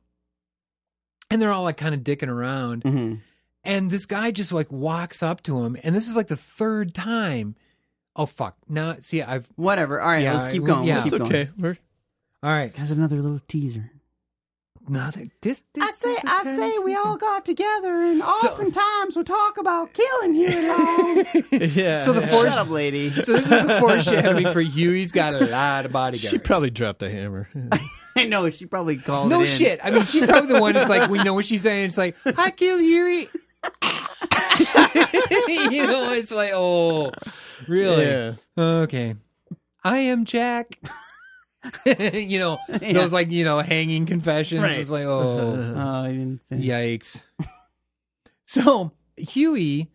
And they're all like kind of dicking around. Mhm. And this guy just like walks up to him. And this is like the third time. Oh, fuck. Now, see, I've, Whatever. All right, Yeah, let's keep we- going. yeah. Let's It's keep okay. We're all right. That's another little teaser. Another, this, this, I say, this- I say, we all got together, and oftentimes we talk about killing Huey Long. yeah. So the yeah. fourth- Shut up, lady. So this is the foreshadowing for Huey's got a lot of bodyguards. she probably dropped a hammer. I know she probably called. no it in. shit. I mean, she's probably the one that's like, we know what she's saying. It's like, I kill Huey. you know, it's like, oh, really? Yeah. Okay. I am Jack. you know, Yeah. those like, you know, hanging confessions. Right. It's like, oh. Oh, I didn't finish. Yikes. So Huey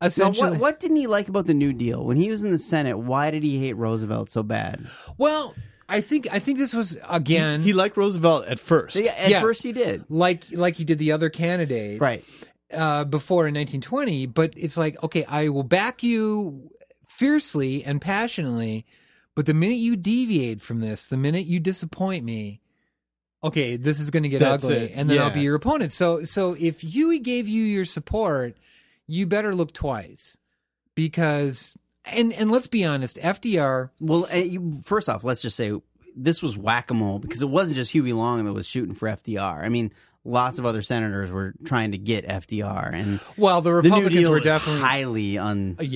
Now, essentially. what, what didn't he like about the New Deal when he was in the Senate? Why did he hate Roosevelt so bad? Well, I think I think this was again He liked Roosevelt at first. Yeah, at Yes. first he did. like like he did the other candidate. Right. uh, before in 1920, but it's like, okay, I will back you fiercely and passionately, but the minute you deviate from this, the minute you disappoint me, okay, this is going to get That's ugly, it. and then I'll Yeah. be your opponent. So, so if Huey gave you your support, you better look twice because, and and let's be honest, FDR. Well, eh, you- first off, let's just say this was whack a mole because it wasn't just Huey Long that was shooting for FDR. I mean, lots of other senators were trying to get FDR, and Well, the the New Republicans Deal were was definitely highly Uh, unpopular.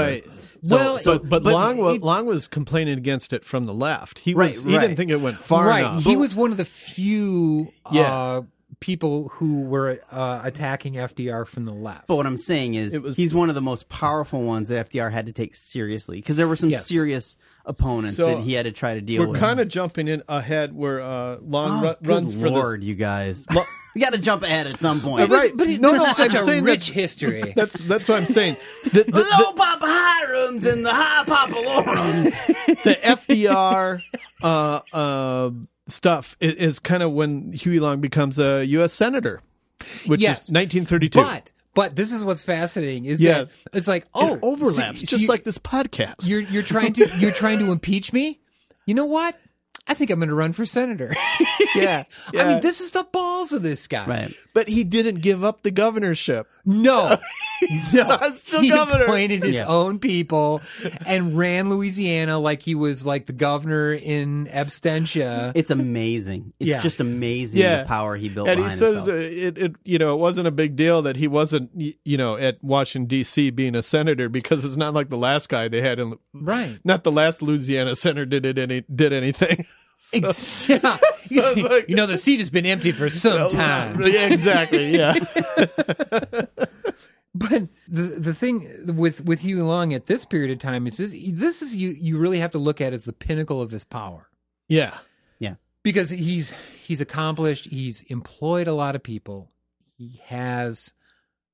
yeah. Right. So, Well, so- but, but Long, wa- it- Long was complaining against it from the left. He Right, was he right. didn't think it went far right. enough. He was one of the few Yeah. uh, people who were uh, attacking FDR from the left. But what I'm saying is, It was- he's one of the most powerful ones that FDR had to take seriously because there were some Yes. serious opponents So, that he had to try to deal We're with. kind of jumping in ahead where uh, Long oh, ru- good runs for lord, you guys. we got to jump ahead at some point. Uh, right. But it, No, this no, is such I'm a saying that- rich history. this. That's that's what I'm saying. The, the, Low Papa Hiram's and the High Papa Lorum's. the FDR uh, uh, stuff is, is kind of when Huey Long becomes a U.S. senator, which Yes. is 1932. but but this is what's fascinating is Yes. that it's like It oh overlaps so- so just you- like this podcast. you're you're trying to you're trying to impeach me. You know what? I think I'm going to run for senator. yeah, I mean, this is the balls of this guy. Right. but he didn't give up the governorship. No, no, I'm still he governor. appointed his Yeah. own people and ran Louisiana like he was like the governor in abstention. It's amazing. It's Yeah. just amazing Yeah. the power he built. and he behind says himself. uh, it, it you know it wasn't a big deal that he wasn't y- you know at washington d.c being a senator because it's not like the last guy they had in Right. not the last louisiana senator did it any did anything Ex- yeah. you, it's see- like- you know, the seat has been empty for some time. yeah exactly yeah But the the thing with with Hugh Long at this period of time is this this is you you really have to look at as the pinnacle of his power yeah because he's he's accomplished, he's employed a lot of people, he has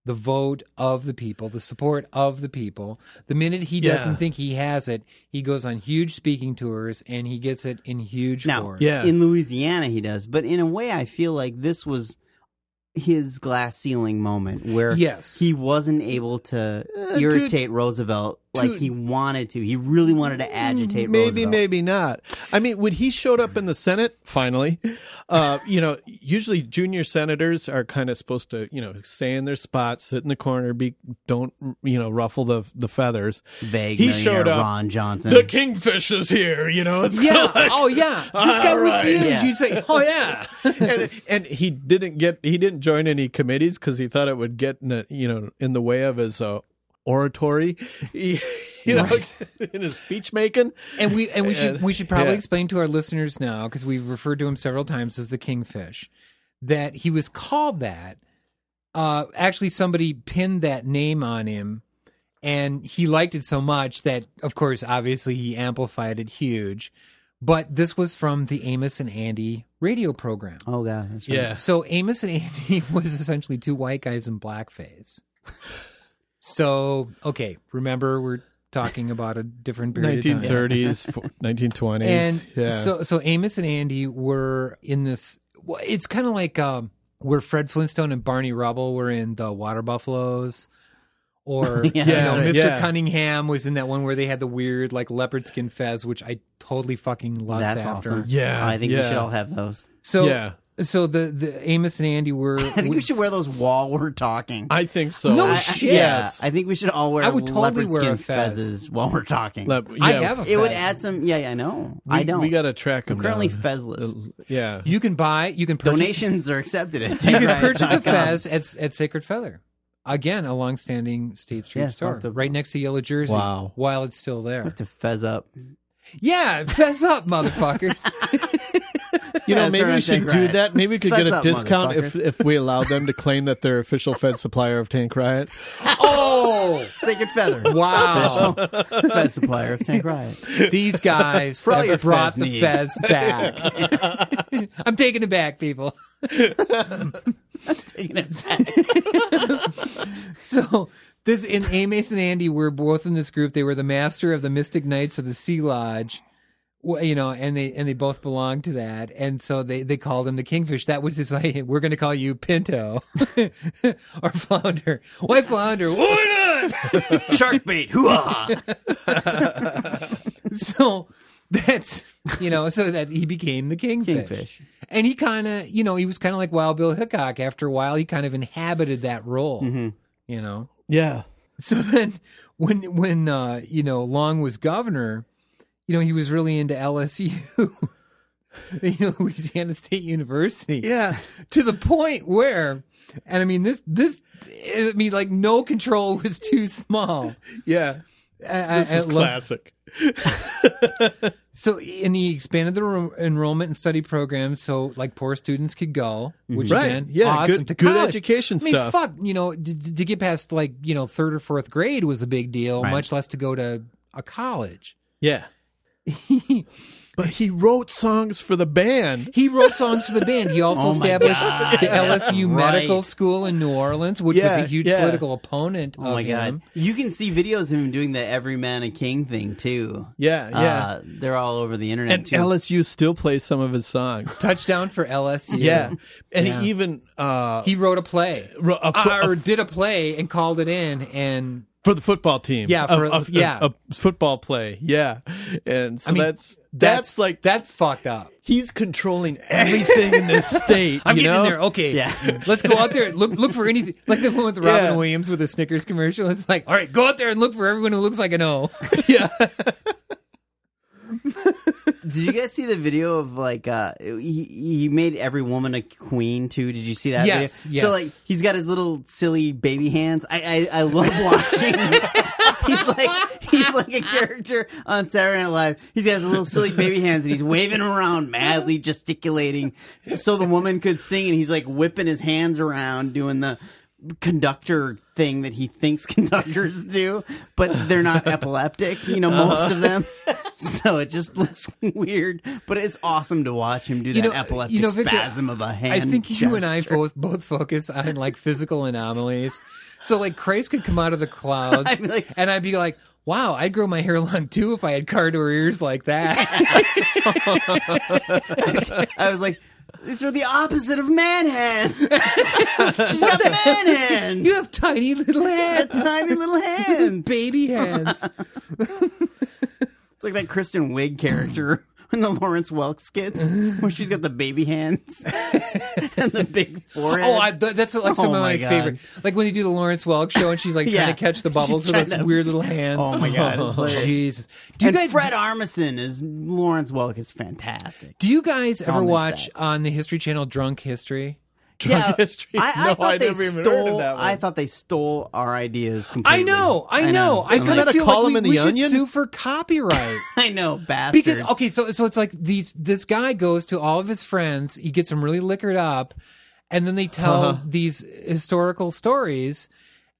the vote of the people, the support of the people. The minute he Yeah. doesn't think he has it, he goes on huge speaking tours and he gets it in huge now, force. Yeah. in Louisiana, he does. But in a way, I feel like this was his glass ceiling moment where Yes. he wasn't able to to- irritate Roosevelt like to- he wanted to. He really wanted to agitate maybe Roosevelt. maybe not i mean when he showed up in the senate finally uh you know usually junior senators are kind of supposed to you know stay in their spot sit in the corner be don't you know ruffle the the feathers Vague he millionaire showed up Ron Johnson. the kingfisher's here you know it's kinda Yeah. like- Oh yeah. This guy All was right. huge. Yeah. You'd say, "Oh yeah." and, and he didn't get he didn't join any committees because he thought it would get in a, you know in the way of his uh, oratory He- you know in his speech making and we and we should And- we should probably yeah. explain to our listeners now because we've referred to him several times as the kingfish that he was called that uh actually somebody pinned that name on him and he liked it so much that of course obviously he amplified it huge but this was from the Amos and Andy radio program oh god, that's right. yeah so Amos and Andy was essentially two white guys in blackface so okay remember we're talking about a different period of time 1930s fo- 1920s and yeah so so Amos and Andy were in this. well, It's kind of like um, where Fred Flintstone and Barney Rubble were in the Water Buffaloes, or you Yeah, that's know, Mr. right. Yeah. Cunningham was in that one where they had the weird like leopard skin fez, which I totally fucking loved That's after. awesome. Yeah, I think we yeah. should all have those. So Yeah. so the the Amos and Andy were. I think we should wear those while we're talking. i think so No I- I- shit. Yeah, Yes. I think we should all wear I would totally leopard wear skin a fez. fezzes while we're talking. Le- I yeah. have a it would fez. add some. Yeah, yeah, I know. I We- don't. we gotta track him I'm currently down. fezless. yeah You can buy. You can purchase, Donations are accepted at You can purchase a TankRiot.com. fez at at Sacred Feather. Again, a long-standing State Street Yes, I'll store, have to- right next to Yellow Jersey. Wow. While it's still there, I have to fez up. Yeah, fess up, motherfuckers. you know That's maybe right, we should Dick do Riot. that maybe we could Fess get a up, discount if motherfuckers. if we allowed them to claim that they're official fed supplier of tank riot oh, Sacred Feather. wow. fez supplier of Tank Riot. These guys For all your have brought fez the needs. fez back. I'm taking it back, people. Taking it back. So this in Amos and Andy were both in this group. They were the master of the Mystic Knights of the Sea Lodge. Well, you know, and they and they both belonged to that, and so they they called him the kingfish. That was his like, we're going to call you Pinto or Flounder. Why Flounder? Why not? Shark bait. Hoo-ah. so that's you know so that he became the kingfish. Kingfish. and he kind of, you know, he was kind of like Wild Bill Hickok. After a while, he kind of inhabited that role, you know. Yeah. So then, when when uh, you know Long was governor, you know he was really into LSU, you know Louisiana State University. Yeah. To the point where, and I mean this this, I mean like no control was too small. Yeah. I, This I- I is love- classic. So and he expanded the ro- enrollment and study program so like poor students could go, Mm-hmm. which Right. again, Yeah, awesome good- to good college. education I mean, stuff. Fuck, you know, to, to get past like you know third or fourth grade was a big deal, Right. much less to go to a college. Yeah. but he wrote songs for the band. He wrote songs for the band. He also Oh my established God. the LSU Right. Medical School in New Orleans, which Yeah, was a huge yeah. political opponent. Oh of my god! him. You can see videos of him doing the every man a king thing too. Yeah, yeah. Uh, they're all over the internet and too. LSU still plays some of his songs. Touchdown for LSU. Yeah. And Yeah. he even uh he wrote a play. wrote a fo- a or did a play and called it in and for the football team. Yeah, A- for- a, a- yeah. a football play. Yeah, and so I mean, that's, that's like that. that's fucked up. He's controlling everything in this state. I'm you getting know? in there. Oh, Okay, Yeah. let's go out there. Look, look for anything. Like the one with Robin Yeah. Williams with a Snickers commercial. It's like, all right, go out there and look for everyone who looks like an O. Yeah, Did you guys see the video of like uh he, he made every woman a queen too? Did you see that? Yes, video? yes. So like he's got his little silly baby hands. I I, I love watching. he's like he's like a character on Saturday Night Live. He's got his little silly baby hands and he's waving them around madly, gesticulating, so the woman could sing. And he's like whipping his hands around, doing the conductor thing that he thinks conductors do, but they're not epileptic, you know, most of them. Uh-huh. So it just looks weird, but it's awesome to watch him do You that know- epileptic you know, Victor, spasm of a hand. I think you and I gesture. both both focus on like physical anomalies. So like Christ could come out of the clouds, I'd be like- and I'd be like, "Wow, I'd grow my hair long too if I had car door ears like that." I was like, these are the opposite of man hands. She's got man hands. you have tiny little hands, tiny little hands. baby hands. It's like that Kristen Wiig character in the Lawrence Welk skits where she's got the baby hands and the big forehead. Oh, I, th- that's like some Oh of my my, God. favorite. Like when they do the Lawrence Welk show and she's like Yeah. trying to catch the bubbles She's with those trying to- weird little hands. Oh my God, it's hilarious. Jesus! Do you and guys Fred Armisen is Lawrence Welk is fantastic. do you guys ever miss watch that. on the History Channel Drunk History? Drunk history. I, I No, thought I they never even stole, heard of that one. I thought they stole our ideas completely. I know, I know. I Isn't kind that of a feel like column we, in The we should Onion? sue for copyright. I know, bastards. because okay so so it's like these this guy goes to all of his friends he gets them really liquored up and then they tell these historical stories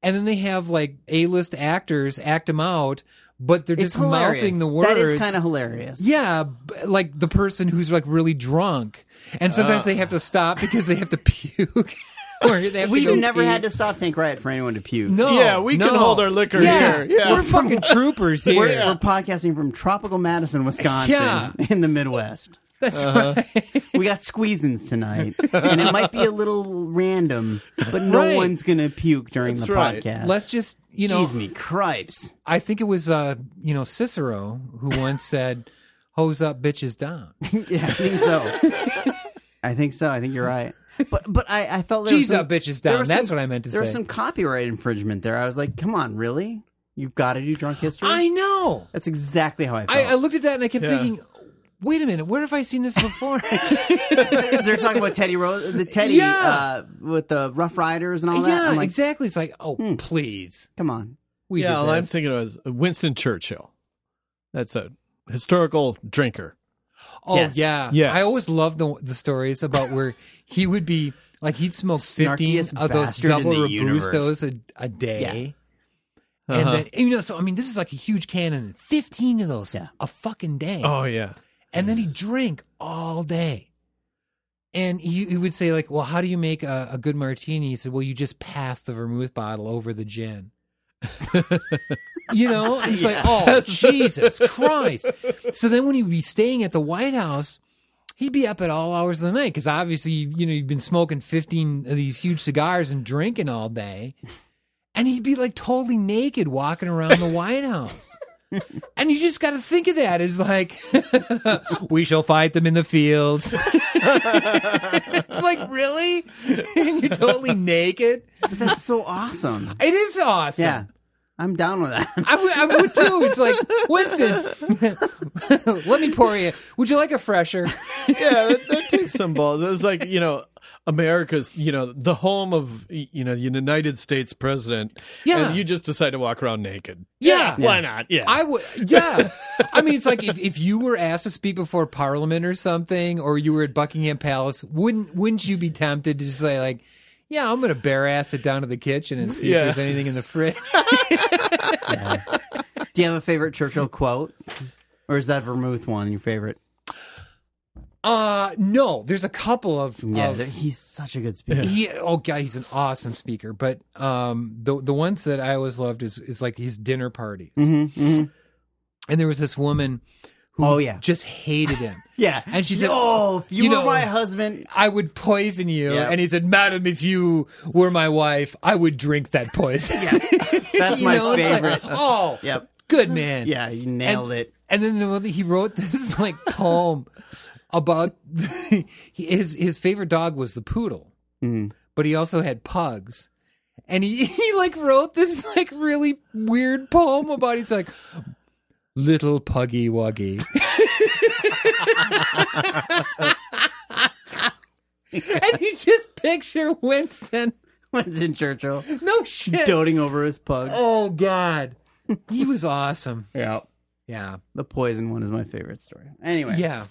and then they have like a-list actors act them out but they're it's just hilarious. mouthing the words That is kind of hilarious. yeah b- like the person who's like really drunk and sometimes they have to stop because they have to puke or they have to We've go never pee. had to stop Tank Riot for anyone to puke. no Yeah, we can no. hold our liquor yeah. here. Yeah. we're fucking troopers here We're, we're podcasting from tropical Madison, Wisconsin, uh, Yeah. in the Midwest. that's right We got squeezins tonight, and it might be a little random, but no Right. one's gonna puke during That's the right. podcast. let's just you know Jeez me cripes. I think it was uh, you know Cicero who once said, "Hose up, bitches down." Yeah, I think so. I think so. I think you're right. But but I, I felt there was Jeez some- up, bitches there down. was That's some- what I meant to There was say. some copyright infringement there. I was like, come on, really? You've got to do drunk history. I know. That's exactly how I I, I felt. looked at that and I kept Yeah. thinking, "Wait a minute, where have I seen this before?" they're, they're talking about Teddy Rose, the Teddy Yeah. uh, with the Rough Riders and all that. yeah, I'm like, hmm. exactly. It's like, oh, please, come on. we yeah, did all I'm this. thinking of is Winston Churchill. That's a historical drinker. Oh Yes. yeah, Yes. I always loved the the stories about where he would be like he'd smoke fifteen Snarkiest of those bastard in double the universe. Uh-huh. robustos a, a day. And then you know, so I mean, this is like a huge cannon, and fifteen of those Yeah. a fucking day. Oh yeah, and then he'd drink all day. And he, he would say, like, well, how do you make a, a good martini? He said, well, you just pass the vermouth bottle over the gin. you know? And it's like, oh, Jesus Christ. So then when he'd be staying at the White House, he'd be up at all hours of the night because obviously, you know, he'd been smoking 15 of these huge cigars and drinking all day. And he'd be like totally naked walking around the White House. And you just got to think of that. It's like, we shall fight them in the fields. it's like, really? and you're totally naked? That's so awesome. It is awesome. Yeah. I'm down with that. I would, I would too. It's like, Winston, let me pour you. Would you like a fresher? yeah, that, that takes some balls. It was like you know, America's you know the home of you know the United States president. Yeah. and you just decide to walk around naked. Yeah. why not? Yeah, I would, yeah. I mean, it's like if, if you were asked to speak before Parliament or something, or you were at Buckingham Palace, wouldn't wouldn't you be tempted to just say like, yeah, I'm gonna bare ass it down to the kitchen and see Yeah. if there's anything in the fridge? Do you have a favorite Churchill quote? Or is that Vermouth one your favorite? Uh, no, there's a couple of, Yeah, of- there- he's such a good speaker. he, oh god, he's an awesome speaker. But um, the the ones that I always loved is is like his dinner parties, Mm-hmm, hmm and there was this woman who Oh, yeah. just hated him. Yeah. And she said, "Oh, if you, you were know- my husband, I would poison you. Yeah. And he said, Madam, if you were my wife, I would drink that poison. that's You my know, it's like, favorite." oh, Yep. good man. Yeah, you nailed it. And then the- he wrote this like poem about his his favorite dog was the poodle, Mm. but he also had pugs. And he, he like wrote this like really weird poem about it's like little puggy wuggy. and you just picture Winston. Winston Churchill No shit. doting over his pug. Oh God, he was awesome. Yeah. Yeah, The poison one is my favorite story. Anyway. yeah.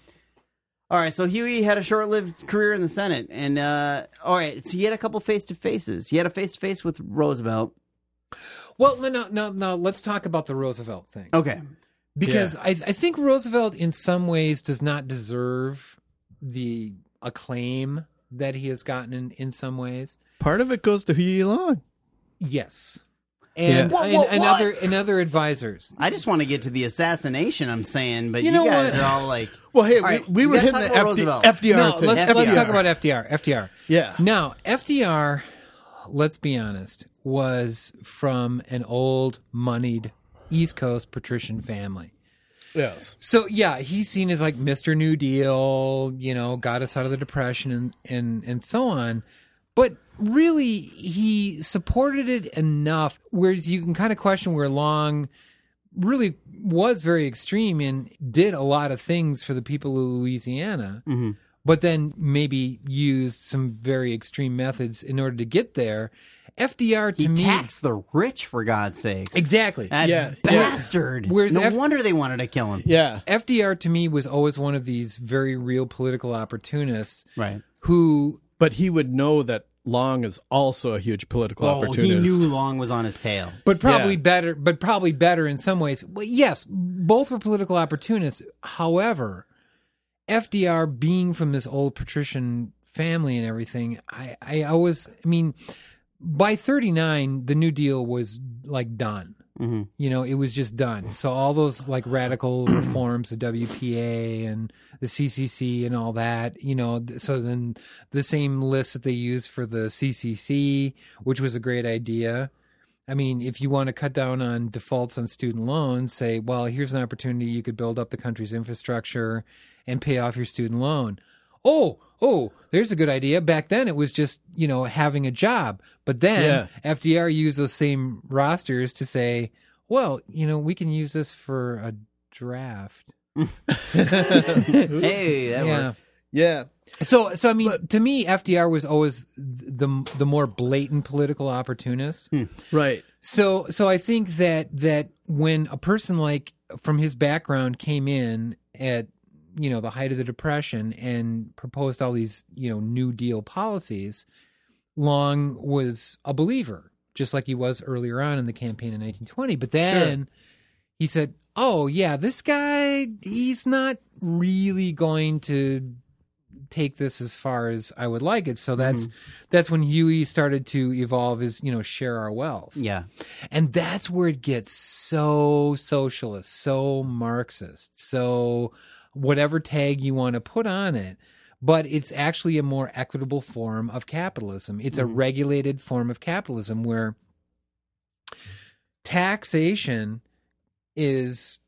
All right, so Huey had a short-lived career in the Senate, and uh, all right, so he had a couple face-to-faces. He had a face-to-face with Roosevelt. Well, no, no, no, no. Let's talk about the Roosevelt thing Okay, because I, I think Roosevelt, in some ways, does not deserve the acclaim that he has gotten in, in some ways. part of it goes to who you belong. Yes, and, Yeah. and, and other and other advisors. I just want to get to the assassination. I'm saying, but you, You know guys what? are all like, Well, hey, All right, we, we you were gotta hitting talk the about Roosevelt. FD, FDR No, thing. let's let's FDR. talk about FDR. FDR. yeah. Now, FDR, let's be honest, was from an old moneyed East Coast patrician family. Yes. So yeah, he's seen as like Mr. New Deal, you know, got us out of the depression and and and so on. But really he supported it enough whereas you can kind of question where Long really was very extreme and did a lot of things for the people of Louisiana. Mm-hmm. But then maybe used some very extreme methods in order to get there. FDR to he me taxed the rich for God's sakes. Exactly. That Yeah, yeah. bastard. Whereas no F- wonder they wanted to kill him. Yeah. FDR to me was always one of these very real political opportunists Right. who But he would know that Long is also a huge political Oh, opportunist. he knew Long was on his tail. but probably Yeah. better but probably better in some ways well, yes both were political opportunists however fdr being from this old patrician family and everything i i always i mean by 39 the new deal was like done you know it was just done so all those like radical reforms the wpa and the ccc and all that you know th- so then the same list that they used for the ccc which was a great idea I mean, if you want to cut down on defaults on student loans, say, well, here's an opportunity you could build up the country's infrastructure and pay off your student loan. Oh, oh, there's a good idea. Back then it was just, you know, having a job. But then FDR used those same rosters to say, well, you know, we can use this for a draft. Hey, Yeah. that works. Yeah. So, so I mean, to me, FDR was always the the more blatant political opportunist. Right. So so I think that that when a person like from his background came in at you know the height of the depression and proposed all these you know new deal policies long was a believer just like he was earlier on in the campaign in 1920 but then he said oh yeah this guy he's not really going to take this as far as i would like it so that's that's when huey started to evolve his you know share our wealth Yeah. and that's where it gets so socialist, so Marxist, so whatever tag you want to put on it. But it's actually a more equitable form of capitalism. It's a regulated form of capitalism where taxation is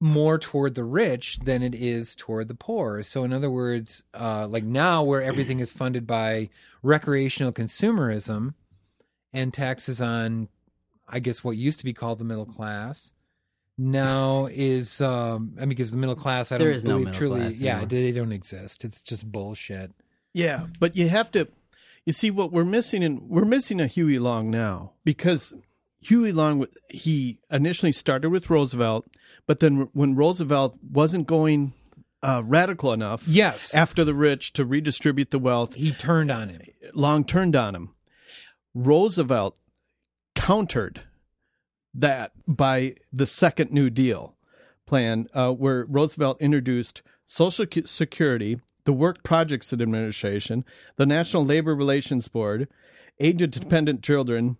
more toward the rich than it is toward the poor. So, in other words, uh, like now where everything is funded by recreational consumerism and taxes on, I guess, what used to be called the middle class. Now is um I mean because the middle class I don't There is no believe middle truly class yeah anymore. they don't exist it's just bullshit Yeah, but you have to. You see what we're missing, and we're missing a Huey Long now because Huey Long he initially started with Roosevelt, but then when Roosevelt wasn't going uh, radical enough, yes after the rich to redistribute the wealth, he turned on him Long turned on him. Roosevelt countered that by the second New Deal plan, uh, where Roosevelt introduced Social Cu- Security, the Work Projects Administration, the National Labor Relations Board, Aid to Dependent Children,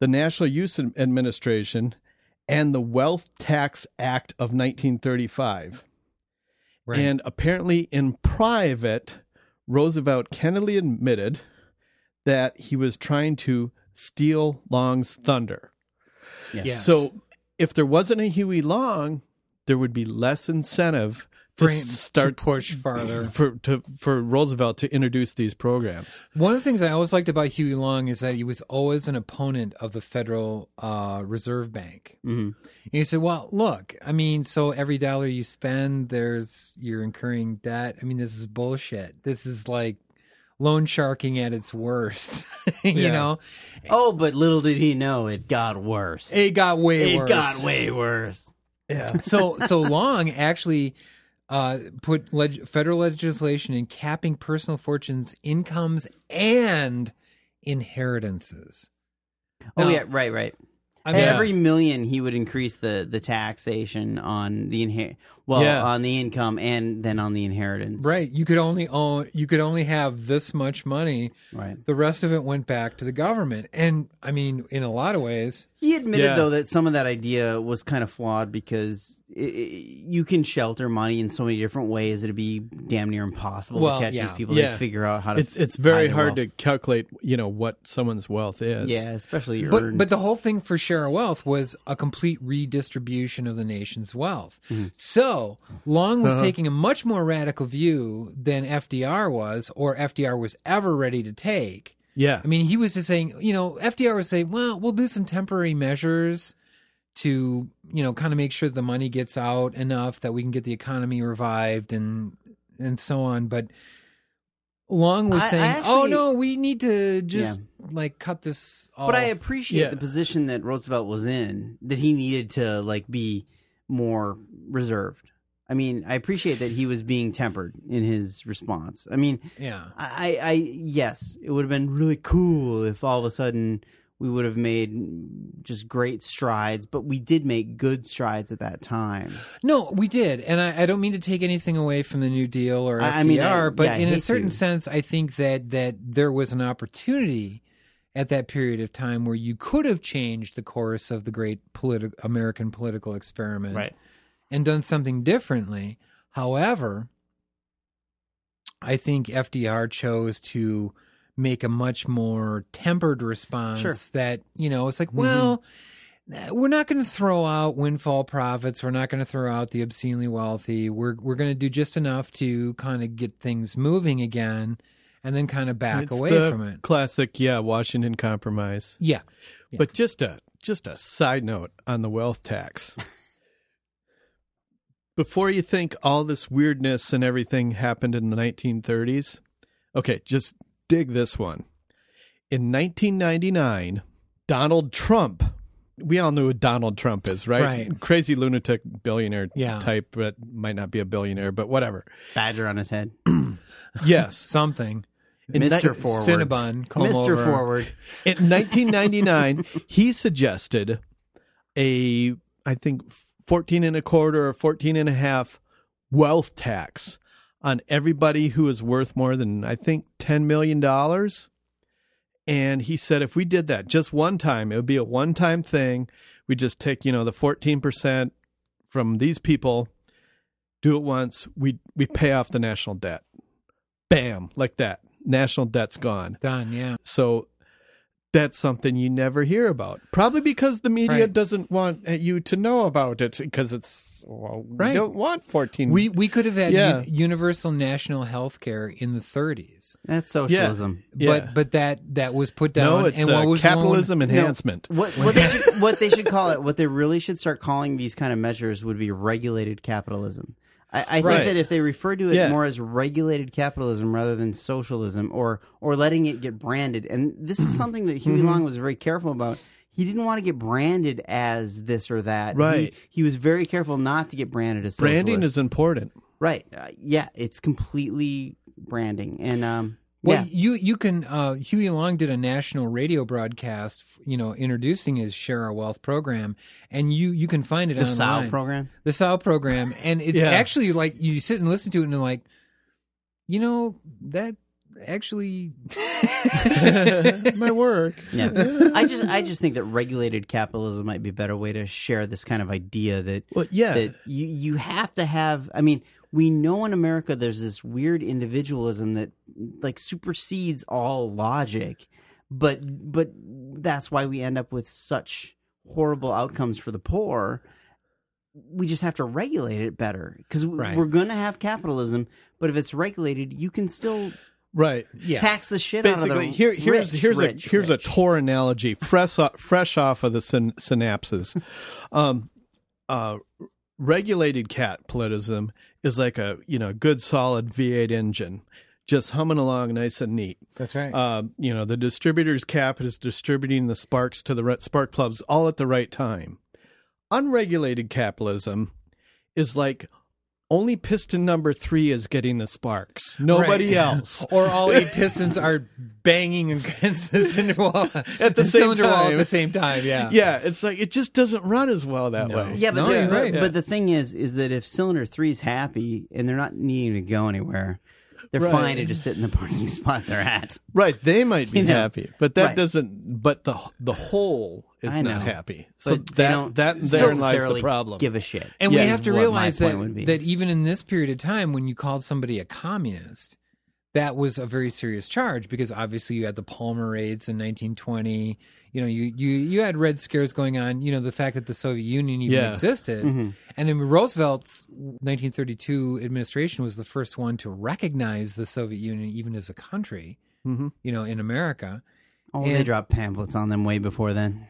the National Youth Ad- Administration, and the Wealth Tax Act of 1935. right And apparently, in private, Roosevelt candidly admitted that he was trying to steal Long's thunder. Yes. So, if there wasn't a Huey Long, there would be less incentive to For him s- to start push farther. for to, for Roosevelt to introduce these programs. One of the things I always liked about Huey Long is that he was always an opponent of the Federal uh, Reserve Bank. And Mhm. he said, "Well, look, I mean, so every dollar you spend, there's you're incurring debt. I mean, this is bullshit. This is like loan sharking at its worst. you Yeah. know, Oh, but little did he know it got worse. it got way It worse. got way worse. Yeah. so so long actually." Uh, put leg- federal legislation in capping personal fortunes, incomes, and inheritances. Oh Now, yeah, right, right. I mean, Every million he would increase the the taxation on the inher- well Yeah. on the income and then on the inheritance. Right. You could only own you could only have this much money. Right. The rest of it went back to the government. And I mean, in a lot of ways, He admitted Yeah. though that some of that idea was kind of flawed because i i you can shelter money in so many different ways it'd be damn near impossible Well, to catch yeah. these people Yeah. that figure out how to. It's it's very hide hard their to calculate, you know, what someone's wealth is. wealth. Yeah, especially your. but but the whole thing for share of wealth was a complete redistribution of the nation's wealth. So Long was taking a much more radical view than FDR was, or FDR was ever ready to take. Yeah. I mean, he was just saying, you know, FDR was saying, well, we'll do some temporary measures to, you know, kind of make sure the money gets out enough that we can get the economy revived and and so on. But Long was I- I saying, oh actually- no, we need to just like cut this. All. But I appreciate Yeah. the position that Roosevelt was in that he needed to like be more reserved. I mean, I appreciate that he was being tempered in his response. I mean, yeah, I, I yes, it would have been really cool if all of a sudden we would have made just great strides, but we did make good strides at that time. no, we did, and I, I don't mean to take anything away from the New Deal or FDR, I- I mean, I- but yeah, I in a hate certain to. sense, I think that that there was an opportunity at that period of time where you could have changed the course of the great politi- American political experiment and done something differently. However, I think FDR chose to make a much more tempered response Sure. Mm-hmm. that, you know, it's like, well, we're not going to throw out windfall profits. We're not going to throw out the obscenely wealthy. We're we're going to do just enough to kind of get things moving again and then kind of back It's away the from it. Classic, yeah, Washington Compromise. Yeah. But just a just a side note on the wealth tax. Before you think all this weirdness and everything happened in the 1930s, okay, just dig this one. In 1999, Donald Trump. We all know who Donald Trump is, right? Right. Crazy lunatic billionaire Yeah. type, but might not be a billionaire, but whatever. Badger on his head, Yes. Something. In that- Mister Forward, Cinnabon, comb Mister over. Forward. In 1999, he suggested a, I think, 14 and a quarter or 14 and a half wealth tax on everybody who is worth more than, I think, $10 million. And he said if we did that just one time, it would be a one time thing. We just take, you know, the 14% from these people, do it once, we, we pay off the national debt. Bam, like that. National debt's gone. Done, yeah. So that's something you never hear about. Probably because the media Right. doesn't want uh, you to know about it because it's well, Right. we don't want 14 We we could have had Yeah. u- universal national health care in the 30s, That's socialism. Yeah. but but that that was put down. no, it's and uh, what was loaned- capitalism enhancement. What, what they should what they should call it, what they really should start calling these kind of measures would be regulated capitalism. I, I think Right. that if they refer to it Yeah. more as regulated capitalism rather than socialism or or letting it get branded, and this is something that Mm-hmm. Huey Long was very careful about. He didn't want to get branded as this or that. Right. He, he was very careful not to get branded as socialist. Branding is important. right. Uh, yeah, it's completely branding, and um, Well, yeah, you you can. Uh, Huey Long did a national radio broadcast, you know, introducing his Share Our Wealth program, and you you can find it the online. SAL program. the Sal program, and it's Yeah. actually like you sit and listen to it, and you're like, you know, that actually, My work. Yeah. I just I just think that regulated capitalism might be a better way to share this kind of idea that Well, yeah. that you you have to have I mean we know in America there's this weird individualism that like supersedes all logic but but that's why we end up with such horrible outcomes for the poor we just have to regulate it better because Right. we're going to have capitalism but if it's regulated you can still right. yeah, tax the shit out of Basically, the here, here's rich, here's rich, a here's rich. a tour analogy, fresh off, fresh off of the syn- synapses. um, uh, regulated capitalism is like a you know good solid V8 engine, just humming along nice and neat. that's right. Uh, you know, the distributor's cap is distributing the sparks to the re- spark plugs all at the right time. Unregulated capitalism is like only piston number three is getting the sparks, nobody Right. else. or all eight pistons are banging against the cylinder wall At the same cylinder wall at time. the same time. Yeah, yeah, it's like it just doesn't run as well that way. Yeah, but, No, the, you're but- right. but the thing is, is that if cylinder three's happy and they're not needing to go anywhere, they're Right. fine to just sit in the parking spot they're at. Right, they might be You know, happy, but that right. doesn't. But the the whole is I not know, happy. So But they that don't that therein lies the necessarily problem. Give a shit. And Yeah, we is have to what my realize that, point would be. that even in this period of time, when you called somebody a communist, that was a very serious charge because obviously you had the Palmer raids in 1920. You know, you you you had red scares going on. You know, the fact that the Soviet Union even Yeah. existed, Mm-hmm. and then Roosevelt's 1932 administration was the first one to recognize the Soviet Union even as a country. Mm-hmm. You know, in America, Oh, they and- dropped pamphlets on them way before then.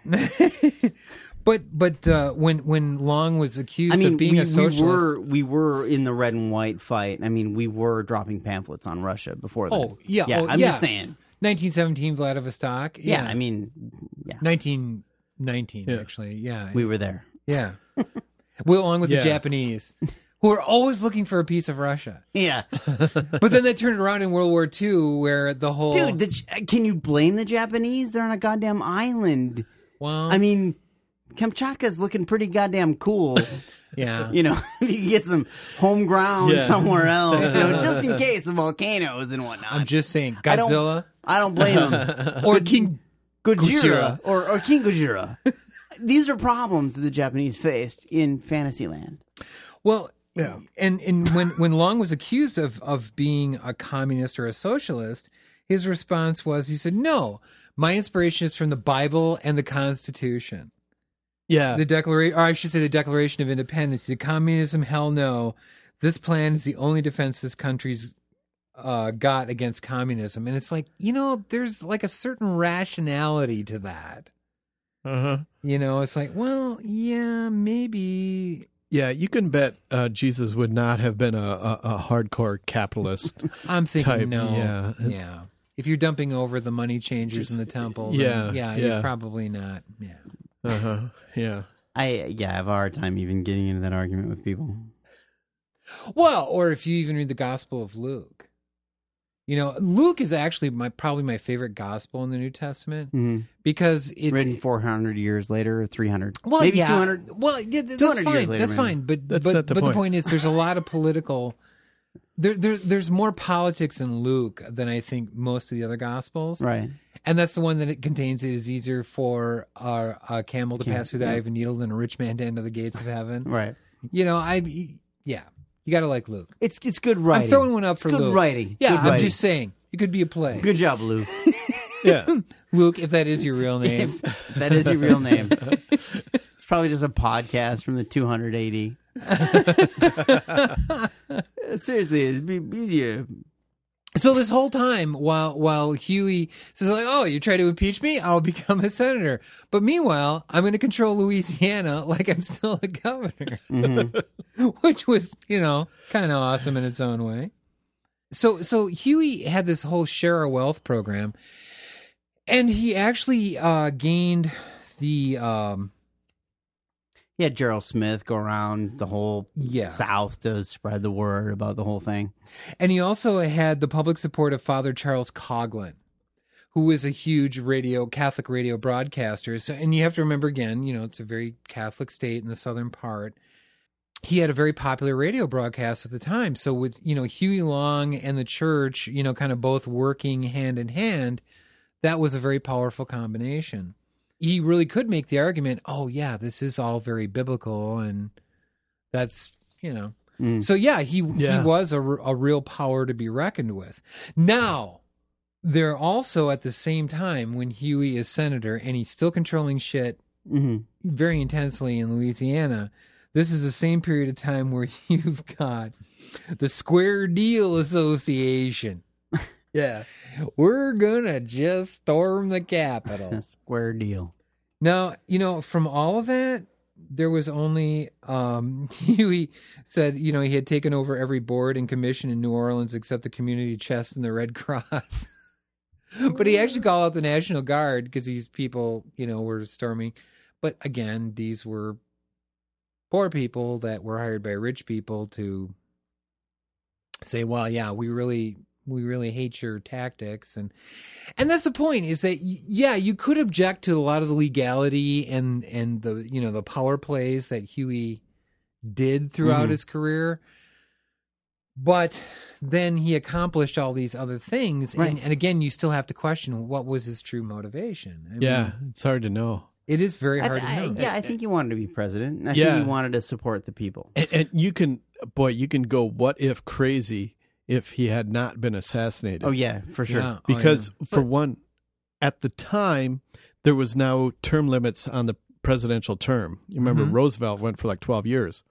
but but uh, when when Long was accused I mean, of being we, a socialist, we were we were in the red and white fight. I mean, we were dropping pamphlets on Russia before then. Oh yeah, yeah. oh, I'm yeah. just saying. 1917 Vladivostok. Yeah, I mean, yeah, 1919 Yeah. actually. Yeah, we were there. yeah. well, along with Yeah. the Japanese, who are always looking for a piece of Russia, Yeah, but then they turned around in World War II, where the whole dude, the, J- can you blame the Japanese? They're on a goddamn island. well, I mean, Kamchatka's looking pretty goddamn cool. yeah, you know, if you can get some home ground Yeah. somewhere else, you know, just in case of volcanoes and whatnot. I'm just saying, I don't- Godzilla I don't blame him. or King. Gojira. Gojira or, or King Gojira. These are problems that the Japanese faced in Fantasyland. Well, yeah, and and when when Long was accused of of being a communist or a socialist, his response was he said, "No, my inspiration is from the Bible and the Constitution." yeah, the declaration or i should say the declaration of independence the communism hell no this plan is the only defense this country's uh, got against communism and it's like you know there's like a certain rationality to that uh-huh. you know it's like well yeah maybe yeah. You can bet uh, Jesus would not have been a, a, a hardcore capitalist. i'm thinking Type, no yeah. yeah if you're dumping over the money changers in the temple yeah, then, yeah, yeah. you're probably not yeah uh-huh. Yeah, I yeah, I have a hard time even getting into that argument with people. Well, or if you even read the Gospel of Luke, you know Luke is actually my probably my favorite gospel in the New Testament Mhm. because it's Written 400 years later or 300. well, Maybe yeah. 200. Well, yeah, th- that's 200 fine. years later, that's maybe. fine. But That's but, not the but point. the point is, there's a lot of political. There, there, there's more politics in Luke than I think most of the other gospels, Right. and that's the one that it contains. It is easier for uh, a camel to pass through the eye of a needle than a rich man to enter the gates of heaven. Right. You know, I, yeah, you got to like Luke. It's it's good writing. I'm throwing one up It's for good Luke. writing. Yeah, Good I'm writing. just saying it could be a play. Good job, Lou. Yeah. Luke, if that is your real name. That is your real name. It's probably just a podcast from the 280. Seriously, it'd be easier. So this whole time, while while Huey says like, "Oh, you try to impeach me? I'll become a senator." But meanwhile, I'm going to control Louisiana like I'm still the governor, Mm-hmm. which was you know kind of awesome in its own way. So so Huey had this whole share our wealth program, and he actually uh, gained the um, He had Gerald Smith go around the whole Yeah. South to spread the word about the whole thing. and he also had the public support of Father Charles Coughlin. who was a huge radio Catholic radio broadcaster. So, and you have to remember again, you know, it's a very Catholic state in the southern part. He had a very popular radio broadcast at the time. So with you know Huey Long and the church, you know, kind of both working hand in hand, that was a very powerful combination. He really could make the argument, oh yeah, this is all very biblical, and that's you know. So yeah, he Yeah. he was a, r- a real power to be reckoned with. Now they're also at the same time when Huey is senator and he's still controlling shit hmm very intensely in Louisiana. This is the same period of time where you've got the Square Deal Association. Yeah. We're gonna just storm the Capitol. Square deal. now, you know, from all of that, there was only um Huey said, you know, he had taken over every board and commission in New Orleans except the community chest and the Red Cross. but he actually called out the National Guard because these people, you know, were storming. But again, these were poor people that were hired by rich people to say, "Well, yeah, we really, we really hate your tactics," and and that's the point is that y- yeah, you could object to a lot of the legality and and the you know the power plays that Huey did throughout his career. But then he accomplished all these other things, and, and again, you still have to question what was his true motivation. I mean, Yeah. It's hard to know. it is very I hard th- I- to know. yeah, I think he wanted to be president. and I Yeah. think he wanted to support the people. And, and you can, boy, you can go what if crazy if he had not been assassinated. Oh, yeah, for sure. Yeah. Oh, Because for one, at the time, there was now term limits on the presidential term. You remember Mm-hmm. Roosevelt went for like 12 years,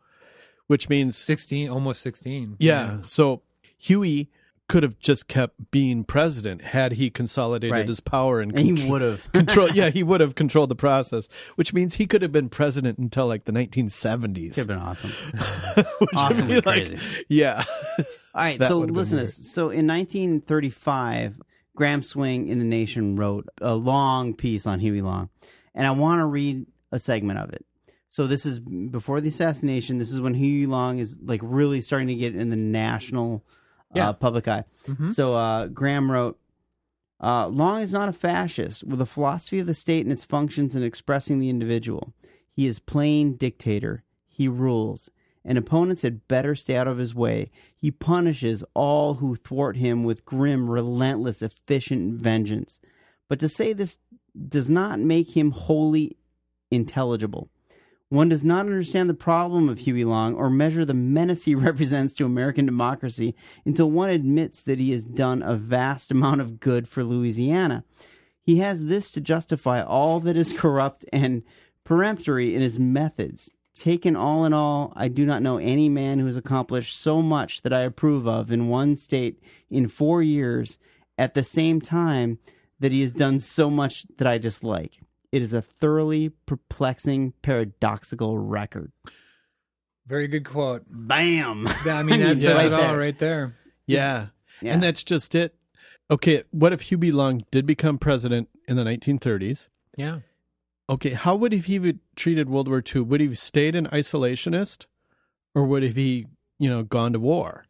which means sixteen, almost sixteen. Yeah. So Huey could have just kept being president had he consolidated Right. his power and, And he contr- would have. control. Yeah, he would have controlled the process, which means he could have been president until like the Could 1970s. have been awesome. which would awesomely be, like- crazy. Yeah. All right, That so would've been listen to weird. this. So in 1935, Graham Swing in The Nation wrote a long piece on Huey Long, and I want to read a segment of it. So this is before the assassination. This is when Huey Long is like really starting to get in the national Yeah. uh, public eye. Mm-hmm. So uh, Graham wrote, uh, Long is not a fascist with a philosophy of the state and its functions in expressing the individual. He is plain dictator. He rules. And opponents had better stay out of his way. He punishes all who thwart him with grim, relentless, efficient vengeance. But to say this does not make him wholly intelligible. One does not understand the problem of Huey Long or measure the menace he represents to American democracy until one admits that he has done a vast amount of good for Louisiana. He has this to justify all that is corrupt and peremptory in his methods. Taken all in all, I do not know any man who has accomplished so much that I approve of in one state in four years at the same time that he has done so much that I dislike. It is a thoroughly perplexing, paradoxical record. Very good quote. Bam! I mean, that mean, says right it all right there. there. Yeah. Yeah. And that's just it. Okay. What if Huey Long did become president in the 1930s? Yeah. Okay, how would he have treated World War II? Would he have stayed an isolationist, or would have he, you know, gone to war?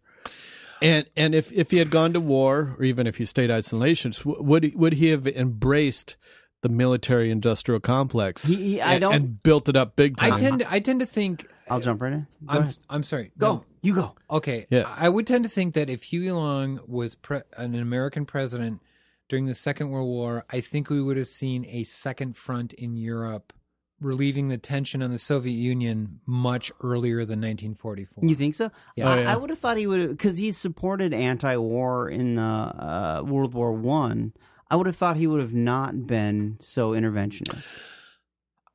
And and if if he had gone to war, or even if he stayed isolationist, w- would he, would he have embraced the military industrial complex? He- he- I and, don't- and built it up big time. I tend to, I tend to think I'll jump right in. Go I'm ahead. I'm sorry. Go. No. You go. Okay. Yeah. I I would tend to think that if Huey Long was pre- an American president during the Second World War, I think we would have seen a second front in Europe relieving the tension on the Soviet Union much earlier than 1944. You think so? Yeah. I, Oh, yeah. I would have thought he would, because he supported anti-war in the uh, World War One. I would have thought he would have not been so interventionist.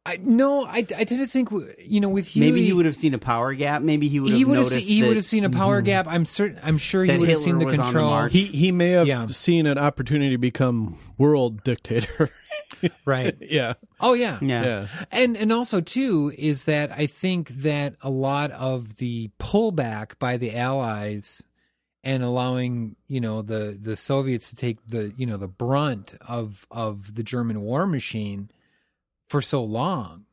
I, no, I, I tend to think you know with Huey, Maybe he would have seen a power gap. Maybe he would have he would have seen, noticed he that, Mm-hmm. would have seen a power gap. I'm certain. I'm sure he that would have seen Hitler the was on the control. march. He he may have Yeah. seen an opportunity to become world dictator. right. yeah, Oh yeah. Yeah. yeah. And and also too is that I think that a lot of the pullback by the Allies and allowing you know the the Soviets to take the you know the brunt of of the German war machine for so long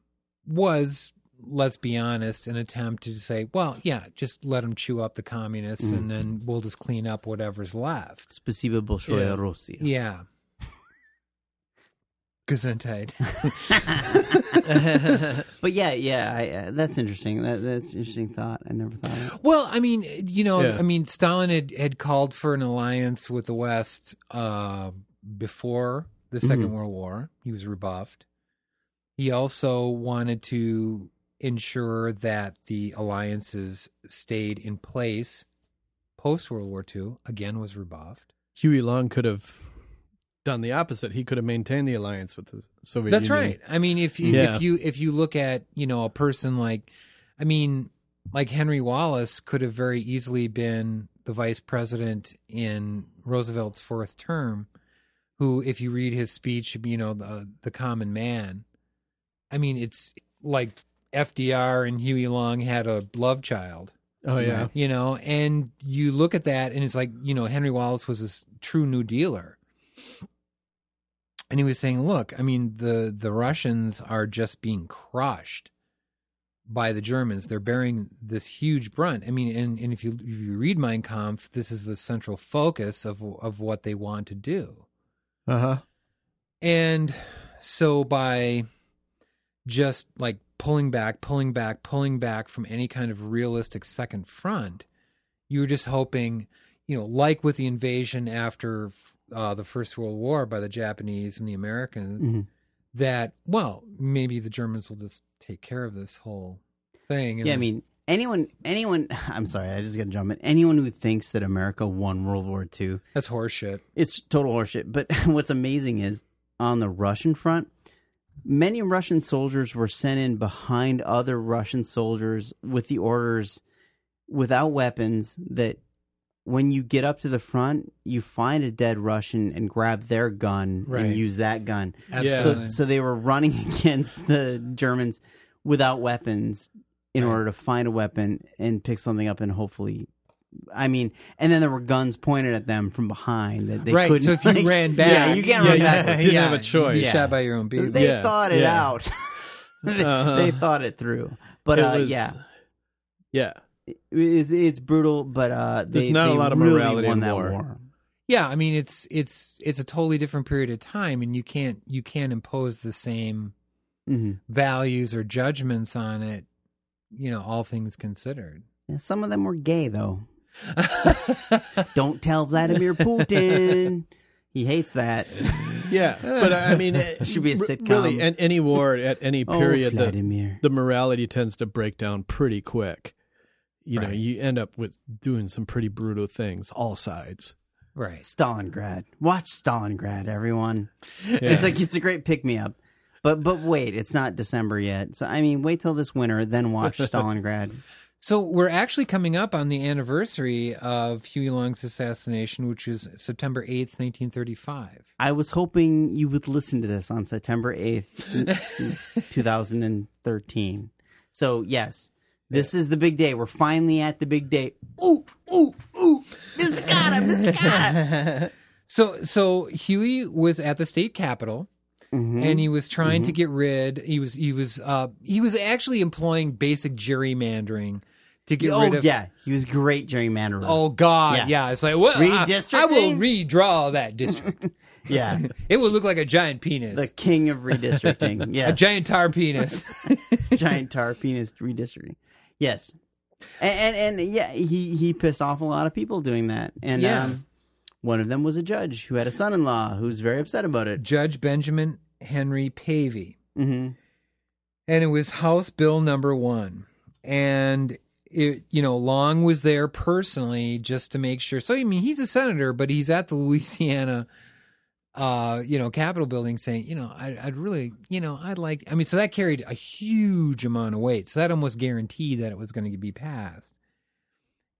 was let's be honest an attempt to say well yeah just let them chew up the communists and then we'll just clean up whatever's left Спасибо большое, Yeah. Russia. yeah gesundheit But yeah, yeah, I, uh, that's interesting. That, that's an interesting thought. I never thought of. it. Well, I mean, you know, Yeah. I mean, Stalin had, had called for an alliance with the West uh, before the 2nd World War. He was rebuffed. He also wanted to ensure that the alliances stayed in place post World War II. Again, was rebuffed. Huey Long could have done the opposite. He could have maintained the alliance with the Soviet That's Union. right. I mean, if you Yeah. if you if you look at you know a person like, I mean, like Henry Wallace could have very easily been the vice president in Roosevelt's fourth term, who, if you read his speech, you know the the common man. I mean, it's like FDR and Huey Long had a love child Oh yeah. you know and you look at that and it's like you know henry wallace was this true new dealer and he was saying look i mean the the russians are just being crushed by the germans they're bearing this huge brunt i mean and, and if you if you read mein kampf this is the central focus of of what they want to do Uh huh. and so by just like pulling back, pulling back, pulling back from any kind of realistic second front, you were just hoping, you know, like with the invasion after uh, the First World War by the Japanese and the Americans, Mm-hmm. Mhm. that, well, maybe the Germans will just take care of this whole thing. and- Yeah, I mean, anyone, anyone. I'm sorry, I just got to jump in. Anyone who thinks that America won World War II that's horseshit. It's total horseshit. But what's amazing is on the Russian front, many Russian soldiers were sent in behind other Russian soldiers with the orders without weapons that when you get up to the front, you find a dead Russian and grab their gun Right. and use that gun. Absolutely. So, so they were running against the Germans without weapons in order to find a weapon and pick something up and hopefully. I mean, and then there were guns pointed at them from behind that they right. couldn't. so if you like- ran back, yeah, you can't yeah, run you back. didn't have a choice. You Yeah. shot by your own people. They Yeah, thought it yeah. out. they, Uh-huh. they thought it through, but It uh, was- yeah, Yeah. it's, it's brutal. But uh, There's they- not a they lot of really morality won in that war. Yeah, I mean it's it's it's a totally different period of time, and you can't you can't impose the same Mhm. values or judgments on it. You know, all things considered. Yeah, some of them were gay though. Don't tell Vladimir Putin. He hates that. Yeah. But uh, I I mean, it Should be a r- sitcom. Really, and any war at any period, oh, the- Vladimir. the morality tends to break down pretty quick. You know, Right. you end up with doing some pretty brutal things, all sides. Right. Stalingrad. Watch Stalingrad, everyone. Yeah. It's like it's a great pick me up. But but wait, it's not December yet. So I mean, wait till this winter, then watch Stalingrad. So we're actually coming up on the anniversary of Huey Long's assassination, which is September eighth, nineteen thirty-five. I was hoping you would listen to this on September eighth, two thousand and thirteen. So yes, this is the big day. We're finally at the big day. Ooh ooh ooh! This got him. This got him. So so Huey was at the state capitol. And he was trying to get rid. He was he was uh he was actually employing basic gerrymandering to get Oh rid of yeah, he was great gerrymandering. Oh God, yeah. Yeah. It's like well, I, Redistricting? I will redraw that district. yeah, it will look like a giant penis, the king of redistricting. a Yes, giant tar penis. giant tar penis redistricting. Yes, and, and and yeah, he he pissed off a lot of people doing that, and Yeah. um, one of them was a judge who had a son-in-law who was very upset about it. Judge Benjamin Henry Pavey, hmm and it was House Bill Number One, and it you know Long was there personally just to make sure. So I mean, he's a senator, but he's at the Louisiana uh, you know, Capitol building saying, you know, I, I'd really, you know, I'd like, I mean, so that carried a huge amount of weight. So that almost guaranteed that it was going to be passed.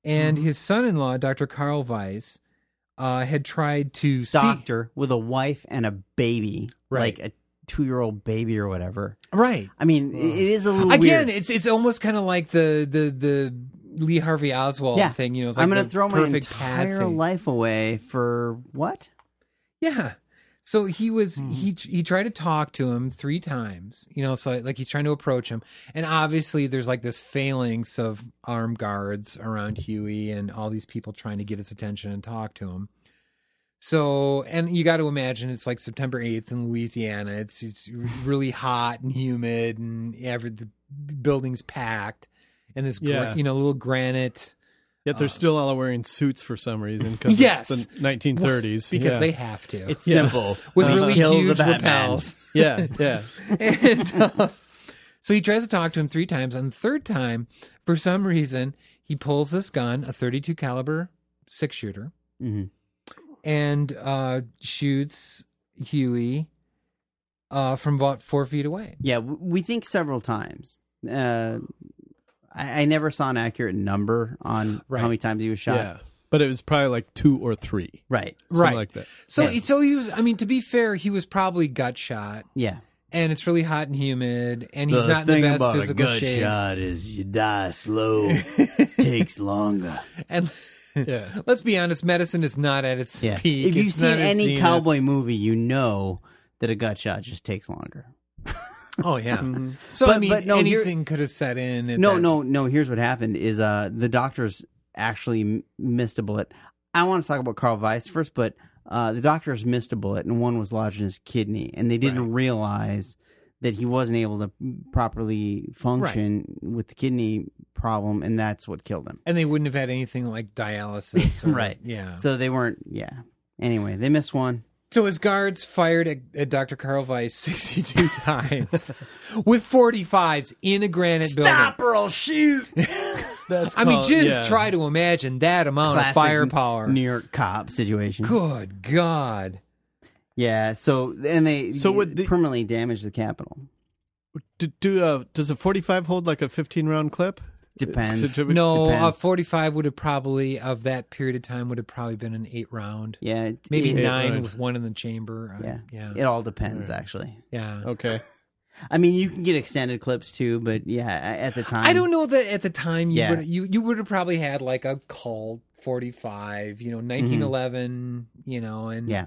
And his son in law, Dr. Carl Weiss, uh, had tried to speak- Doctor with a wife and a baby, Right. like a two year old baby or whatever. Right. I mean, it it is a little Again, weird. it's it's almost kind of like the the the Lee Harvey Oswald yeah. thing, you know. It's I'm like going the to throw my perfect entire patsy. life away for what? Yeah. So he was Hmm. he he tried to talk to him three times, you know. So like he's trying to approach him, and obviously there's like this phalanx of armed guards around Huey and all these people trying to get his attention and talk to him. So and you got to imagine it's like September eighth in Louisiana. It's it's really hot and humid, and every the building's packed, and this gr- Yeah. you know little granite Yet uh, they're still all wearing suits for some reason because Yes. it's the 1930s. because yeah. they have to It's Yeah. simple. with They really Uh, kill the huge Batman. lapels. yeah, yeah. and uh, so he tries to talk to him three times. On the third time, for some reason, he pulls this gun, a 32 caliber six shooter, Mhm. and uh, shoots Huey uh, from about four feet away. Yeah, w- we think several times. Uh, I, I never saw an accurate number on Right. how many times he was shot. Yeah. But it was probably like two or three. Right. Something Right. like that. So, so he was. I mean, to be fair, he was probably gut shot, Yeah. and it's really hot and humid, and he's the not in the thing best about a physical gut shape. shot is you die slow, takes longer. And Yeah. let's be honest, medicine is not at its Yeah. peak. if you've It's seen not at any zenith. cowboy movie, you know that a gut shot just takes longer. oh yeah. So I Mm-hmm. But- mean, but no, here- anything could have set in. at No, that no, no. Here's what happened: is uh, the doctors actually m- missed a bullet. I want to talk about Carl Weiss first, but uh, the doctors missed a bullet, and one was lodged in his kidney, and they didn't realize that he wasn't able to properly function with the kidney problem, and that's what killed him. and they wouldn't have had anything like dialysis, or- Right. Yeah. So, So they weren't. Yeah. Anyway, they missed one. his guards fired at, at Dr. Carl Weiss sixty-two times with forty-fives in a granite building. or I'll shoot. That's I mean, called- just yeah. try to imagine that amount Oh, Classic of firepower. New York cop situation. Good God! Yeah. So and they So so would would the- permanently damage the capital. Do, do, uh, does a 45 hold like a 15 round clip? Depends. To- to- No, a depends. forty-five would have probably of that period of time would have probably been an eight-round, Yeah, it- maybe it- nine round. with one in the chamber. Uh, Yeah. yeah, It all depends, actually. yeah. Okay. I mean, you can get extended clips too, but yeah, a- at the time, I don't know that at the time you Yeah. would you you would have probably had like a call 45, you know, 1911, you know, and Mm-hmm. Yeah,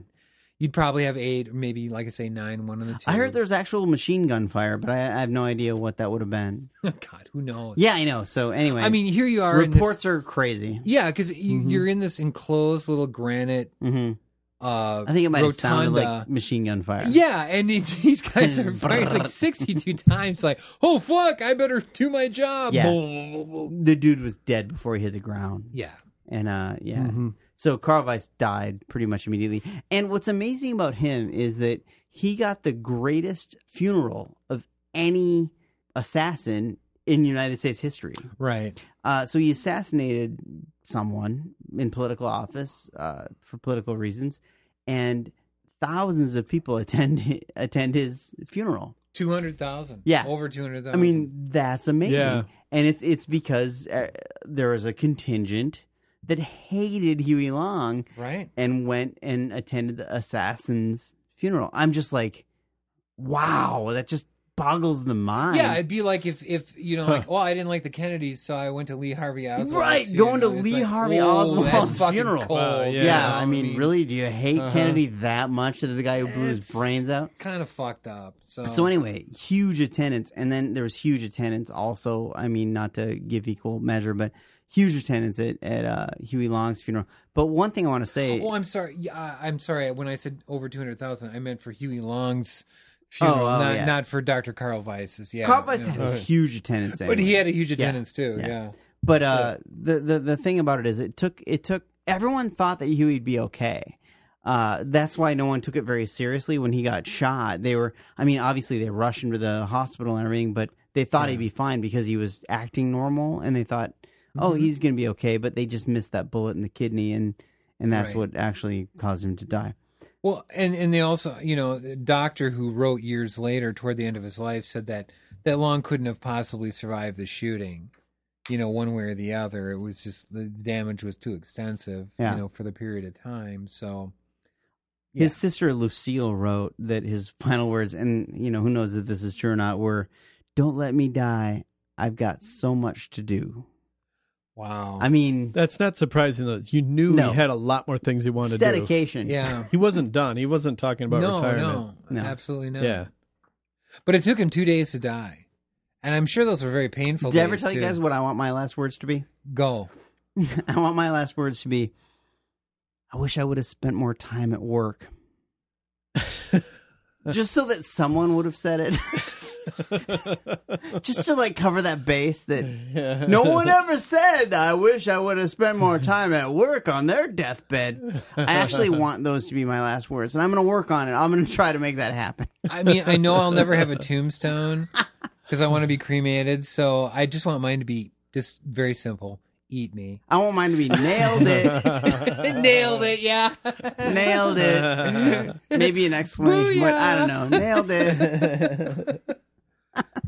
you'd probably have eight or maybe like I say nine, one of the two. I heard there's actual machine gun fire, but I, I have no idea what that would have been. God, who knows? Yeah, I know. So anyway, I mean, here you are reports in are Mm-hmm. crazy. this, Yeah, cuz you, you're in this enclosed little granite hmm uh I think it might have rotunda. sounded like machine gun fire. yeah, and it- these guys are fired like 62 times like, "Oh fuck, I better do my job." yeah. The dude was dead before he hit the ground. Yeah. and uh yeah so carl weiss died pretty much immediately and what's amazing about him is that he got the greatest funeral of any assassin in united states history Right. uh, so he assassinated someone in political office uh, for political reasons and thousands of people attend attend his funeral 200,000. Yeah. Over 200,000. I mean, that's amazing. Yeah. And it's it's because uh, there was a contingent that hated Huey Long right? and went and attended the assassin's funeral. I'm just like, wow, that just boggles the mind. Yeah, it'd be like if if you know, like, well, I didn't like the Kennedys, so I went to Lee Harvey Oswald's. Right, funeral." going to It's Lee like, Harvey whoa, Oswald's that's fucking funeral. Cold, Wow, you yeah. yeah, know? I mean, really, do you hate Uh-huh. Kennedy that much? The guy who blew his It's- brains out. kind of fucked up. So, So anyway, huge attendance, and then there was huge attendance. Also, I mean, not to give equal measure, but huge attendance at at uh, Huey Long's funeral. But one thing I want to say, oh, I'm sorry. Yeah, I- I'm sorry. When I said over two hundred thousand, I meant for Huey Long's funeral, oh, not yeah. not for Dr. Carl Weiss's. Yeah, Carl Weiss yeah. had a huge attendance, but he anyway. had a huge attendance too. Yeah. yeah. But uh, the, the the thing about it is, it took it took everyone thought that Huey'd be okay. Uh, that's why no one took it very seriously when he got shot. They were, I mean, obviously they rushed him to the hospital and everything, but they thought he'd be fine because he was acting normal, and they thought, oh, Mm-hmm. he's gonna be okay. But they just missed that bullet in the kidney, and and that's Right. what actually caused him to die. Well, and and they also, you know, the doctor who wrote years later, toward the end of his life, said that that Long couldn't have possibly survived the shooting. You know, one way or the other, it was just the damage was too extensive. Yeah. You know, for the period of time. So, Yeah. His sister Lucille wrote that his final words, and you know, who knows if this is true or not, were, "Don't let me die. I've got so much to do." wow. I mean, That's not surprising though. You knew No. he had a lot more things he wanted it's to dedication. yeah. do. He wasn't done. He wasn't talking about no, retirement. no, No. absolutely not. Yeah. But it took him two days to die, and I'm sure those were very painful. Did I ever days, tell you too. guys what I want my last words to be? Go. I want my last words to be, I wish I would have spent more time at work. Just so that someone would have said it. Just to like cover that base that no one ever said, I wish I would have spent more time at work on their deathbed. I actually want those to be my last words, and I'm going to work on it. I'm going to try to make that happen. I mean, I know I'll never have a tombstone because I want to be cremated. So I just want mine to be just very simple. Eat me. I want mine to be nailed it, Nailed it. Yeah. nailed it. Maybe an explanation, but I don't know. Nailed it.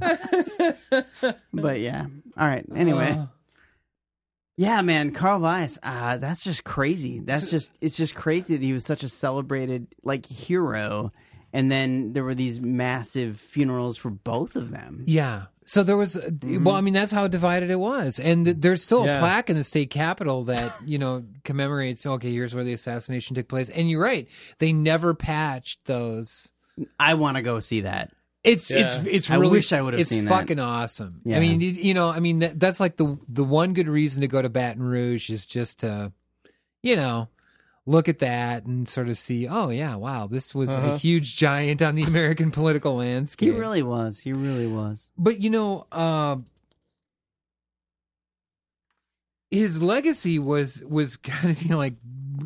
but yeah. All right. Anyway. Yeah, man, Carl Weiss. Uh, that's just crazy. That's just it's just crazy that he was such a celebrated like hero, and then there were these massive funerals for both of them. yeah. So there was, well, I mean, that's how divided it was. And th- there's still a Yeah. plaque in the state capitol that, you know, commemorates, okay, here's where the assassination took place. And you're right. They never patched those. I want to go see that. It's it's it's I really wish I would've it's seen that. fucking awesome. Yeah. I mean, you, you know, I mean that, that's like the the one good reason to go to Baton Rouge is just to, you know, look at that and sort of see, oh yeah, wow, this was a huge giant on the American political He landscape. really was. He really was. but you know, uh, his legacy was was kind of you know, like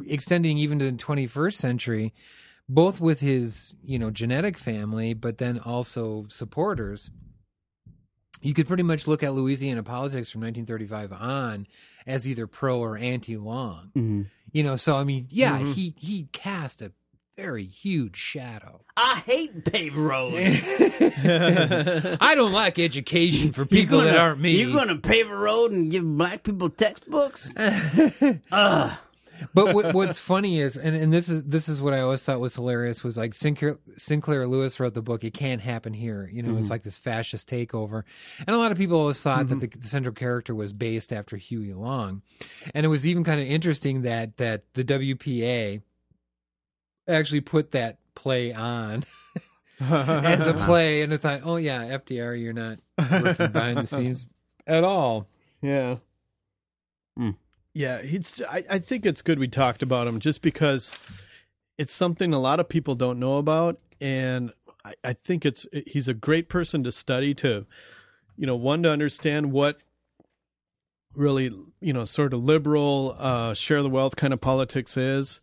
extending even to the 21st century, both with his you know genetic family, but then also supporters. You could pretty much look at Louisiana politics from 1935 on as either pro or anti-Long. You know, so I mean, yeah, he he cast a very huge shadow. I hate paved roads. I don't like education for people gonna, that aren't me. You gonna pave a road and give black people textbooks? Ugh. but what, what's funny is, and, and this is this is what I always thought was hilarious was like Sinclair, Sinclair Lewis wrote the book. It can't happen here. You know, it's like this fascist takeover, and a lot of people always thought that the, the central character was based after Huey Long, and it was even kind of interesting that that the WPA actually put that play on as a play, and I thought, oh yeah, FDR, you're not working behind the scenes at all. Yeah. Hmm. Yeah, it's. I, I think it's good we talked about him just because it's something a lot of people don't know about, and I, I think it's he's a great person to study to, you know, one to understand what really you know sort of liberal uh, share the wealth kind of politics is,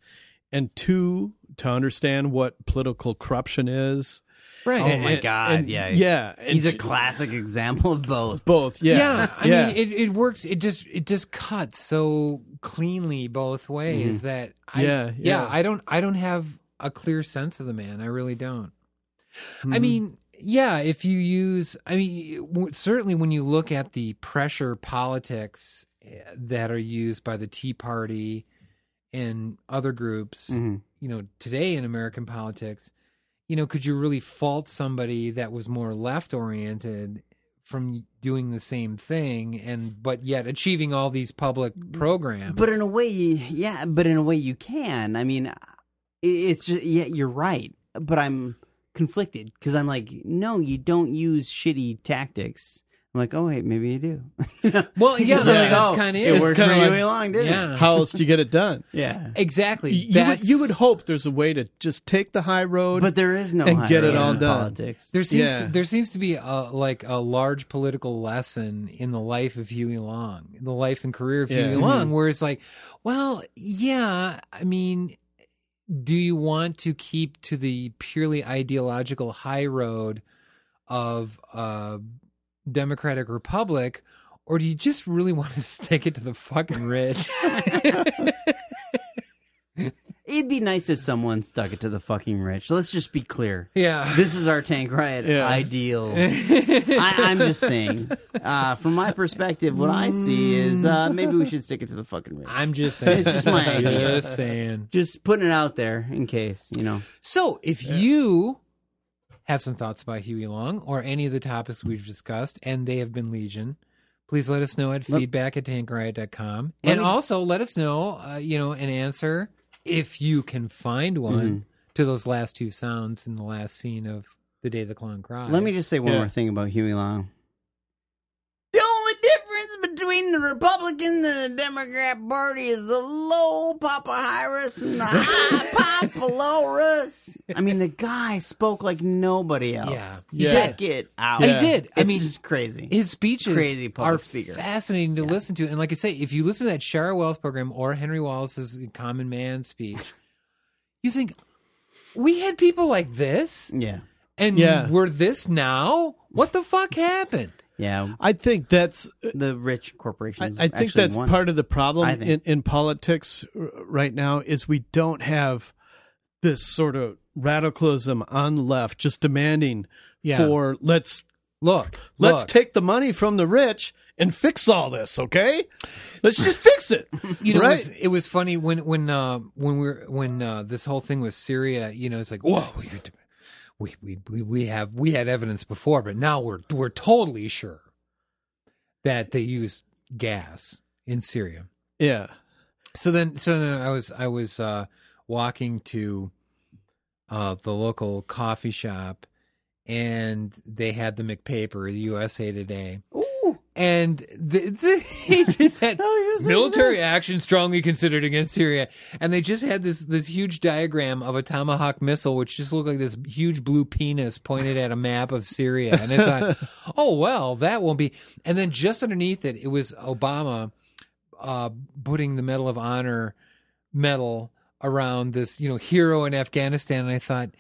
and two to understand what political corruption is. Right. Oh my And- god! and- yeah, yeah. and He's a j- classic example of both. both. Yeah, yeah, I yeah. mean it, it works it just it just cuts so cleanly both ways that I, Mm-hmm. Yeah, yeah. i don't i don't have a clear sense of the man i really don't Mm-hmm. i mean yeah if you use i mean w- certainly when you look at the pressure politics eh, that are used by the tea party and other groups Mm-hmm. you know today in american politics you know could you really fault somebody that was more left oriented from doing the same thing and but yet achieving all these public Mm, programs But in a way, yeah. But in a way, you can. I mean, i- it's just, yeah, you're right. But I'm conflicted because I'm like, no, you don't use shitty tactics. I'm like, oh wait, maybe you do. well yeah, Because I'm that's like, oh, kind of it. it, worked kinda for like- Huey Long, didn't Yeah. it? How else do you get it done? Yeah. exactly you would, you would That's- hope there's a way to just take the high road. But there is no And high get it road all in done. Politics. there seems Yeah. to, there seems to be a like a large political lesson in the life of Huey Long, in the life and career of Yeah. Mm-hmm. Huey Long, where it's like, well, yeah, I mean, do you want to keep to the purely ideological high road of uh, democratic republic, or do you just really want to stick it to the fucking rich? It'd be nice if someone stuck it to the fucking rich. Let's just be clear. Yeah. This is our tank riot Yeah. ideal. I, I'm just saying. Uh, from my perspective, what I see is uh, maybe we should stick it to the fucking rich. I'm just saying. It's just my idea. Just saying. just putting it out there in case, you know. So, if you have some thoughts about Huey Long or any of the topics we've discussed, and they have been legion, please let us know at feedback at tankriot.com. And also let us know, uh, you know, an answer if you can find one Mm-hmm. to those last two sounds in the last scene of The Day the Clown Cried. Let me just say one Yeah. more thing about Huey Long. The only difference between the Republican and the Democrat Party is the low papyrus and the high papyrus. I mean, the guy spoke like nobody else. Yeah. Yeah. Check it out. Yeah. He did. I It's mean, just crazy. his speeches Crazy public are speaker. fascinating to listen to. And like I say, if you listen to that Shara Wealth program or Henry Wallace's Common Man speech, you think we had people like this, yeah. and Yeah. we're this now. What the fuck happened? Yeah. I think that's uh, The rich I, corporations. I think that's part of the I problem in, think. in politics r- right now is we don't have this sort of radicalism on the left just demanding Yeah. for let's Look, let's look, take the money from the rich and fix all this, okay? Let's just fix it. You know, right? it, was, it was funny when when uh, when we are when uh, this whole thing was Syria. You know, it's like whoa, we, we we we we have we had evidence before, but now we're we're totally sure that they used gas in Syria. yeah. So then, so then I was I was uh, walking to uh, the local coffee shop, and they had the McPaper, the USA Today, Ooh. and the, they just had Oh, yes, I military action strongly considered against Syria, and they just had this this huge diagram of a Tomahawk missile, which just looked like this huge blue penis pointed at a map of Syria, and I thought, oh well, that won't be. And then just underneath it, it was Obama uh, putting the Medal of Honor medal around this you know hero in Afghanistan, and I thought.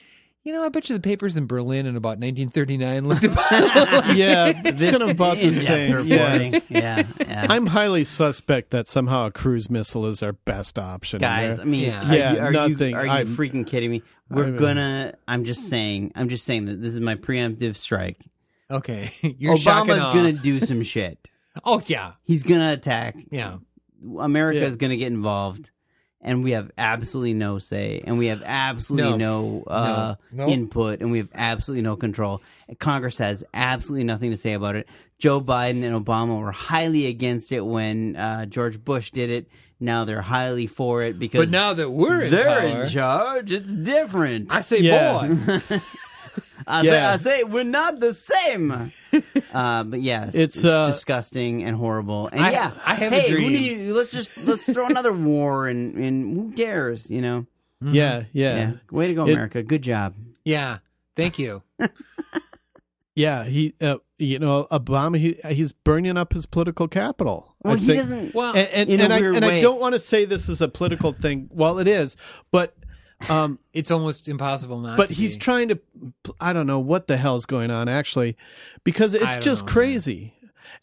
You know, I bet you the papers in Berlin in about 1939 looked about Yeah. It's kind of about the same. Yes. Yeah. yeah. yeah. I'm highly suspect that somehow a cruise missile is our best option. guys. um, I there. mean, Yeah. are, Yeah, you, are nothing. you are you I'm- freaking kidding me? We're I'm- gonna. I'm just saying. I'm just saying that this is my preemptive strike. Okay, you're shock and Obama's awe. gonna do some shit. Oh yeah, He's gonna attack. yeah. America Yeah. is gonna get involved, and we have absolutely no say, and we have absolutely no, uh, No. input, and we have absolutely no control. Congress has absolutely nothing to say about it. Joe Biden and Obama were highly against it when uh, George Bush did it. Now they're highly for it because But now that we're in they're power, in charge. It's different. I say, Yeah. boy, I, Yeah. say, I say we're not the same. uh, but yes, It's, it's, uh, disgusting and horrible. And I- yeah, I have a hey, who dream. need- let's just let's throw another war and and who cares? You know. yeah, yeah. Yeah. Way to go, It- America. Good job. yeah. Thank you. Yeah, he, uh, you know, Obama, he, he's burning up his political capital. Well, I he think. doesn't. Well, and and, in a and I weird and I way. don't want to say this is a political thing. Well, it is, but um, it's almost impossible not. but to he's be. trying to. I don't know what the hell's going on actually, because I it's don't just know, man. crazy.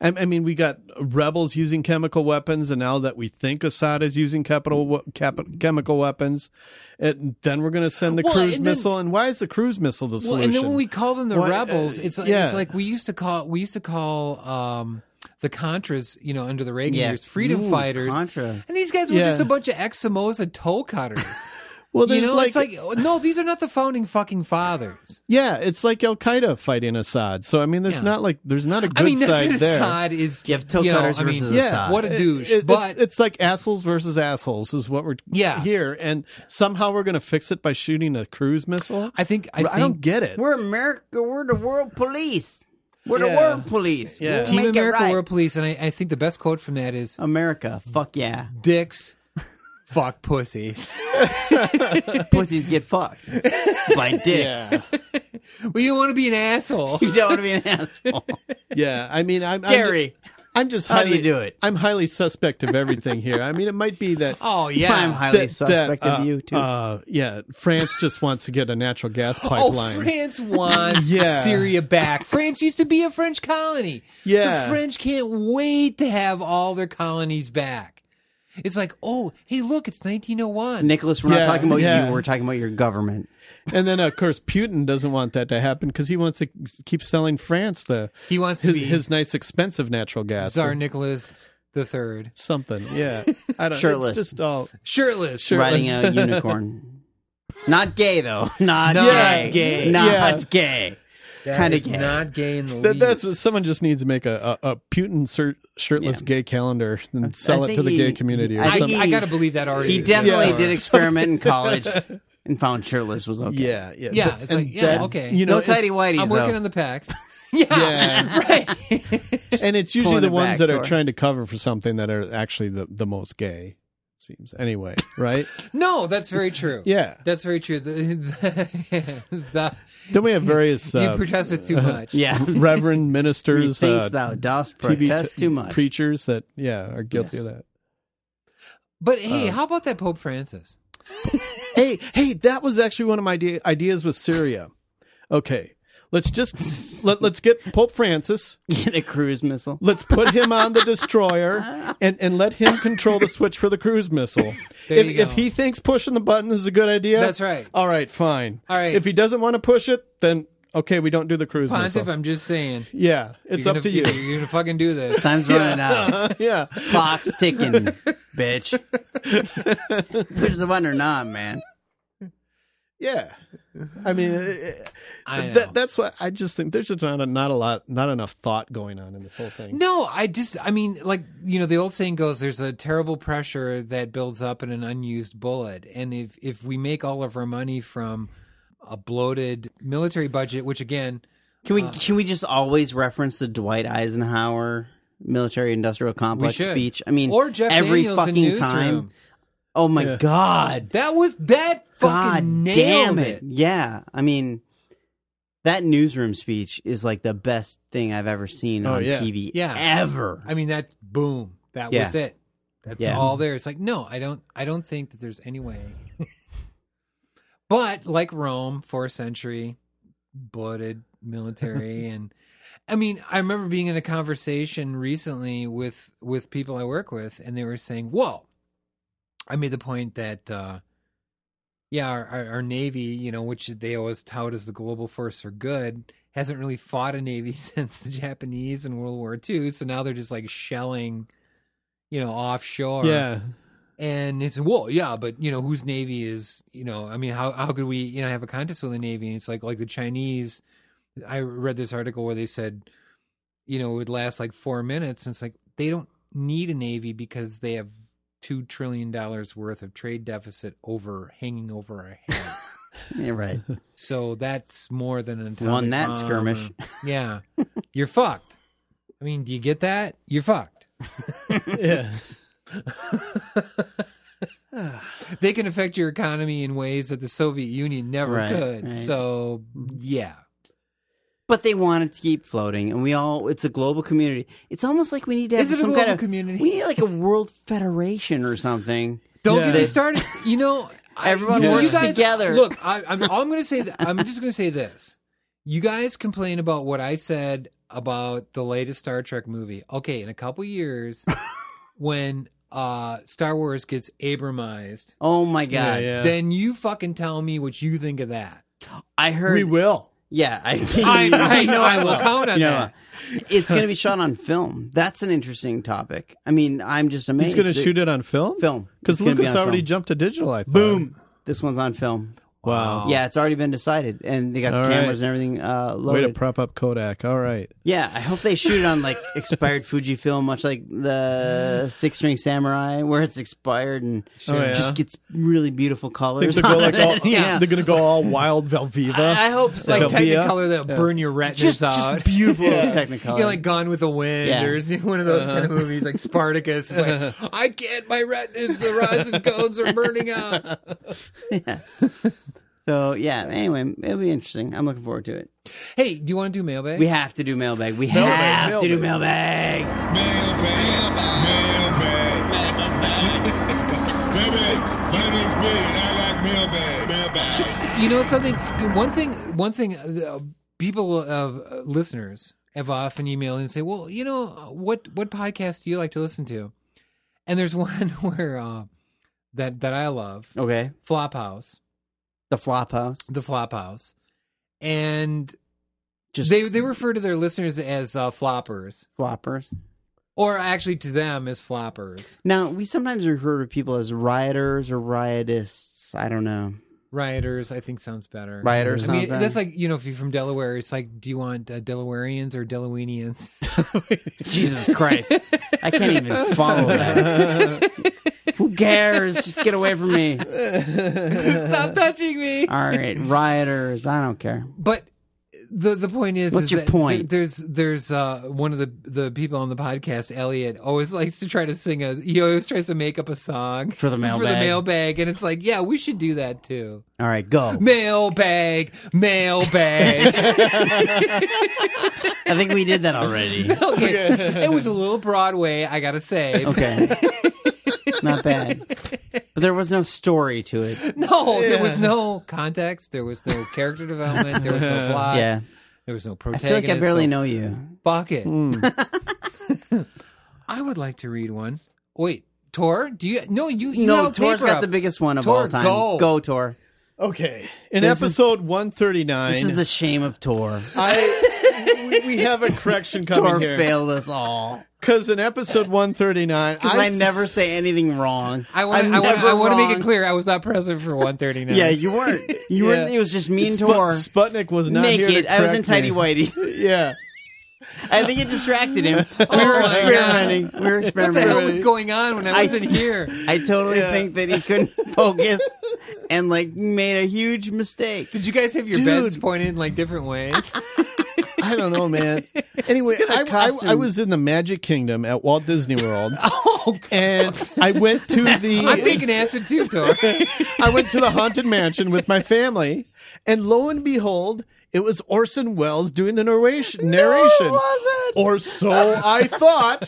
I, I mean, we got rebels using chemical weapons, and now that we think Assad is using capital we- cap- chemical weapons, and then we're going to send the Well, cruise and then- missile. And why is the cruise missile the solution? Well, and then when we call them the Why, uh, rebels, it's like, yeah. it's like we used to call we used to call um, the Contras, you know, under the Reagan Yeah. years, freedom Ooh, fighters, Contras. and these guys were Yeah. just a bunch of ex Somoza toe cutters. well, you there's know, it's like no, these are not the founding fucking fathers. Yeah, it's like Al Qaeda fighting Assad. So I mean, there's Yeah. not like there's not a good I mean, side Assad there. is You have toe know, cutters I mean, versus Yeah. Assad. what a It- douche. it- but it's, it's like assholes versus assholes is what we're Yeah. here, and somehow we're going to fix it by shooting a cruise missile. I think I, I, think don't get it. We're America. We're the world police. We're Yeah. the world police. Yeah. We'll Team make America it right. World Police, and I, I think the best quote from that is America. Fuck yeah. dicks fuck pussies. Pussies get fucked by dicks. Yeah, well, you want to be an asshole. You don't want to be an asshole. yeah. I mean, I'm I'm ju- Gary. I'm just How do highly, you do it? I'm highly suspect of everything here. I mean, it might be that. Oh, yeah. I'm highly that- suspect that, of uh, you too. Uh, yeah, France just wants to get a natural gas Oh, pipeline. France wants Yeah. Syria back. France used to be a French colony. Yeah. The French can't wait to have all their colonies back. It's like, oh, hey, look, it's 1901. Nicholas, we're Yeah, not talking about yeah. you. We're talking about your government. And then, of course, Putin doesn't want that to happen because he wants to keep selling France the He wants to his, be his nice, expensive natural gas. Tsar or Nicholas the Third, something. Yeah, I don't. Shirtless. It's just all. shirtless. Sure. Riding a unicorn. Not gay though. Not, Not gay. gay. Not Yeah. gay. That Kinda is gay. not gay in the That, least. that's what- someone just needs to make a a, a Putin shir- shirtless Yeah. gay calendar and sell it think to the he- gay community or I I, think something. he- I gotta believe that already. He is definitely bizarre. did experiment in college and found shirtless was okay. Yeah, yeah, Yeah, But- it's like, and yeah, that- okay. You know, no it's- tidy whities I'm though. working on the packs. Yeah, Yeah. right. and it's usually pulling the it ones back that are toward- trying to cover for something that are actually the the most gay. Seems anyway, right? no, that's very true. Yeah. that's very true. The, the, the- Don't we have various you uh, protest it too much. yeah. reverend ministers, Methinks uh, thou dost TV protest t- too much. preachers that yeah are guilty Yes. of that. But hey, Um, how about that Pope Francis? Hey, hey, that was actually one of my idea- ideas with Syria. Okay, let's just let let's get Pope Francis. Get a cruise missile. Let's put him on the destroyer and, and let him control the switch for the cruise missile. There if, you if go. he thinks pushing the button is a good idea, That's right. All right, fine. All right. If he doesn't want to push it, then okay, we don't do the cruise Pontiff, missile. I'm just saying. yeah, it's You're gonna- up to you. You're gonna fucking do this. Time's running out. yeah. Clock's ticking, bitch. Push the button or not, man. Yeah. I mean, uh, I know. That, that's what I just think. There's just not a, not a lot, not enough thought going on in this whole thing. No, I just, I mean, like, you know, the old saying goes, there's a terrible pressure that builds up in an unused bullet. And if, if we make all of our money from a bloated military budget, which again, Can we can we just always reference the Dwight Eisenhower military industrial complex should. speech? I mean, Or Jeff every Daniels in fucking Newsroom. time. Oh my Yeah. god! that was, that God fucking nailed damn it. it. Yeah, I mean, that newsroom speech is like the best thing I've ever seen Oh, on yeah. TV Yeah. ever. I mean, that, boom, that Yeah. was it. That's Yeah. all there. It's like, no, I don't, I don't think that there's any way. but like Rome, fourth century, bloated military and I mean, I remember being in a conversation recently with with people I work with, and they were saying, "Well, I made the point that, uh, yeah, our, our, our navy, you know, which they always tout as the global force for good, hasn't really fought a navy since the Japanese in World War II. So now they're just like shelling, you know, offshore. Yeah. And it's well, yeah, but you know, whose navy is you know? I mean, how how could we you know have a contest with the navy? And it's like like the Chinese. I read this article where they said, you know, it would last like four minutes, and it's like they don't need a navy because they have two trillion dollars worth of trade deficit over hanging over our heads. Yeah, right. so that's more than an atomic Won that bomb or- skirmish. yeah, you're fucked. I mean, do you get that? You're fucked. Yeah. they can affect your economy in ways that the Soviet Union never Right, could. right. So yeah, But they want it to keep floating, and we all—it's a global community. It's almost like we need to have Is it a some global kind of community? We need like a world federation or something. don't get Yeah. me started. You know, I- Everyone you works guys- together. Look, I, I'm all I'm going to say. That, I'm just going to say this. You guys complain about what I said about the latest Star Trek movie. Okay, in a couple years, when uh Star Wars gets Abramized, Oh my Yeah. god! yeah. then you fucking tell me what you think of that. I heard. we will. Yeah, I, I, I know I will count on You know, that. it's going to be shot on film. That's an interesting topic. I mean, I'm just amazed. He's going to that- shoot it on film? Film. Because It's gonna be Lucas on already film. jumped to digital, I thought. Boom. This one's on film. Wow. Yeah, it's already been decided, and they got Oh. All the cameras right. and everything uh, Way loaded. to prop up Kodak. All right. yeah, I hope they shoot it on like expired Fujifilm, much like the Six String Samurai, where it's expired and Oh, yeah. just gets really beautiful Think colors. they're going on like it. all, yeah, they're going to go all wild Velviva. I, I hope so. Like It'll be a- Technicolor that'll burn your retinas just, out. just beautiful You Technicolor. know, like Gone with the Wind Yeah. Uh-huh. or see, one of those kind of movies, like Spartacus. It's like, I can't, my retinas, the rods and cones are burning out. so yeah. Anyway, it'll be interesting. I'm looking forward to it. Hey, do you want to do mailbag? We have to do mailbag. We have to do mailbag. you know something? One thing, one thing, uh, people of uh, listeners have often emailed and say, well, you know, what, what podcast do you like to listen to? And there's one where uh, that that I love, Okay. Flophouse, The flop house. the Flophouse, and Just they they refer to their listeners as uh, floppers, floppers. or actually to them as floppers, Now, we sometimes refer to people as rioters or riotists. I don't know. rioters. I think sounds better. Rioters I mean, sounds better. that's like you know, if you're from Delaware, it's like, do you want uh, Delawareans or Delawareans? Jesus Christ. I can't even follow that. Who cares? Just get away from me. Stop touching me. All right, rioters. I don't care. But the the point is, What's is your that point? there- there's there's uh, one of the the people on the podcast, Elliot, always likes to try to sing a. He always tries to make up a song For the for the mailbag. mailbag, and it's like, yeah, we should do that too. All right, go. Mailbag, mailbag. I think we did that already. okay, it was a little Broadway, I gotta say. Okay. Not bad. But there was no story to it. No, there was no context. There was no character development. There was no plot. Yeah. There was no I protagonist. feel like I barely Uh, so know you. Hmm. Fuck it. I would like to read one. Wait, Tor, do you? No, you. you No, held Tor's paper got up. the biggest one of Tor, all time. go. Tor. Okay. In This is- episode 139, This is the shame of Tor. I we, we have a correction coming Tor here. failed us all. Because in episode 139, Because I, s- never say anything wrong. I want. I'm I want. never I want to make wrong. it clear. I was not present for one thirty nine. Yeah, you weren't. You Yeah. weren't. It was just me and Sput- Tor. Sputnik was not here naked. to I was in correct tidy me. whitey. Yeah. I think it distracted him. Oh, We my were God. experimenting. We were What the experimenting. hell was going on when I I- wasn't here? I totally Yeah. think that he couldn't focus and like made a huge mistake. Did you guys have your Dude. beds pointed in like different ways? I don't know, man. Anyway, It's I, gonna I- cost I him- was in the Magic Kingdom at Walt Disney World, oh, and I went to the I'm taking acid too, Tor. I went to the Haunted Mansion with my family, and lo and behold, it was Orson Welles doing the narration. narration. wasn't. Or so I thought.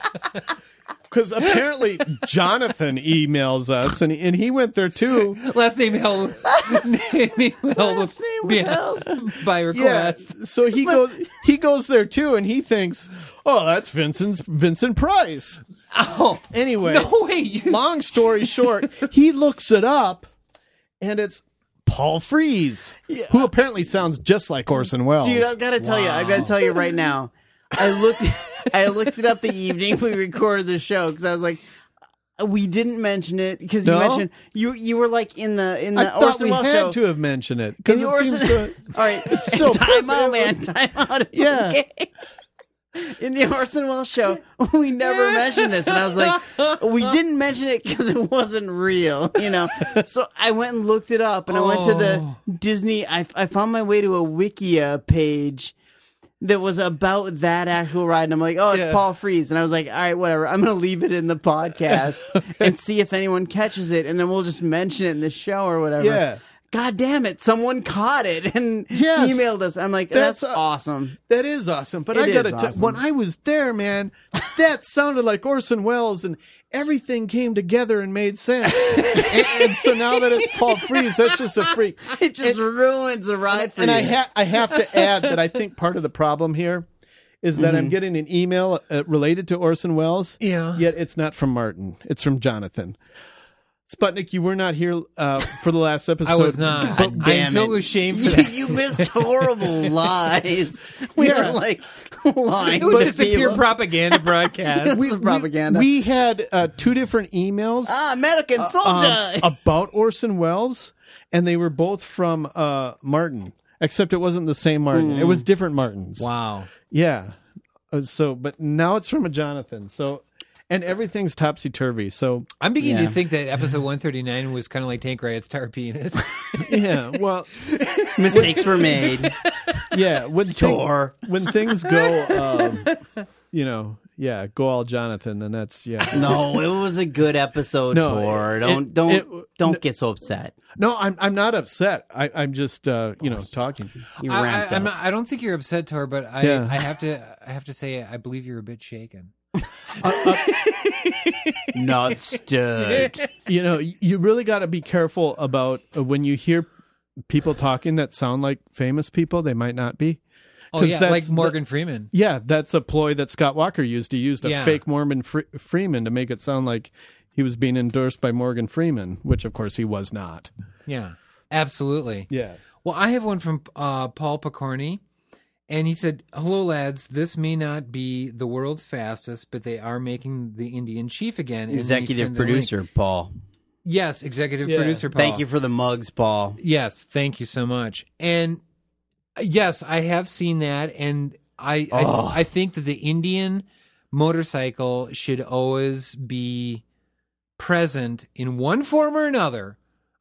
Because apparently Jonathan emails us, and, and he went there too. Last name held. name held. Last name yeah, withheld. by Yeah. request. So he goes he goes there too, and he thinks, oh, that's Vincent's Vincent Price. Oh Anyway, no, way! You, long story short, he looks it up, and it's Paul Freeze, who apparently sounds just like Orson Welles. Dude, I've got to tell you, I've got to tell you right now. I looked, I looked it up the evening we recorded the show because I was like, uh, we didn't mention it because No? you mentioned you you were like in the in I the thought Orson we Welles had show. to have mentioned it In because the it Orson, seems so. all right, so time out, man, time out. It's Yeah. okay. In the Orson Welles show, we never mentioned this, and I was like, we didn't mention it because it wasn't real, you know. So I went and looked it up, and I went to Oh. the Disney. I, I found my way to a Wikia page that was about that actual ride, and I'm like, oh, it's Yeah. Paul Freeze, and I was like, all right, whatever. I'm gonna leave it in the podcast and see if anyone catches it, and then we'll just mention it in the show or whatever. Yeah. God damn it, someone caught it and Yes. emailed us. I'm like, That's that's, a- awesome. That is awesome, but It I gotta is tell awesome. when I was there, man, that sounded like Orson Welles, and everything came together and made sense. and, and so now that it's Paul Freeze, that's just a freak. It just ruins the ride for and you. I ha- I have to add that I think part of the problem here is that I'm getting an email uh, related to Orson Welles. Mm-hmm. Yeah. Yet it's not from Martin. It's from Jonathan. Sputnik, you were not here uh, for the last episode. I was not. But I'm damn filled it. with shame for you, that. you missed horrible lies. We Yeah. were like lying. It was to just a pure people. propaganda broadcast. This is propaganda. we had uh, two different emails ah, American soldier. um, about Orson Welles, and they were both from uh, Martin, except it wasn't the same Martin. It was different Martins. Mm. wow. Yeah. Uh, So, but now it's from a Jonathan. So, and everything's topsy turvy. So, I'm beginning Yeah. to think that episode 139 was kind of like Tank Riot's tar penis. yeah. Well, Mistakes were made. yeah. When thing- Tor. when things go, um, you know, yeah, go all Jonathan, then that's yeah. No, it was a good episode, No, Tor. it- Don't it- don't it- don't get so upset. No, I'm I'm not upset. I, I'm just uh, you know talking. You I, ramped I, up. I'm not, I don't think you're upset, Tor, but I, Yeah. I have to I have to say I believe you're a bit shaken. Not stood. You know, y- you really got to be careful about uh, when you hear people talking that sound like famous people. They might not be. Oh 'Cause yeah, that's like the- Morgan Freeman. Yeah, that's a ploy that Scott Walker used. He used a Yeah. fake Mormon Fre- Freeman to make it sound like he was being endorsed by Morgan Freeman, which of course he was not. Yeah, absolutely. Yeah. Well, I have one from uh, Paul Picorni, and he said, "Hello, lads. This may not be the world's fastest, but they are making the Indian Chief again." and he Executive sent a link. producer Paul. Yes, executive Yeah. producer. Paul. Thank you for the mugs, Paul. Yes, thank you so much. And uh, yes, I have seen that, and I Oh. I, I think that the Indian motorcycle should always be present in one form or another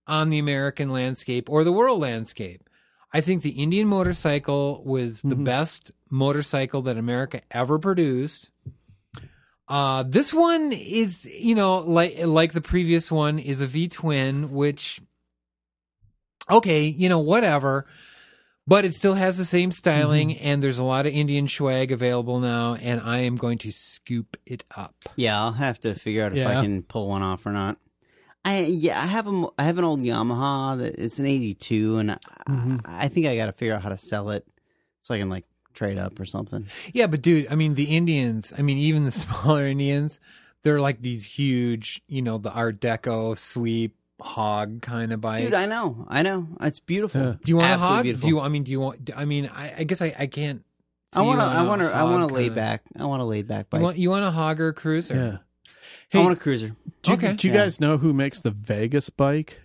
on the American landscape or the world landscape. I think the Indian motorcycle was the best motorcycle that America ever produced. Uh, this one is, you know, like like the previous one is a V twin, which okay, you know, whatever. But it still has the same styling, and there's a lot of Indian swag available now, and I am going to scoop it up. Yeah, I'll have to figure out if Yeah. I can pull one off or not. I yeah, I have a mo- I have an old Yamaha that it's an '82, and I, Mm-hmm. I think I got to figure out how to sell it so I can like trade up or something. Yeah, but dude, I mean, the Indians, I mean, even the smaller Indians, they're like these huge, you know, the Art Deco sweep hog kind of bike. Dude, I know, I know, it's beautiful. Yeah. do you want Absolutely a hog? beautiful. Do you? I mean, do you want? I mean, I, I guess I, I can't. I want to. to. I want to. I want to to lay back. I want a laid back You bike. want, you want a hog or a cruiser? Yeah. I Hey, want a cruiser. do, okay. do you Yeah. guys know who makes the Vegas bike?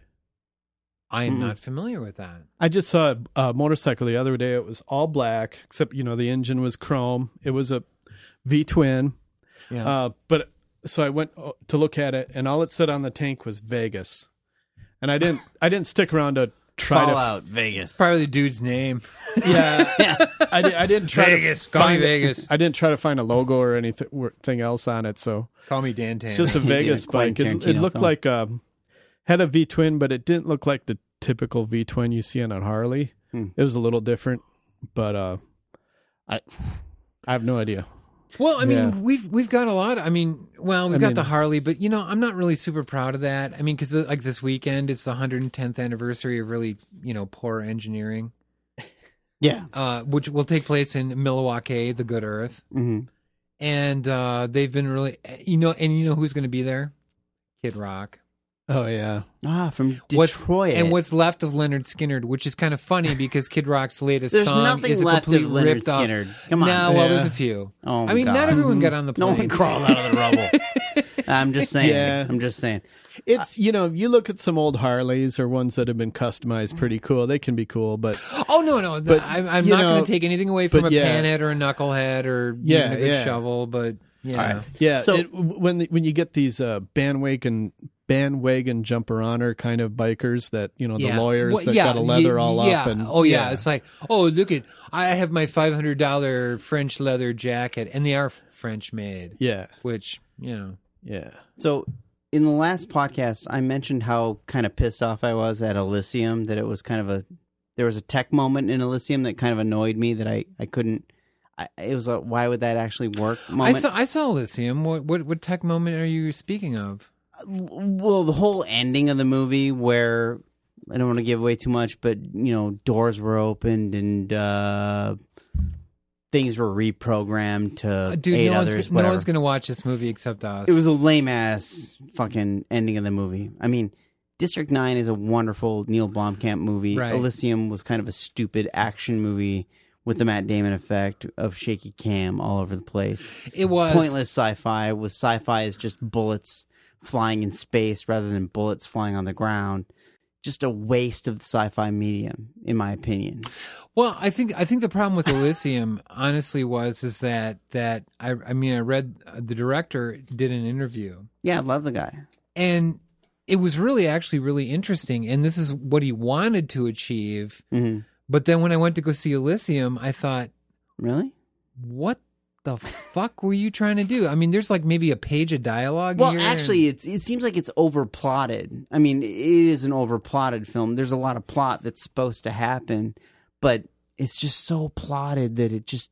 I am Mm-mm. not familiar with that. I just saw a, a motorcycle the other day. It was all black, except you know the engine was chrome. It was a V twin, Yeah. uh, but so I went uh, to look at it, and all it said on the tank was Vegas, and I didn't. I didn't stick around to try to. Fallout Vegas. Probably the dude's name. Yeah, I, di- I didn't try Vegas, to call me find Vegas. I didn't try to find a logo or anything wor- thing else on it. So Call me Dan Tan. it's just a He did a Vegas Quentin bike. It, it Tarantino looked film. like um, had a V twin, but it didn't look like the typical V twin you see on a Harley. Hmm. It was a little different, but uh, I I have no idea. Well, I mean, Yeah. we've we've got a lot. I mean, well, we've I got mean- the Harley, but you know, I'm not really super proud of that. I mean, because like this weekend, it's the 110th anniversary of really you know poor engineering, Yeah. uh, which will take place in Milwaukee, the Good Earth, hmm and uh, they've been really you know, and you know who's going to be there? Kid Rock. Oh yeah, Ah, from What's- Detroit. and what's left of Leonard Skinner, which is kind of funny because Kid Rock's latest There's song nothing is a left complete of Leonard ripped off- Skinner. Come on. No, well, there's Yeah. a few. Oh, I mean, not God. everyone got on the No plane. one crawled out of the rubble. I'm just saying. Yeah. I'm just saying. it's you know you look at some old Harleys or ones that have been customized pretty cool. They can be cool, but Oh no, no, But, I'm, I'm you not going know, to take anything away from a but yeah. panhead or a knucklehead or Yeah, even a good yeah. shovel, but yeah, yeah, So- it, when the, when you get these uh, bandwagon bandwagon jumper honor kind of bikers that you know the yeah. lawyers Well, that yeah, got a leather yeah, all yeah. up and oh yeah. it's like oh look at I have my five hundred dollar French leather jacket, and they are French made, yeah which you know, yeah. So, in the last podcast, I mentioned how kind of pissed off I was at Elysium that it was kind of a there was a tech moment in Elysium that kind of annoyed me that I I couldn't. I, it was a why would that actually work moment. I saw I saw Elysium. What what what tech moment are you speaking of? well, the whole ending of the movie where I don't want to give away too much, but you know, doors were opened and uh, things were reprogrammed to Uh, dude, aid no others. one's no whatever. one's going to watch this movie except us. It was a lame ass fucking ending of the movie. I mean, District Nine is a wonderful Neil Blomkamp movie. Right. Elysium was kind of a stupid action movie with the Matt Damon effect of shaky cam all over the place. It was Pointless sci-fi with sci-fi is just bullets flying in space rather than bullets flying on the ground. Just a waste of the sci-fi medium, in my opinion. Well, I think I think the problem with Elysium, honestly, was is that that I I mean I read uh, the director did an interview Yeah, I love the guy. and it was really actually really interesting and this is what he wanted to achieve. Mhm. But then when I went to go see Elysium, I thought, Really? what the fuck were you trying to do? I mean, there's like maybe a page of dialogue. Well, here and- actually, it's it seems like it's overplotted. I mean, it is an overplotted film. There's a lot of plot that's supposed to happen, but it's just so plotted that it just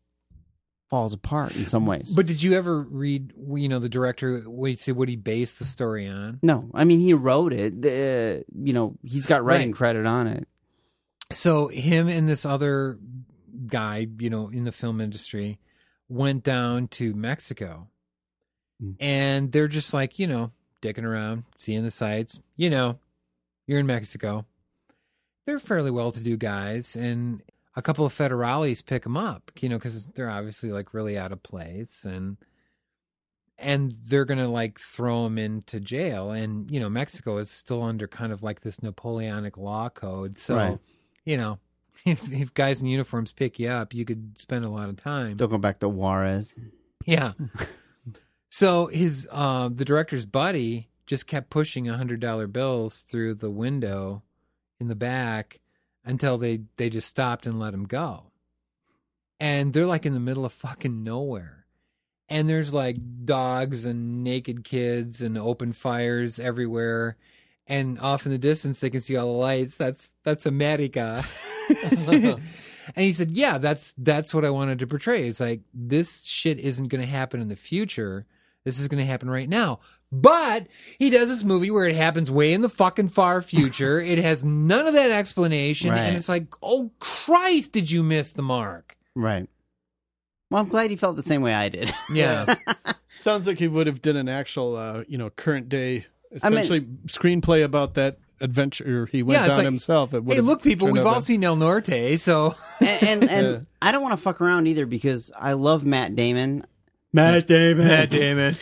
falls apart in some ways. but did you ever read? You know, the director what he said what he based the story on. no, I mean, he wrote it. The, you know, he's got writing Right. credit on it. so him and this other guy you know in the film industry went down to mexico Mm. and they're just like you know dicking around, seeing the sights. You know, you're in Mexico. They're fairly well-to-do guys, and a couple of federales pick them up. You know, because they're obviously like really out of place, and and they're gonna like throw them into jail. And you know, Mexico is still under kind of like this Napoleonic law code, so Right. you know. If, if guys in uniforms pick you up, you could spend a lot of time. Don't go back to Juarez. Yeah. so his uh, the director's buddy just kept pushing a hundred dollar bills through the window in the back until they they just stopped and let him go. And they're like in the middle of fucking nowhere. And there's like dogs and naked kids and open fires everywhere. And off in the distance, they can see all the lights. That's that's America. and he said, "Yeah, that's that's what I wanted to portray. It's like this shit isn't going to happen in the future. This is going to happen right now." But he does this movie where it happens way in the fucking far future. it has none of that explanation, Right. and it's like, "Oh Christ, did you miss the mark?" Right. Well, I'm glad you felt the same way I did. Yeah, Sounds like he would have done an actual, uh, you know, current day I mean- essentially screenplay about that adventure he went Yeah, it's down like, himself. It would hey, have look, people, turned we've out all that- seen El Norte, so and and, and I don't want to fuck around either because I love Matt Damon. Matt Damon. Damon.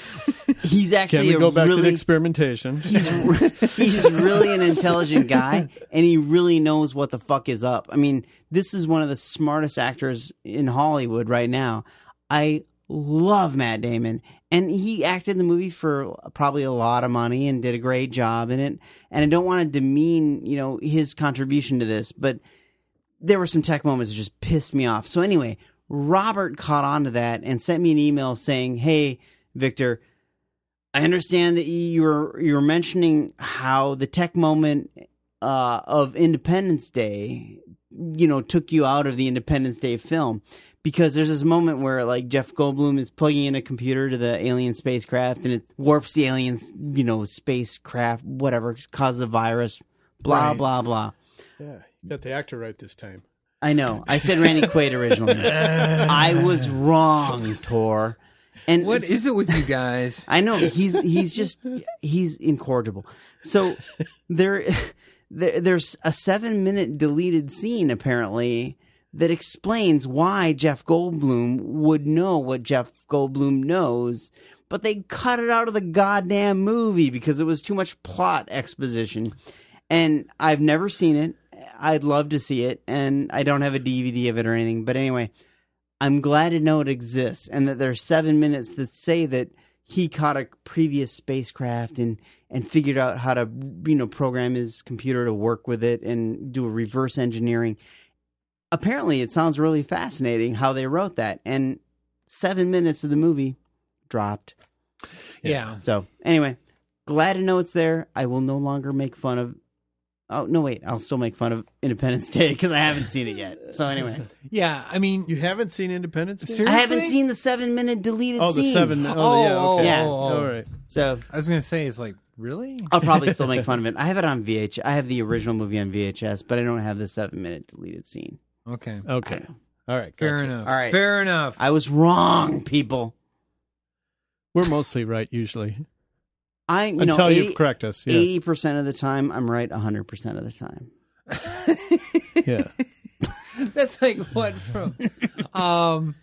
He's Can actually we a go back really to the experimentation? he's, he's really an intelligent guy and he really knows what the fuck is up. I mean, this is one of the smartest actors in Hollywood right now. I love Matt Damon and he acted in the movie for probably a lot of money and did a great job in it. And I don't want to demean, you know, his contribution to this, but there were some tech moments that just pissed me off. So anyway, Robert caught on to that and sent me an email saying, "Hey, Victor, I understand that you were you were mentioning how the tech moment uh, of Independence Day, you know, took you out of the Independence Day film because there's this moment where like Jeff Goldblum is plugging in a computer to the alien spacecraft and it warps the alien, you know, spacecraft, whatever, causes a virus, blah Right. blah blah." yeah, got the actor right this time. I know. I said Randy Quaid originally. I was wrong, Tor. And What it's- is it with you guys? I know he's he's just he's incorrigible. So there, there there's a seven minute deleted scene apparently that explains why Jeff Goldblum would know what Jeff Goldblum knows, but they cut it out of the goddamn movie because it was too much plot exposition. And I've never seen it. I'd love to see it, and I don't have a DVD of it or anything. But anyway, I'm glad to know it exists and that there are seven minutes that say that he caught a previous spacecraft and and figured out how to you know program his computer to work with it and do a reverse engineering. Apparently, it sounds really fascinating how they wrote that and seven minutes of the movie dropped. Yeah. So anyway, glad to know it's there. I will no longer make fun of. Oh no, wait! I'll still make fun of Independence Day because I haven't seen it yet. So anyway, Yeah, I mean, You haven't seen Independence? Day? Seriously? I haven't seen the seven-minute deleted Oh, the scene. seven. Oh, yeah. Oh, Okay. yeah. All right. So I was gonna say it's like really. I'll probably still make fun of it. I have it on VH. I have the original movie on VHS, but I don't have the seven minute deleted scene. Okay, Okay. All right. fair gotcha. enough. All right. fair enough. I was wrong, people. We're mostly right usually I you until know, you've correct us. eighty Yes. percent of the time I'm right, hundred percent of the time. yeah. That's like what from um,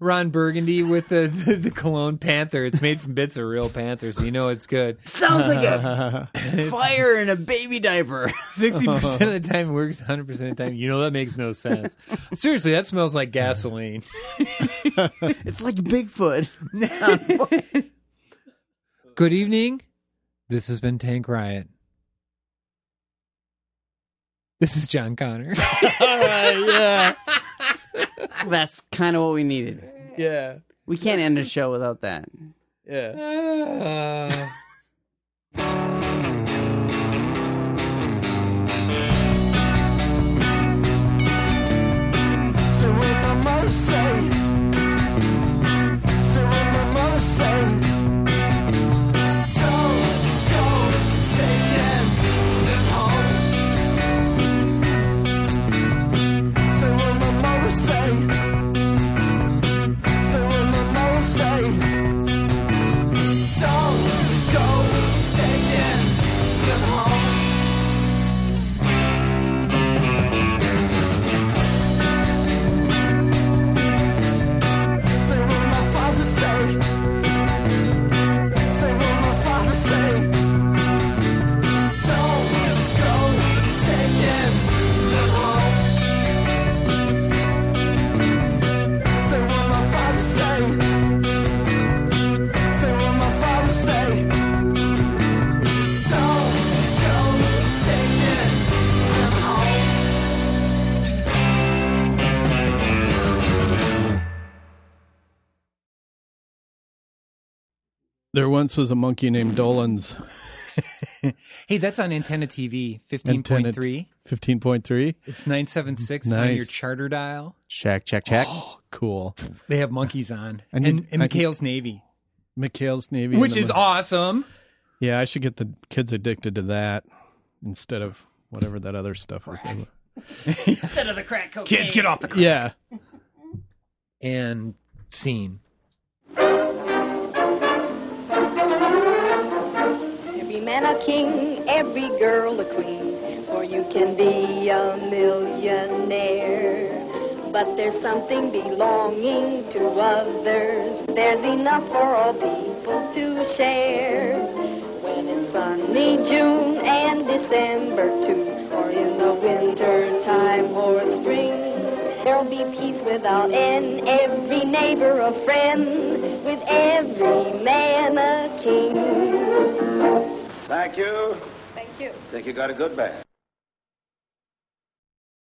Ron Burgundy with the, the the cologne panther. It's made from bits of real panther, so you know it's good. Sounds like a fire in a baby diaper. Sixty percent of the time it works, hundred percent of the time you know that makes no sense. Seriously, that smells like gasoline. it's like Bigfoot. Good evening. This has been Tank Riot. This is John Connor. That's kind of what we needed. Yeah. We can't end a show without that. Yeah. Ah. So when my mother say, so when my mother say, don't go taking them home. So when my mother say, so when my mother say, don't go taking There once was a monkey named Dolan's Hey, that's on Antenna TV 15.3. fifteen point three. It's 976 on Nice. your charter dial. Check, check, check. Oh, Cool. They have monkeys on. I And, need- and, I need- Mikhail's Navy, McHale's Navy, and which the is Mon- awesome. Yeah, I should get the kids addicted to that instead of whatever that other stuff was. they were- Instead of the crack cocaine. Kids, get off the cr- Yeah. And scene. Every man a king, every girl a queen, for you can be a millionaire. But there's something belonging to others. There's enough for all people to share. When it's sunny June and December too, or in the winter time or spring. There'll be peace without end, every neighbor a friend, with every man a king. Thank you. Thank you. Think you got a good bag.